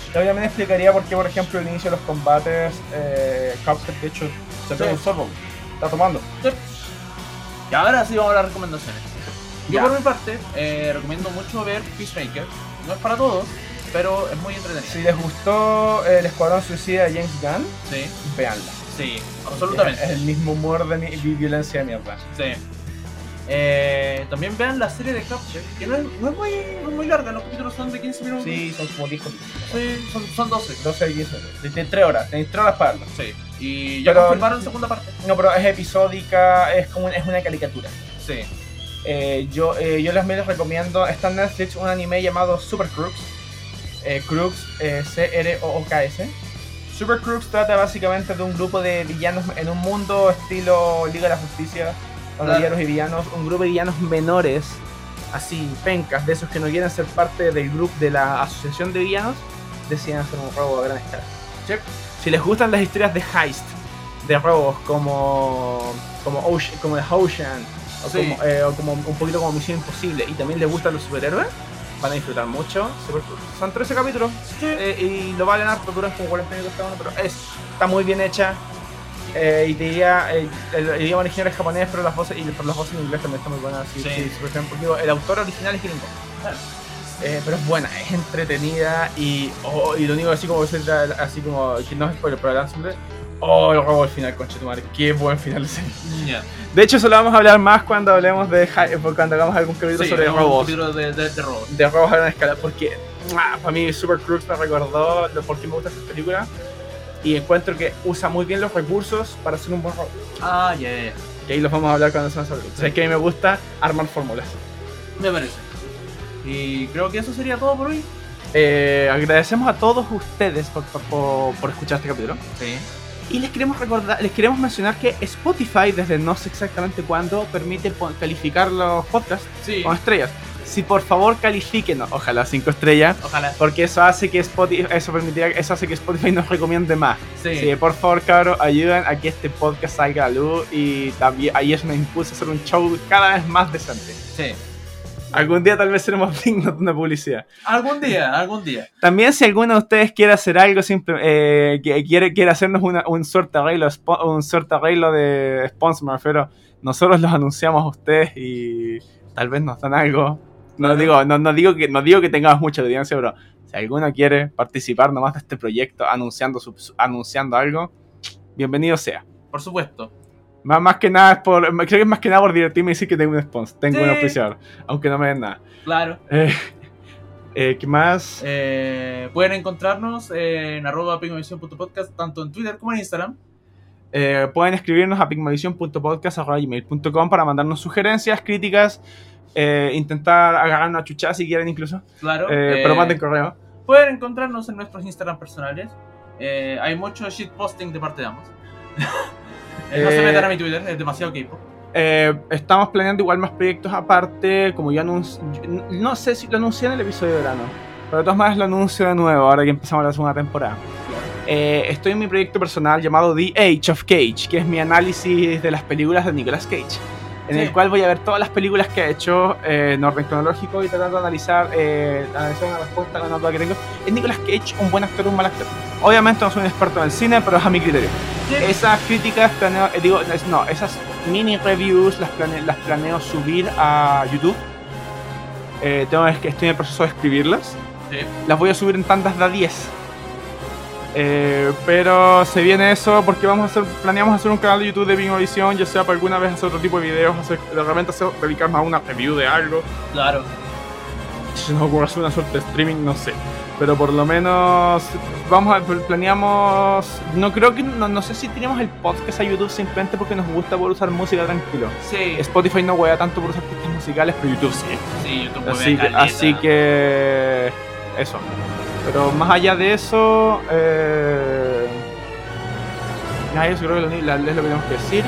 Yo también explicaría por qué, por ejemplo, el inicio de los combates, eh, Cuphead, de hecho, se Sí. pega un sorbo, está tomando. Y ahora sí vamos a las recomendaciones. Yo Ya. por mi parte eh, recomiendo mucho ver Peacemaker. No es para todos, pero es muy entretenido. Si les gustó eh, El Escuadrón Suicida de James Gunn, Sí, veanla. sí, absolutamente. Es el mismo humor de mi- vi- violencia de mierda. Sí. Eh, también vean la serie de Capture, que no es, no es muy, no es muy larga, los capítulos son de 15 minutos. Sí, son como dijo Sí, son, son 12. 12 de 15 Desde 3 horas, tenéis 3 horas para verlo. Sí. Y ya Pero- confirmaron segunda parte. No, pero es episódica, es como es una caricatura. Sí. Eh, yo, eh, yo les, me les recomiendo, está en Netflix un anime llamado Super Crux. Eh, Crux, eh, C-R-O-O-K-S. Super Crux trata básicamente de un grupo de villanos en un mundo estilo Liga de la Justicia, donde Claro. villanos y villanos, un grupo de villanos menores, así, pencas, de esos que no quieren ser parte del grupo de la asociación de villanos, deciden hacer un robo a gran escala. Si les gustan las historias de heist, de robos como como, Ocean, como The Ocean o, Sí. como, eh, o como un poquito como Misión Imposible y también les gustan los superhéroes, van a disfrutar mucho. Super- Son 13 capítulos eh, y lo valen harto, duran como 40 minutos cada uno, pero es, está muy bien hecha. Eh, y te diría, eh, el, el idioma original es japonés, pero las voces, y, pero las voces en inglés también están muy buenas. sí, Sí. sí, Super Crunch, porque digo, el autor original es gringo. Eh, pero es buena, es entretenida y, oh, y lo único así como, así como que no es spoiler, pero la simple, oh, el robo al final, conchetumare, qué buen final de serie. Ya. De hecho, solo vamos a hablar más cuando hablemos de hi- cuando hagamos algún capítulo Sí, sobre un robots. libro de, de- de robots. de robos a gran escala porque para mí Super Crux me recordó lo por qué me gusta esa película y encuentro que usa muy bien los recursos para hacer un buen robo Ah, ya, ya, ya. y ahí los vamos a hablar cuando sean sobre Crux. O sea, es que a mí me gusta armar fórmulas Me parece. Y creo que eso sería todo por hoy. Eh, agradecemos a todos ustedes por, por- por escuchar este capítulo. Sí. Y les queremos recordar, les queremos mencionar que Spotify, desde no sé exactamente cuándo, permite pon- calificar los podcasts Sí. con estrellas. Si por favor califíquenos, ojalá 5 estrellas, Ojalá. porque eso hace que Spotify, eso permitirá, eso hace que Spotify nos recomiende más. Sí. Sí, por favor, cabros, ayuden a que este podcast salga a luz y también ahí eso nos impulsa a hacer un show cada vez más decente. sí. Algún día tal vez seremos dignos de una publicidad. Algún día, algún día. También si alguno de ustedes quiere hacer algo, simple, eh, que quiere, quiere hacernos una- un suerte arreglo, de spo- un suerte arreglo de sponsor, me refiero, nosotros los anunciamos a ustedes y tal vez nos dan algo. No digo, no, no digo que no digo que tengamos mucha audiencia, pero si alguno quiere participar nomás de este proyecto anunciando su- su- anunciando algo, bienvenido sea. Por supuesto. Más, más que nada es por creo que es más que nada por divertirme y decir que tengo un sponsor, tengo un Sí. auspiciador, aunque no me den nada. Claro. Eh, eh, ¿Qué más? Eh, pueden encontrarnos en arroba pingmisión.podcast tanto en Twitter como en Instagram. Eh, pueden escribirnos a pigmavision.podcast.gmail.com para mandarnos sugerencias, críticas, eh, intentar agarrar una chuchada si quieren incluso. Claro. Eh, Eh, pero manden correo. Pueden encontrarnos en nuestros Instagram personales. Eh, hay mucho shitposting de parte de ambos. Eh, no se Eh, metan a mi Twitter, es demasiado equipo. Eh, estamos planeando igual más proyectos aparte, como yo anuncio... No sé si lo anuncié en el episodio de verano, pero de todas maneras lo anuncio de nuevo ahora que empezamos la segunda temporada. Eh, estoy en mi proyecto personal llamado The Age of Cage, que es mi análisis de las películas de Nicolas Cage, en Sí. el cual voy a ver todas las películas que ha hecho eh, en orden cronológico y tratando de analizar, eh, analizar una respuesta a una duda que tengo. ¿Es Nicolas Cage un buen actor o un mal actor? Obviamente no soy un experto en el cine, pero es a mi criterio. Esas críticas planeo, eh, digo, es- no, esas mini reviews las planeo, las planeo subir a YouTube. Eh, tengo es que estoy en el proceso de escribirlas. Sí. Las voy a subir en tandas de a 10. Eh, pero se viene eso porque vamos a hacer, planeamos hacer un canal de YouTube de Vingovisión, ya sea para alguna vez hacer otro tipo de videos, hacer, de repente hacer, dedicarnos a una review de algo. Claro. Si se nos ocurre hacer una suerte de streaming, no sé. Pero por lo menos vamos a, planeamos. No creo que. No, no sé si tenemos el podcast a YouTube simplemente porque nos gusta poder usar música tranquilo. Sí, Spotify no hueá tanto por usar pistas musicales, pero YouTube sí. sí, YouTube mueve Así que, caleta. así que eso. Pero más allá de eso, eh, nada, eso creo que lo, la- es lo que tenemos que decir.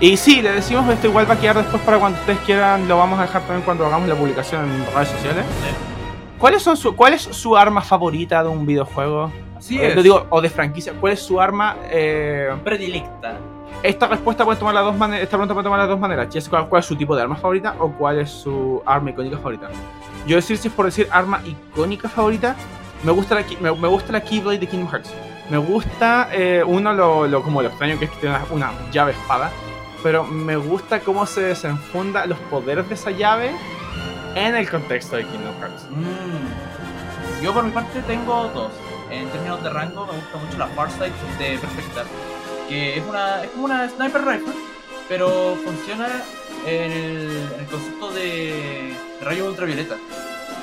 Y sí, le decimos esto igual va a quedar después para cuando ustedes quieran, lo vamos a dejar también cuando hagamos la publicación en redes sociales. Sí. ¿Cuáles son su, ¿Cuál es su arma favorita de un videojuego? Así Eh, es. lo digo, o de franquicia. ¿Cuál es su arma? eh, predilecta. esta respuesta puede tomar las dos maneras. Esta pregunta puede tomar las dos maneras. Ya es cuál, cuál es su tipo de arma favorita o cuál es su arma icónica favorita. Yo decir si es por decir arma icónica favorita. Me gusta la, ki- me, me gusta la Keyblade de Kingdom Hearts. Me gusta eh, uno lo, lo- como lo extraño que es que tiene una, una llave espada. Pero me gusta cómo se desenfunda los poderes de esa llave en el contexto de Kingdom Hearts. Mm. Yo por mi parte tengo dos. En términos de rango me gusta mucho la Farsight de Perfecta. Que es una. es como una sniper rifle, pero funciona en el, en el concepto de rayo ultravioleta.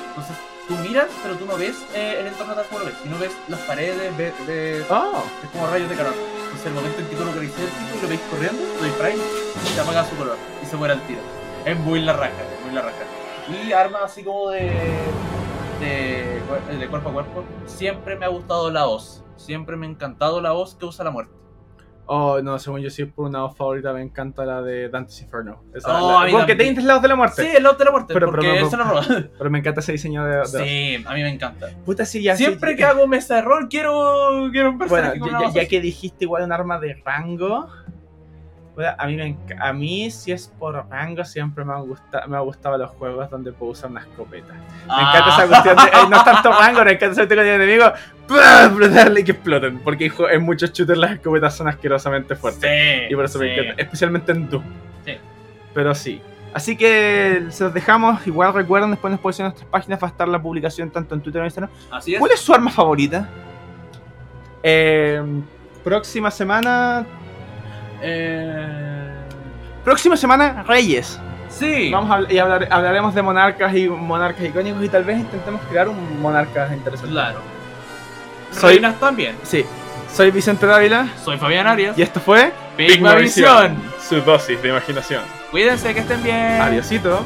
Entonces tú miras, pero tú no ves eh, el entorno tal como lo ves, sino ves las paredes, ves, ves- Oh, es como rayos de calor. Entonces el momento en que tú lo querés el tipo y lo veis corriendo, lo disparáis y se apaga su color y se muere al tiro. Es muy la raja, es muy la raja. Y armas así como de, de, cuer- de cuerpo a cuerpo, siempre me ha gustado la voz. Siempre me ha encantado la voz que usa la muerte. oh, no, según yo, si es por una voz favorita, me encanta la de Dante's Inferno. Esa, Oh, a la, mí porque también. te dices lados de la muerte. Sí, el lado de la muerte, Pero- pero porque no, él se la roba. Pero me encanta ese diseño de. de- Sí, a mí me encanta. Puta, sí, ya Siempre sí, que hago mesa de rol, quiero, quiero un Bueno, personaje con una ya, ya- voz ya así. que dijiste igual un arma de rango. puta, a, mí me enc- a mí, si es por rango, siempre me, han gusta- me ha gustado los juegos donde puedo usar una escopeta. Me Ah. encanta esa cuestión de. eh, no es tanto rango, me encanta esa cuestión de enemigo. explotarle y que exploten. Porque en jue- en muchos shooters las escopetas son asquerosamente fuertes. pues, Sí, Y por eso me sí. encanta, especialmente en Doom. Sí. Pero sí. Así que se los dejamos. Igual recuerden, después en la exposición de nuestras páginas va a estar la publicación tanto en Twitter como en Instagram. Así es. ¿Cuál es su arma favorita? Eh, próxima semana. Eh, Próxima semana, Reyes. sí. Vamos a, habl- y hablar- hablaremos de monarcas y monarcas icónicos y tal vez intentemos crear un monarca interesante. Claro. Soy- Reinas también. Sí. Soy Vicente Dávila Soy Fabián Arias. y esto fue Big Visión. Su dosis de imaginación. Cuídense que estén bien. Adiosito.